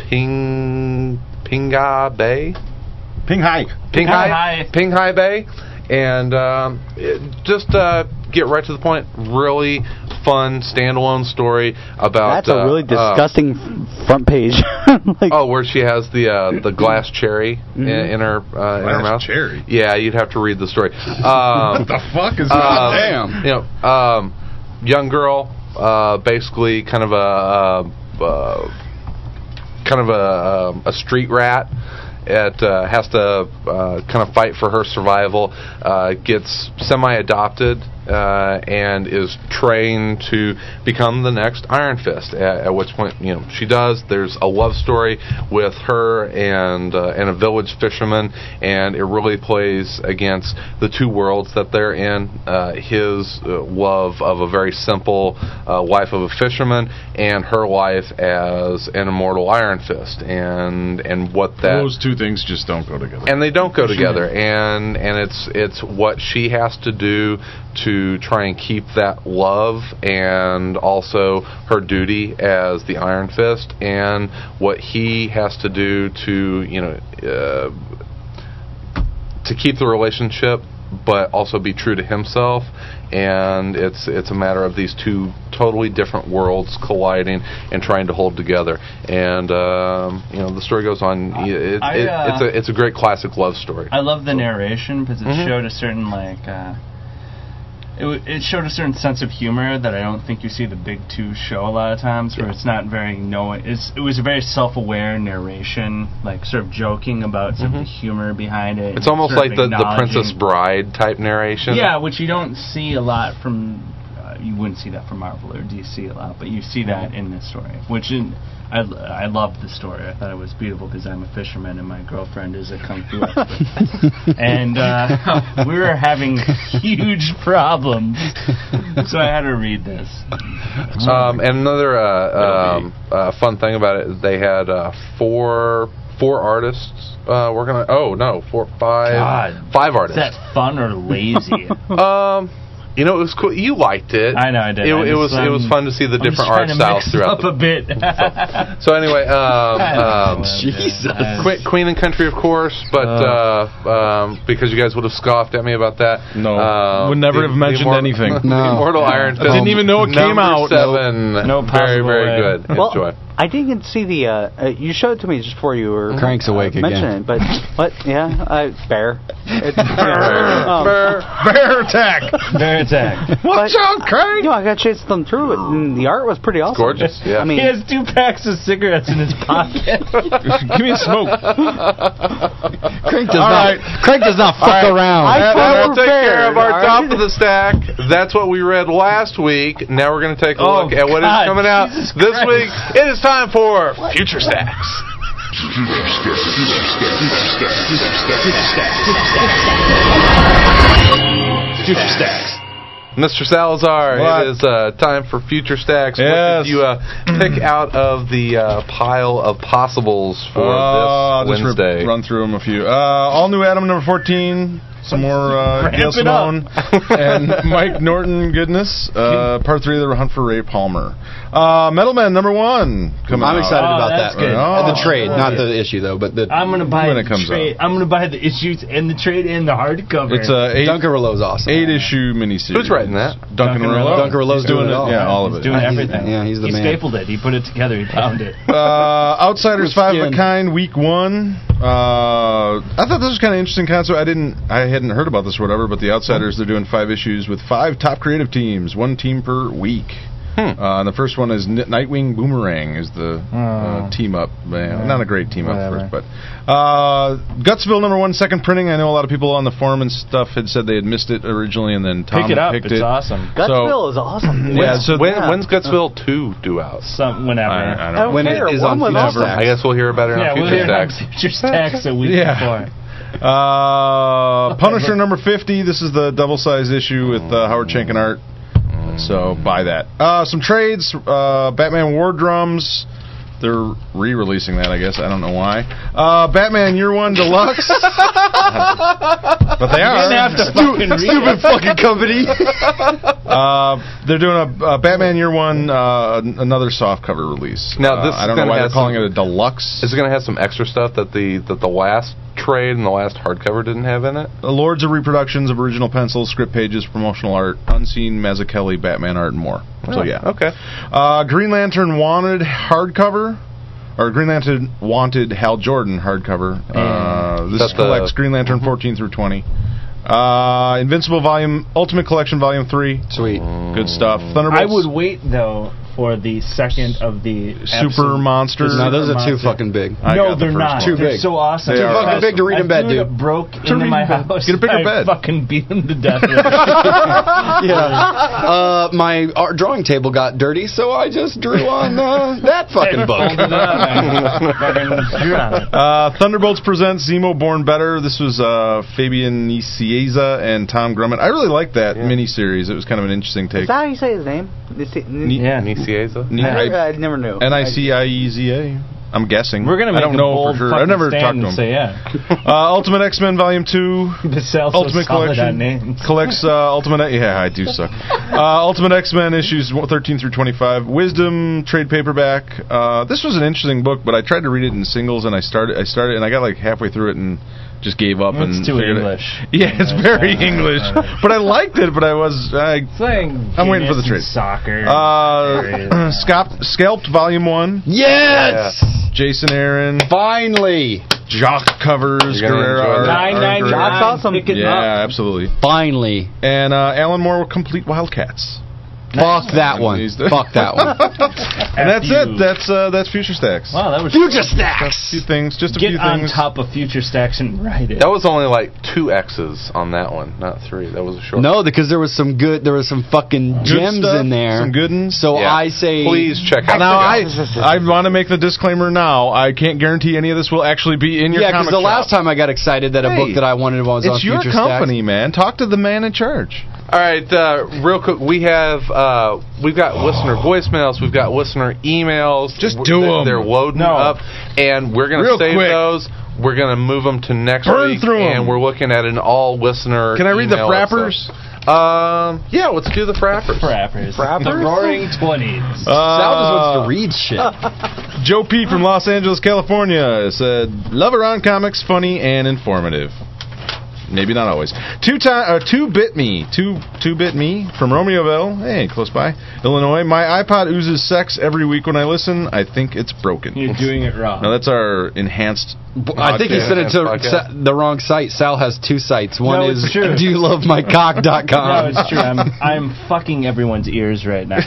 Speaker 2: Ping Pinga Bay."
Speaker 9: Ping Hike.
Speaker 2: Ping
Speaker 5: Hi.
Speaker 2: Hai, Ping Hai Bay, and um, it- just uh, get right to the point. Really fun standalone story about
Speaker 6: That's a
Speaker 2: uh,
Speaker 6: really
Speaker 2: uh,
Speaker 6: disgusting f- front page. like,
Speaker 2: Oh, where she has the uh, the glass cherry i in, her uh, in her
Speaker 9: Glass
Speaker 2: mouth.
Speaker 9: cherry?
Speaker 2: Yeah, you'd have to read the story. Um,
Speaker 9: fuck is
Speaker 2: um, You know, um, young girl, uh, basically kind of a uh, uh, kind of a um, a street rat. It uh, has to uh, kind of fight for her survival. Uh, gets semi-adopted uh, and is trained to become the next Iron Fist. At, at which point, you know, she does. There's a love story with her and uh, and a village fisherman, and it really plays against the two worlds that they're in. Uh, his uh, love of a very simple uh, life of a fisherman and her life as an immortal Iron Fist, and and what that
Speaker 1: Those two things just don't go together.
Speaker 2: and they don't go together and and it's it's what she has to do to try and keep that love and also her duty as the iron fist and what he has to do to you know uh, to keep the relationship but also be true to himself. And it's it's a matter of these two totally different worlds colliding and trying to hold together. And um, you know, the story goes on. It,
Speaker 5: I,
Speaker 2: it-
Speaker 5: uh,
Speaker 2: it's a it's a great classic love story.
Speaker 5: I love the narration because it
Speaker 6: Mm-hmm.
Speaker 2: Mhm.
Speaker 5: showed a certain like. Uh, it, w- it showed a certain sense of humor that I don't think you see the big two show a lot of times, where it's not very knowing. It's, it was a very self-aware narration, like sort of joking about some of the
Speaker 6: Mm-hmm.
Speaker 5: humor behind it.
Speaker 2: it's
Speaker 5: and
Speaker 2: almost
Speaker 5: sort
Speaker 2: like
Speaker 5: of
Speaker 2: the, the Princess
Speaker 5: acknowledging-
Speaker 2: Bride type narration.
Speaker 5: Yeah, which you don't see a lot from. Uh, you wouldn't see that from Marvel or DC a lot, but you see that in this story, which in, I I loved the story. I thought it was beautiful because I'm a fisherman and my girlfriend is a kung fu expert, and uh, we were having huge problems. So I had to read this.
Speaker 2: Um, and another uh,
Speaker 10: That'll
Speaker 2: um, uh, fun thing about it, they had uh, four four artists uh, working on. Oh no, four five
Speaker 5: God.
Speaker 2: five
Speaker 5: Is
Speaker 2: artists.
Speaker 5: that fun or lazy?
Speaker 2: Um, you know it was cool. You liked it.
Speaker 5: I know I did.
Speaker 2: It,
Speaker 5: I
Speaker 2: it was
Speaker 5: just,
Speaker 2: it was
Speaker 5: um,
Speaker 2: fun to see the
Speaker 5: I'm just
Speaker 2: different art
Speaker 5: trying to
Speaker 2: styles
Speaker 5: mix
Speaker 2: throughout.
Speaker 5: up a
Speaker 2: The,
Speaker 5: bit.
Speaker 2: so anyway, um, um,
Speaker 4: Jesus.
Speaker 5: Uh,
Speaker 2: Queen, Queen and Country, of course, but uh, um, because you guys would have scoffed at me about that.
Speaker 10: No.
Speaker 2: uh,
Speaker 10: Would never
Speaker 2: the-
Speaker 10: have mentioned
Speaker 2: the immor-
Speaker 10: anything.
Speaker 2: The
Speaker 4: No.
Speaker 2: Immortal Iron
Speaker 10: I
Speaker 2: Fist.
Speaker 10: didn't even know it came
Speaker 2: Number
Speaker 10: out.
Speaker 2: Seven.
Speaker 5: No
Speaker 2: very
Speaker 5: possible
Speaker 2: very
Speaker 5: way.
Speaker 2: good.
Speaker 6: Well,
Speaker 2: Enjoy.
Speaker 6: I didn't get to see the. Uh, uh, you showed it to me just before you were
Speaker 4: Crank's awake
Speaker 6: uh,
Speaker 4: again.
Speaker 6: mentioning it, but but yeah, I, bear. It's, um,
Speaker 1: Bear attack.
Speaker 5: Bear attack.
Speaker 6: Watch out, Crank! No, I got chased them through it, and the art was pretty awesome.
Speaker 2: gorgeous, yeah.
Speaker 6: I
Speaker 5: He
Speaker 6: mean,
Speaker 5: has two packs of cigarettes in his pocket.
Speaker 10: Give me a smoke.
Speaker 4: Crank does
Speaker 2: All
Speaker 4: not. Crank does not fuck around.
Speaker 6: I-
Speaker 2: That, that will take care of our
Speaker 6: prepared,
Speaker 2: top
Speaker 6: alright?
Speaker 2: of the stack. That's what we read last week. Now we're going to take a
Speaker 5: Oh,
Speaker 2: look at what is
Speaker 5: God,
Speaker 2: coming out
Speaker 5: Jesus
Speaker 2: this
Speaker 5: Christ.
Speaker 2: week. It is time for future stacks.
Speaker 11: Future Stacks.
Speaker 2: Mr. Salazar,
Speaker 1: What?
Speaker 2: it is uh, time for future stacks. What
Speaker 1: Yes.
Speaker 2: did you uh, pick out of the uh, pile of possibles for
Speaker 1: Uh,
Speaker 2: this
Speaker 1: just
Speaker 2: Wednesday?
Speaker 1: rip- run through them a few. Uh, all new Adam number fourteen. Some more uh, Gail
Speaker 5: it up.
Speaker 1: Simone and Mike Norton goodness. Uh, part three of the hunt for Ray Palmer. Uh, Metal Man number one coming
Speaker 4: I'm
Speaker 1: out.
Speaker 4: excited
Speaker 5: Oh,
Speaker 4: about
Speaker 5: that's
Speaker 4: that.
Speaker 5: good.
Speaker 4: Uh, the
Speaker 1: Oh,
Speaker 4: trade, not the issue though, but the
Speaker 5: I'm gonna buy
Speaker 1: When
Speaker 5: the
Speaker 1: it comes
Speaker 5: trade. I'm gonna buy the issues and the trade and the hardcover.
Speaker 1: It's uh,
Speaker 4: uh,
Speaker 1: a eight,
Speaker 4: Dunkerillow's awesome.
Speaker 1: eight issue miniseries.
Speaker 2: Who's writing that?
Speaker 1: Duncan Rillo.
Speaker 4: Dunkerillow's
Speaker 1: He's doing
Speaker 4: doing it all.
Speaker 1: Yeah, all of
Speaker 5: He's
Speaker 1: it.
Speaker 5: doing
Speaker 4: He's-
Speaker 5: everything.
Speaker 4: yeah, he's the
Speaker 5: he
Speaker 4: man.
Speaker 5: stapled it. He put it together. He found it.
Speaker 1: uh, Outsiders
Speaker 4: With
Speaker 1: Five of a
Speaker 4: skin.
Speaker 1: Kind, Week One. Uh, I thought this was kind of interesting concept. I didn't, I hadn't heard about this or whatever. But the Outsiders, they're doing five issues with five top creative teams, one team per week. Uh, and the first one is N- Nightwing Boomerang is the uh, team up. Man, Not a great team up
Speaker 5: Oh. Whatever.
Speaker 1: first, but uh, Gutsville number one, second printing. I know a lot of people on the forum and stuff had said they had missed it originally, and then Tom
Speaker 5: Pick it up.
Speaker 1: picked
Speaker 5: It's
Speaker 1: it.
Speaker 5: awesome.
Speaker 6: Gutsville is awesome.
Speaker 1: Yeah, so
Speaker 2: when, When's Gutsville 2 due out?
Speaker 5: Some whenever.
Speaker 1: I, I
Speaker 6: I don't
Speaker 1: don't.
Speaker 4: When
Speaker 6: care.
Speaker 4: it is
Speaker 6: One
Speaker 4: on
Speaker 6: was
Speaker 4: Future
Speaker 6: awesome.
Speaker 4: Stacks.
Speaker 2: I guess we'll hear about it
Speaker 5: yeah,
Speaker 2: on
Speaker 5: we'll
Speaker 2: future
Speaker 5: hear about
Speaker 2: stacks.
Speaker 5: Futures Tax a week
Speaker 1: Yeah.
Speaker 5: before.
Speaker 1: Uh, Punisher number 50. This is the double size issue with uh, Howard Chink and art. So buy that. Uh, some trades uh, Batman War Drums. They're re releasing that, I guess. I don't know why. Uh, Batman Year One Deluxe. but they are.
Speaker 4: stupid fucking company.
Speaker 1: Uh, they're doing a, uh Batman Year One, uh, an- another soft cover release.
Speaker 2: Now, this
Speaker 1: Uh,
Speaker 2: is
Speaker 1: I don't know
Speaker 2: gonna
Speaker 1: why they're
Speaker 2: have
Speaker 1: calling
Speaker 2: some-
Speaker 1: it a deluxe.
Speaker 2: Is it going to have some extra stuff that the that the last trade and the last hardcover didn't have in it?
Speaker 1: Uh, Lords of reproductions of original pencils, script pages, promotional art, unseen Mazzucchelli, Batman art, and more. So yeah.
Speaker 2: Oh, Okay.
Speaker 1: Uh, Green Lantern Wanted hardcover, or Green Lantern Wanted Hal Jordan hardcover. Uh, this
Speaker 2: That's the-
Speaker 1: collects Green Lantern 14 through 20. Uh, Invincible Volume Ultimate Collection Volume 3.
Speaker 4: Sweet.
Speaker 1: Good stuff. Thunderbolts.
Speaker 5: I would wait though for the second of the
Speaker 1: Super
Speaker 5: absolute-
Speaker 1: Monster.
Speaker 4: No, those are too
Speaker 5: Monster.
Speaker 4: fucking big.
Speaker 1: I
Speaker 5: no,
Speaker 1: got the
Speaker 5: they're
Speaker 1: first
Speaker 5: not.
Speaker 1: one.
Speaker 4: Too
Speaker 5: they're
Speaker 4: big.
Speaker 5: so awesome.
Speaker 1: They
Speaker 5: Too
Speaker 1: are
Speaker 5: fucking
Speaker 1: awesome.
Speaker 4: big to read in bed, dude.
Speaker 5: broke into
Speaker 1: read
Speaker 5: my
Speaker 1: in bed.
Speaker 5: house.
Speaker 1: Get a bigger
Speaker 5: I
Speaker 1: bed.
Speaker 5: Fucking beat him to death. with it.
Speaker 4: Uh, my art drawing table got dirty, so I just drew on uh, that fucking
Speaker 5: Folded
Speaker 4: book.
Speaker 5: it up and fucking drew on it.
Speaker 1: Uh, Thunderbolts presents Zemo Born Better. This was uh, Fabian Nicieza and Tom Grummett. I really liked that miniseries. It was kind of an interesting take.
Speaker 6: Is that how you say his name? This-
Speaker 1: Ni-
Speaker 5: Yeah.
Speaker 2: Nicieza?
Speaker 1: Ni-
Speaker 6: I,
Speaker 1: I-
Speaker 6: I never knew.
Speaker 1: N I C I E Z A. I'm guessing.
Speaker 5: We're gonna make
Speaker 1: I don't
Speaker 5: a
Speaker 1: know
Speaker 5: bold
Speaker 1: for sure.
Speaker 5: fucking
Speaker 1: I've never
Speaker 5: stand
Speaker 1: talked
Speaker 5: and
Speaker 1: to him.
Speaker 5: Say yeah.
Speaker 1: Uh, Ultimate X Men Volume Two
Speaker 5: the sales
Speaker 1: Ultimate
Speaker 5: so solid
Speaker 1: Collection.
Speaker 5: on names.
Speaker 1: collects uh, Ultimate. Yeah, I do suck. Uh, Ultimate X Men issues 13 through 25. Wisdom trade paperback. Uh, this was an interesting book, but I tried to read it in singles, and I started. I started, and I got like halfway through it, and just gave up. and
Speaker 5: It's too
Speaker 1: figured it-
Speaker 5: English.
Speaker 1: Yeah, it's very English. But I liked it. But I was. I,
Speaker 5: It's like
Speaker 1: I'm waiting for
Speaker 5: Guinness
Speaker 1: the trade.
Speaker 5: and Soccer.
Speaker 1: uh, scalped, scalped Volume One.
Speaker 4: Yes!
Speaker 1: Jason Aaron.
Speaker 4: Finally!
Speaker 1: Jock covers.
Speaker 2: You're gonna
Speaker 1: Guerrero.
Speaker 2: enjoy
Speaker 1: art- art
Speaker 2: that.
Speaker 5: nine nine
Speaker 1: Guerrero.
Speaker 5: nine.
Speaker 6: That's awesome.
Speaker 5: Pick it
Speaker 1: Yeah,
Speaker 5: up.
Speaker 1: absolutely.
Speaker 4: Finally.
Speaker 1: And uh, Alan Moore will complete Wildcats.
Speaker 4: Fuck that one.
Speaker 1: He's the-
Speaker 4: Fuck that one.
Speaker 1: And that's
Speaker 5: F
Speaker 1: it.
Speaker 5: you.
Speaker 1: That's uh, that's Future Stacks.
Speaker 5: Wow, that was
Speaker 1: A
Speaker 4: Future Stacks!
Speaker 1: few things, just a
Speaker 5: Get
Speaker 1: few
Speaker 5: on
Speaker 1: things.
Speaker 5: top of future stacks and write it.
Speaker 2: That was only like two X's on that one, not three. That was a short.
Speaker 4: No, because there was some good, there was some fucking
Speaker 1: Good
Speaker 4: gems
Speaker 1: stuff,
Speaker 4: in there.
Speaker 1: Some good ones.
Speaker 4: So
Speaker 2: Yeah.
Speaker 4: I say,
Speaker 2: Please check out.
Speaker 1: now I I want to make the disclaimer now. I can't guarantee any of this will actually be in your
Speaker 4: yeah,
Speaker 1: comic
Speaker 4: because the
Speaker 1: shop.
Speaker 4: last time I got excited that
Speaker 1: Hey,
Speaker 4: a book that I wanted was on
Speaker 1: it's your
Speaker 4: Future
Speaker 1: company, man. Talk to the man in charge.
Speaker 2: All right, uh, real quick, we have uh, we've got listener voicemails, we've got listener emails.
Speaker 1: Just
Speaker 2: We're-
Speaker 1: do
Speaker 2: they're-
Speaker 1: 'em.
Speaker 2: They're loading
Speaker 5: No.
Speaker 2: up, and we're gonna
Speaker 1: Real
Speaker 2: save
Speaker 1: quick.
Speaker 2: those. We're gonna move them to next
Speaker 1: Burn
Speaker 2: week,
Speaker 1: through 'em.
Speaker 2: and we're looking at an all listener.
Speaker 1: Can I read the
Speaker 2: email and
Speaker 1: frappers?
Speaker 2: stuff. Um, yeah, let's do the frappers.
Speaker 5: Frappers. The roaring twenties.
Speaker 1: Oh.
Speaker 4: Stacks. Sal just wants
Speaker 1: Uh,
Speaker 4: to read shit.
Speaker 1: Joe P from Los Angeles, California said, "Love Around comics, funny and informative. Maybe not always. Two time, uh, two bit me, two two bit me from Romeoville, hey, close by, Illinois. My iPod oozes sex every week when I listen. I think it's broken.
Speaker 5: You're doing it wrong.
Speaker 1: Now that's our enhanced.
Speaker 4: I think he
Speaker 1: podcast.
Speaker 4: sent it to
Speaker 2: Podcast.
Speaker 4: Sa- the wrong site. Sal has two sites. One
Speaker 5: No,
Speaker 4: is
Speaker 5: it's true.
Speaker 4: do you love my cock.com.
Speaker 5: no, it's true. I'm I'm fucking everyone's ears right now.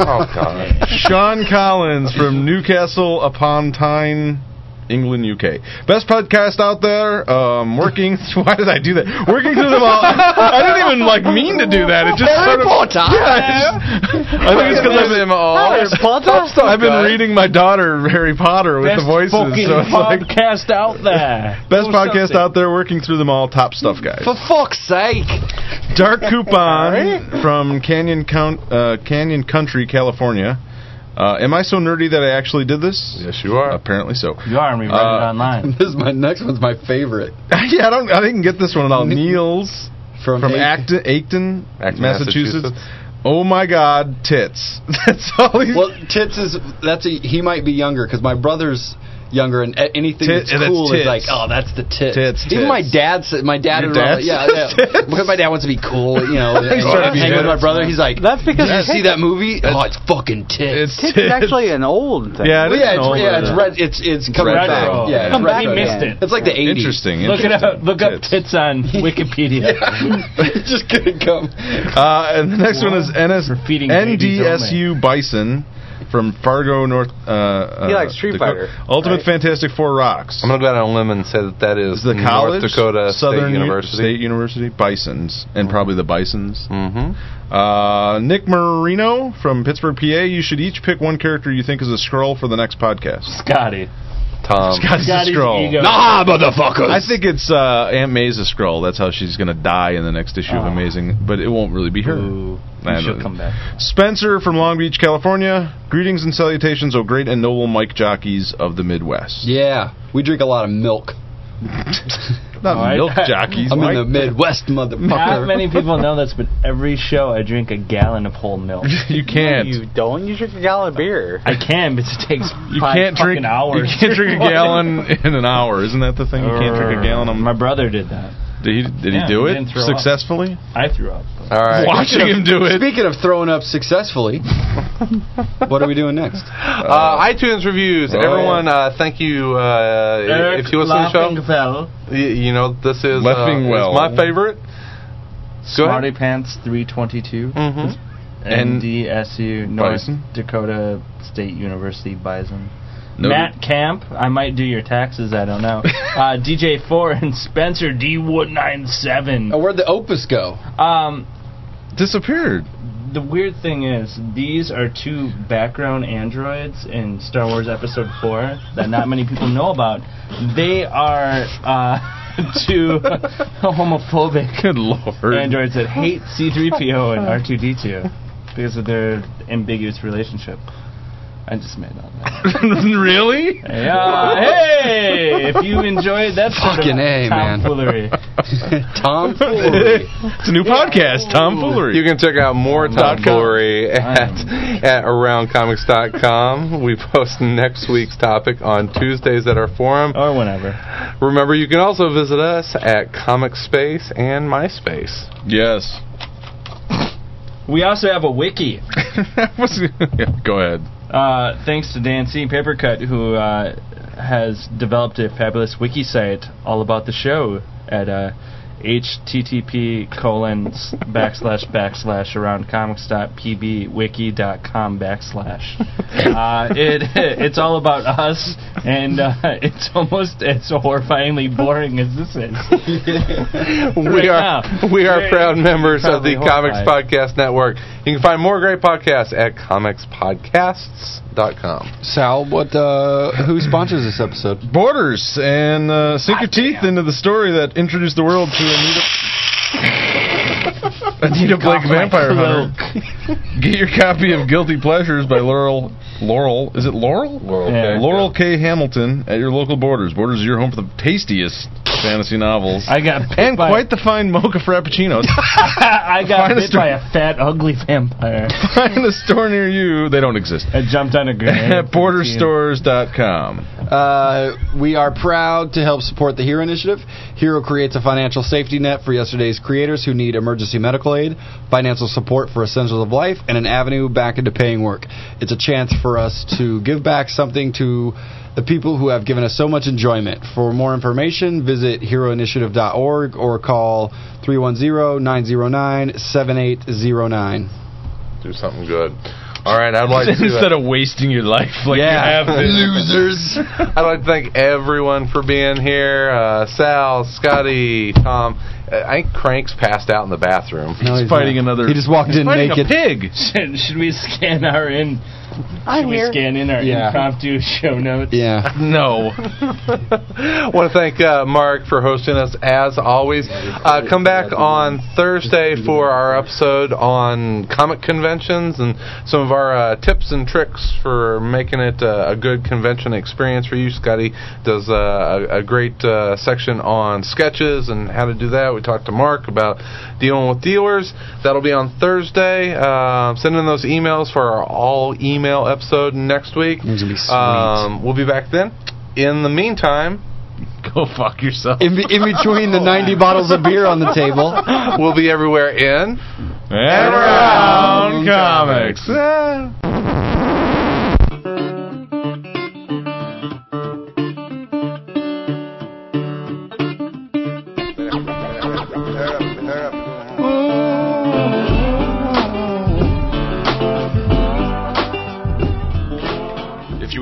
Speaker 2: Oh God.
Speaker 1: Sean Collins from Newcastle upon Tyne. England, UK, best podcast out there. Um, working. Why did I do that? Working through them all. I didn't even like mean to do that. It just sort of, Yeah, I just- I think it's because I've been, I've been reading my daughter Harry Potter with
Speaker 5: Best
Speaker 1: the voices,
Speaker 5: fucking
Speaker 1: so it's like
Speaker 5: podcast out there.
Speaker 1: best
Speaker 5: Do
Speaker 1: podcast
Speaker 5: something.
Speaker 1: out there. Working through them all, top stuff, guys.
Speaker 4: For fuck's sake!
Speaker 1: Dark Coupon from Canyon Count, uh, Canyon Country, California. Uh, am I so nerdy that I actually did this?
Speaker 2: Yes, you are.
Speaker 1: Apparently so.
Speaker 5: You are, and we read it
Speaker 1: Uh,
Speaker 5: online.
Speaker 4: This is my next one's my favorite
Speaker 1: yeah, I don't. I didn't get this one at all. Niels
Speaker 4: from,
Speaker 1: from
Speaker 4: A-
Speaker 1: Acton, Acton,
Speaker 2: Acton,
Speaker 1: Massachusetts.
Speaker 2: Massachusetts.
Speaker 1: Oh my God, tits! That's all he's.
Speaker 4: Well, tits is that's a, he might be younger because my brother's younger and a- anything
Speaker 1: Tit-
Speaker 4: that's
Speaker 1: that's
Speaker 4: cool
Speaker 1: tits.
Speaker 4: is like oh that's the tits.
Speaker 1: Tits, tits.
Speaker 4: Even my dad said my dad
Speaker 1: Your
Speaker 4: would
Speaker 1: dad
Speaker 4: always- yeah,
Speaker 1: says
Speaker 4: yeah.
Speaker 1: tits?
Speaker 4: because my dad wants to be cool you know and,
Speaker 1: He's trying to be
Speaker 4: hang with my
Speaker 1: tits.
Speaker 4: brother he's like
Speaker 6: That's because
Speaker 4: did you
Speaker 6: it's
Speaker 4: see that movie oh it's fucking
Speaker 1: it's
Speaker 4: tits.
Speaker 6: Tits is actually an old thing.
Speaker 1: Yeah, it
Speaker 4: Well,
Speaker 1: is Oh an
Speaker 4: yeah it's
Speaker 1: old
Speaker 4: yeah
Speaker 1: one.
Speaker 4: it's red it's it's coming
Speaker 1: Retro.
Speaker 4: back yeah it's
Speaker 1: Come
Speaker 6: back
Speaker 4: retro,
Speaker 5: He
Speaker 6: again.
Speaker 5: missed
Speaker 4: yeah.
Speaker 5: it.
Speaker 4: it's like the eighties
Speaker 1: Interesting.
Speaker 5: Look it
Speaker 1: interesting.
Speaker 5: up. Look up
Speaker 1: Tits.
Speaker 5: tits on Wikipedia.
Speaker 4: just gonna come
Speaker 1: Uh, and the next one is NS,
Speaker 5: Repeating babies
Speaker 1: NDSU Bison from Fargo, North. Uh, uh,
Speaker 6: He likes Street
Speaker 1: Dakota.
Speaker 6: Fighter,
Speaker 1: Ultimate
Speaker 6: right?
Speaker 1: Fantastic Four rocks.
Speaker 2: I'm gonna go out on a limb and say that that
Speaker 1: It's
Speaker 2: is
Speaker 1: the
Speaker 2: North
Speaker 1: college,
Speaker 2: Dakota
Speaker 1: Southern
Speaker 2: State
Speaker 1: U-
Speaker 2: University.
Speaker 1: State University, Bisons, and probably the Bisons.
Speaker 2: Mm-hmm.
Speaker 1: Uh, Nick Marino from Pittsburgh, PA. You should each pick one character you think is a scroll for the next podcast.
Speaker 5: Scotty.
Speaker 2: Tom.
Speaker 1: Scott's a
Speaker 5: Scotty's
Speaker 1: scroll.
Speaker 5: ego.
Speaker 4: ah motherfuckers
Speaker 1: I think it's uh, Aunt May's a scroll. That's how she's gonna die in the next issue
Speaker 2: Ah.
Speaker 5: Oh.
Speaker 1: of Amazing, but it won't really be her.
Speaker 5: Ooh,
Speaker 1: I
Speaker 5: she'll
Speaker 1: don't-
Speaker 5: come back.
Speaker 1: Spencer from Long Beach, California. Greetings and salutations, O great and noble Mike jockeys of the Midwest.
Speaker 4: yeah we drink a lot of milk
Speaker 1: Not
Speaker 5: All right.
Speaker 1: milk jockeys.
Speaker 4: I'm
Speaker 1: Mike.
Speaker 4: in the Midwest
Speaker 5: Not
Speaker 4: motherfucker
Speaker 5: many people know this, but every show I drink a gallon of whole milk.
Speaker 1: you can't.
Speaker 6: You don't. You drink a gallon of beer.
Speaker 5: I can, but it takes
Speaker 1: You
Speaker 5: five
Speaker 1: can't
Speaker 5: fucking
Speaker 1: drink.
Speaker 5: hours.
Speaker 1: You can't drink a gallon in an hour. Isn't that the thing? You can't drink a gallon.
Speaker 5: My
Speaker 1: On,
Speaker 5: brother did that.
Speaker 1: did he, did
Speaker 5: Yeah,
Speaker 1: he do
Speaker 5: he
Speaker 1: it
Speaker 5: didn't throw up.
Speaker 1: successfully?
Speaker 5: I threw up.
Speaker 2: All right. Uh,
Speaker 1: Watching him do it.
Speaker 4: Speaking of throwing up successfully, what are we doing next?
Speaker 2: Uh, iTunes reviews.
Speaker 1: Oh,
Speaker 2: Everyone, uh, thank you. Uh, if you listen to the show,
Speaker 5: Fell.
Speaker 2: Y- you know this is, uh,
Speaker 1: Laughing
Speaker 2: is
Speaker 1: well.
Speaker 2: my favorite. Go
Speaker 5: Smarty
Speaker 2: ahead.
Speaker 5: Pants 322.
Speaker 1: Mm-hmm.
Speaker 2: Mhm.
Speaker 1: And-
Speaker 5: NDSU, North
Speaker 1: Bison.
Speaker 5: Dakota State University Bison.
Speaker 1: No.
Speaker 5: Matt Camp, I might do your taxes, I don't know. uh, DJ4 and Spencer D Wood 97.
Speaker 4: Oh, where'd the opus go?
Speaker 1: Oh.
Speaker 5: Um,
Speaker 1: Disappeared.
Speaker 5: the weird thing is, these are two background androids in Star Wars Episode 4 that not many people know about. They are uh, two homophobic
Speaker 1: Good lord.
Speaker 5: androids that hate C3PO and R2D2 because of their ambiguous relationship. I just made up that.
Speaker 12: really?
Speaker 5: Yeah. hey, if you enjoyed that sort
Speaker 2: Fucking
Speaker 5: of
Speaker 2: A, man.
Speaker 5: tomfoolery,
Speaker 2: Tom Foolery.
Speaker 12: It's a new podcast, Tomfoolery.
Speaker 2: You can check out more tomfoolery at, at aroundcomics.com. We post next week's topic on Tuesdays at our forum.
Speaker 5: or whenever.
Speaker 2: Remember, you can also visit us at Comic Space and MySpace.
Speaker 13: Yes.
Speaker 5: We also have a wiki.
Speaker 13: What's- yeah, go ahead.
Speaker 5: Uh, thanks to Dan C. Papercut, who uh, has developed a fabulous wiki site all about the show at uh, http colon s- backslash backslash around comics.pbwiki.com backslash. uh, it it's all about us, and uh, it's almost as horrifyingly boring as this is.
Speaker 2: we
Speaker 5: Right
Speaker 2: are
Speaker 5: now.
Speaker 2: we are
Speaker 5: Yeah,
Speaker 2: proud members of the
Speaker 5: probably
Speaker 2: Comics
Speaker 5: horrified.
Speaker 2: Podcast Network. You can find more great podcasts at comicspodcasts.com.
Speaker 4: Sal, what? Uh, who sponsors this episode?
Speaker 13: Borders and uh, sink your teeth into the story that introduced the world to Anita. Anita Blake Vampire Hunter. Get your copy of Guilty Pleasures by Laurel. Laurel, is it Laurel?
Speaker 2: Laurel
Speaker 5: Yeah.
Speaker 2: K.
Speaker 13: Laurel K. Hamilton at your local Borders. Borders is your home for the tastiest fantasy novels.
Speaker 5: I got bit
Speaker 13: and
Speaker 5: by,
Speaker 13: quite the fine mocha frappuccinos.
Speaker 5: I got
Speaker 13: finest-
Speaker 5: bit by a fat, ugly vampire.
Speaker 13: Find a store near you. They don't exist.
Speaker 5: I jumped on a grenade.
Speaker 13: At borderstores.com.
Speaker 4: Uh, we are proud to help support the Hero Initiative. Hero creates a financial safety net for yesterday's creators who need emergency medical aid, financial support for essentials of life, and an avenue back into paying work. It's a chance for us to give back something to the people who have given us so much enjoyment. For more information, visit E heroinitiative.org or call 310-909-7809.
Speaker 2: Do something good. All right, I'd like to. uh,
Speaker 12: Instead of wasting your life like you have been.
Speaker 2: losers. I'd like to thank everyone for being here. Uh, Sal, Scotty, Tom. Uh, I think Crank's passed out in the bathroom.
Speaker 4: No,
Speaker 13: He's fighting another.
Speaker 4: He just walked
Speaker 13: He's
Speaker 4: in
Speaker 13: fighting
Speaker 4: naked.
Speaker 13: a pig.
Speaker 5: Should, should we scan our in? Should we scan in our
Speaker 4: Yeah.
Speaker 5: impromptu show notes?
Speaker 4: Yeah.
Speaker 13: No.
Speaker 2: want to thank uh, Mark for hosting us as always. Uh, come back on Thursday for our episode on comic conventions and some of our uh, tips and tricks for making it uh, a good convention experience for you. Scotty does uh, a, a great uh, section on sketches and how to do that. We talked to Mark about dealing with dealers. That'll be on Thursday. Uh, send in those emails for our all email episode next week.
Speaker 4: It's gonna be sweet.
Speaker 2: Um, we'll be back then. In the meantime,
Speaker 12: Go fuck yourself.
Speaker 4: in, be- in between the 90 bottles of beer on the table.
Speaker 2: we'll be everywhere in.
Speaker 13: And around comics.
Speaker 2: Ah.
Speaker 1: If you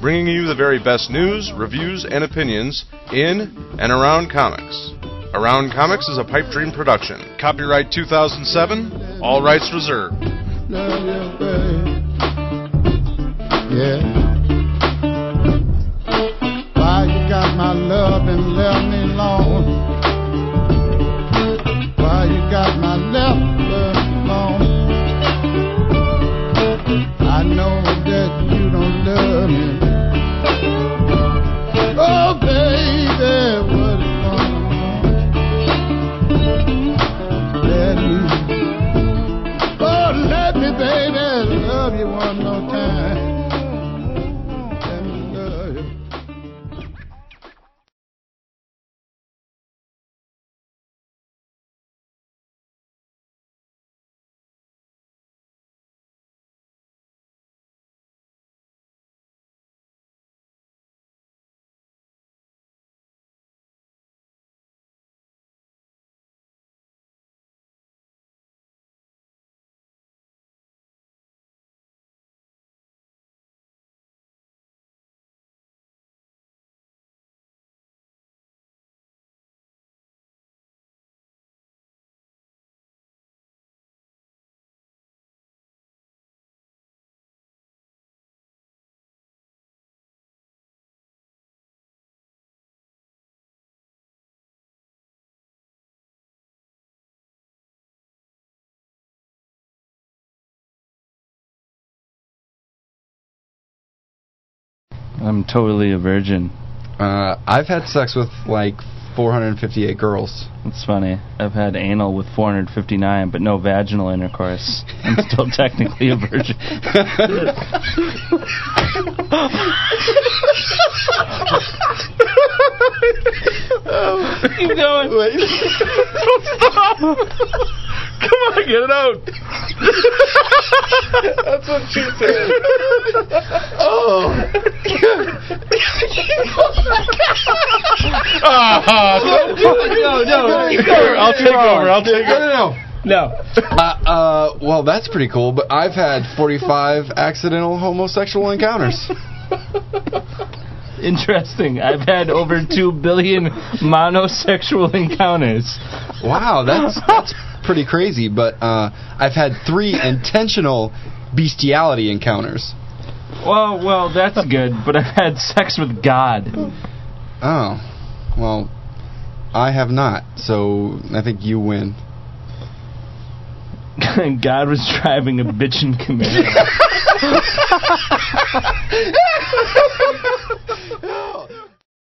Speaker 1: bringing you the very best news, reviews, and opinions in and around comics. Around Comics is a Pipe Dream production. Copyright 2007, all rights reserved.
Speaker 14: Why you got my love and left me alone? Why you got my left love alone? I know that you don't love me. Oh, baby, what is going on? Let me, oh, let me, baby, love you one more time.
Speaker 5: I'm totally a virgin.
Speaker 4: Uh, I've had sex with like 458 girls.
Speaker 5: That's funny. I've had anal with 459, but no vaginal intercourse. I'm still technically a virgin.
Speaker 2: Keep going. Wait. Don't stop. Come on, get it out. That's what she said. Oh.
Speaker 1: no,
Speaker 2: no, no.
Speaker 1: I'll take over. I'll
Speaker 4: take
Speaker 1: over.
Speaker 15: no,
Speaker 4: No, no. Uh, uh, well, that's pretty cool, but I've had 45 accidental homosexual encounters.
Speaker 5: Interesting. I've had over two billion monosexual encounters.
Speaker 4: Wow, that's that's pretty crazy. But uh, I've had three intentional bestiality encounters.
Speaker 5: Well, well, that's good. But I've had sex with God.
Speaker 4: Oh, well, I have not. So I think you win.
Speaker 5: God was driving a bitchin' Camaro.
Speaker 2: Oh.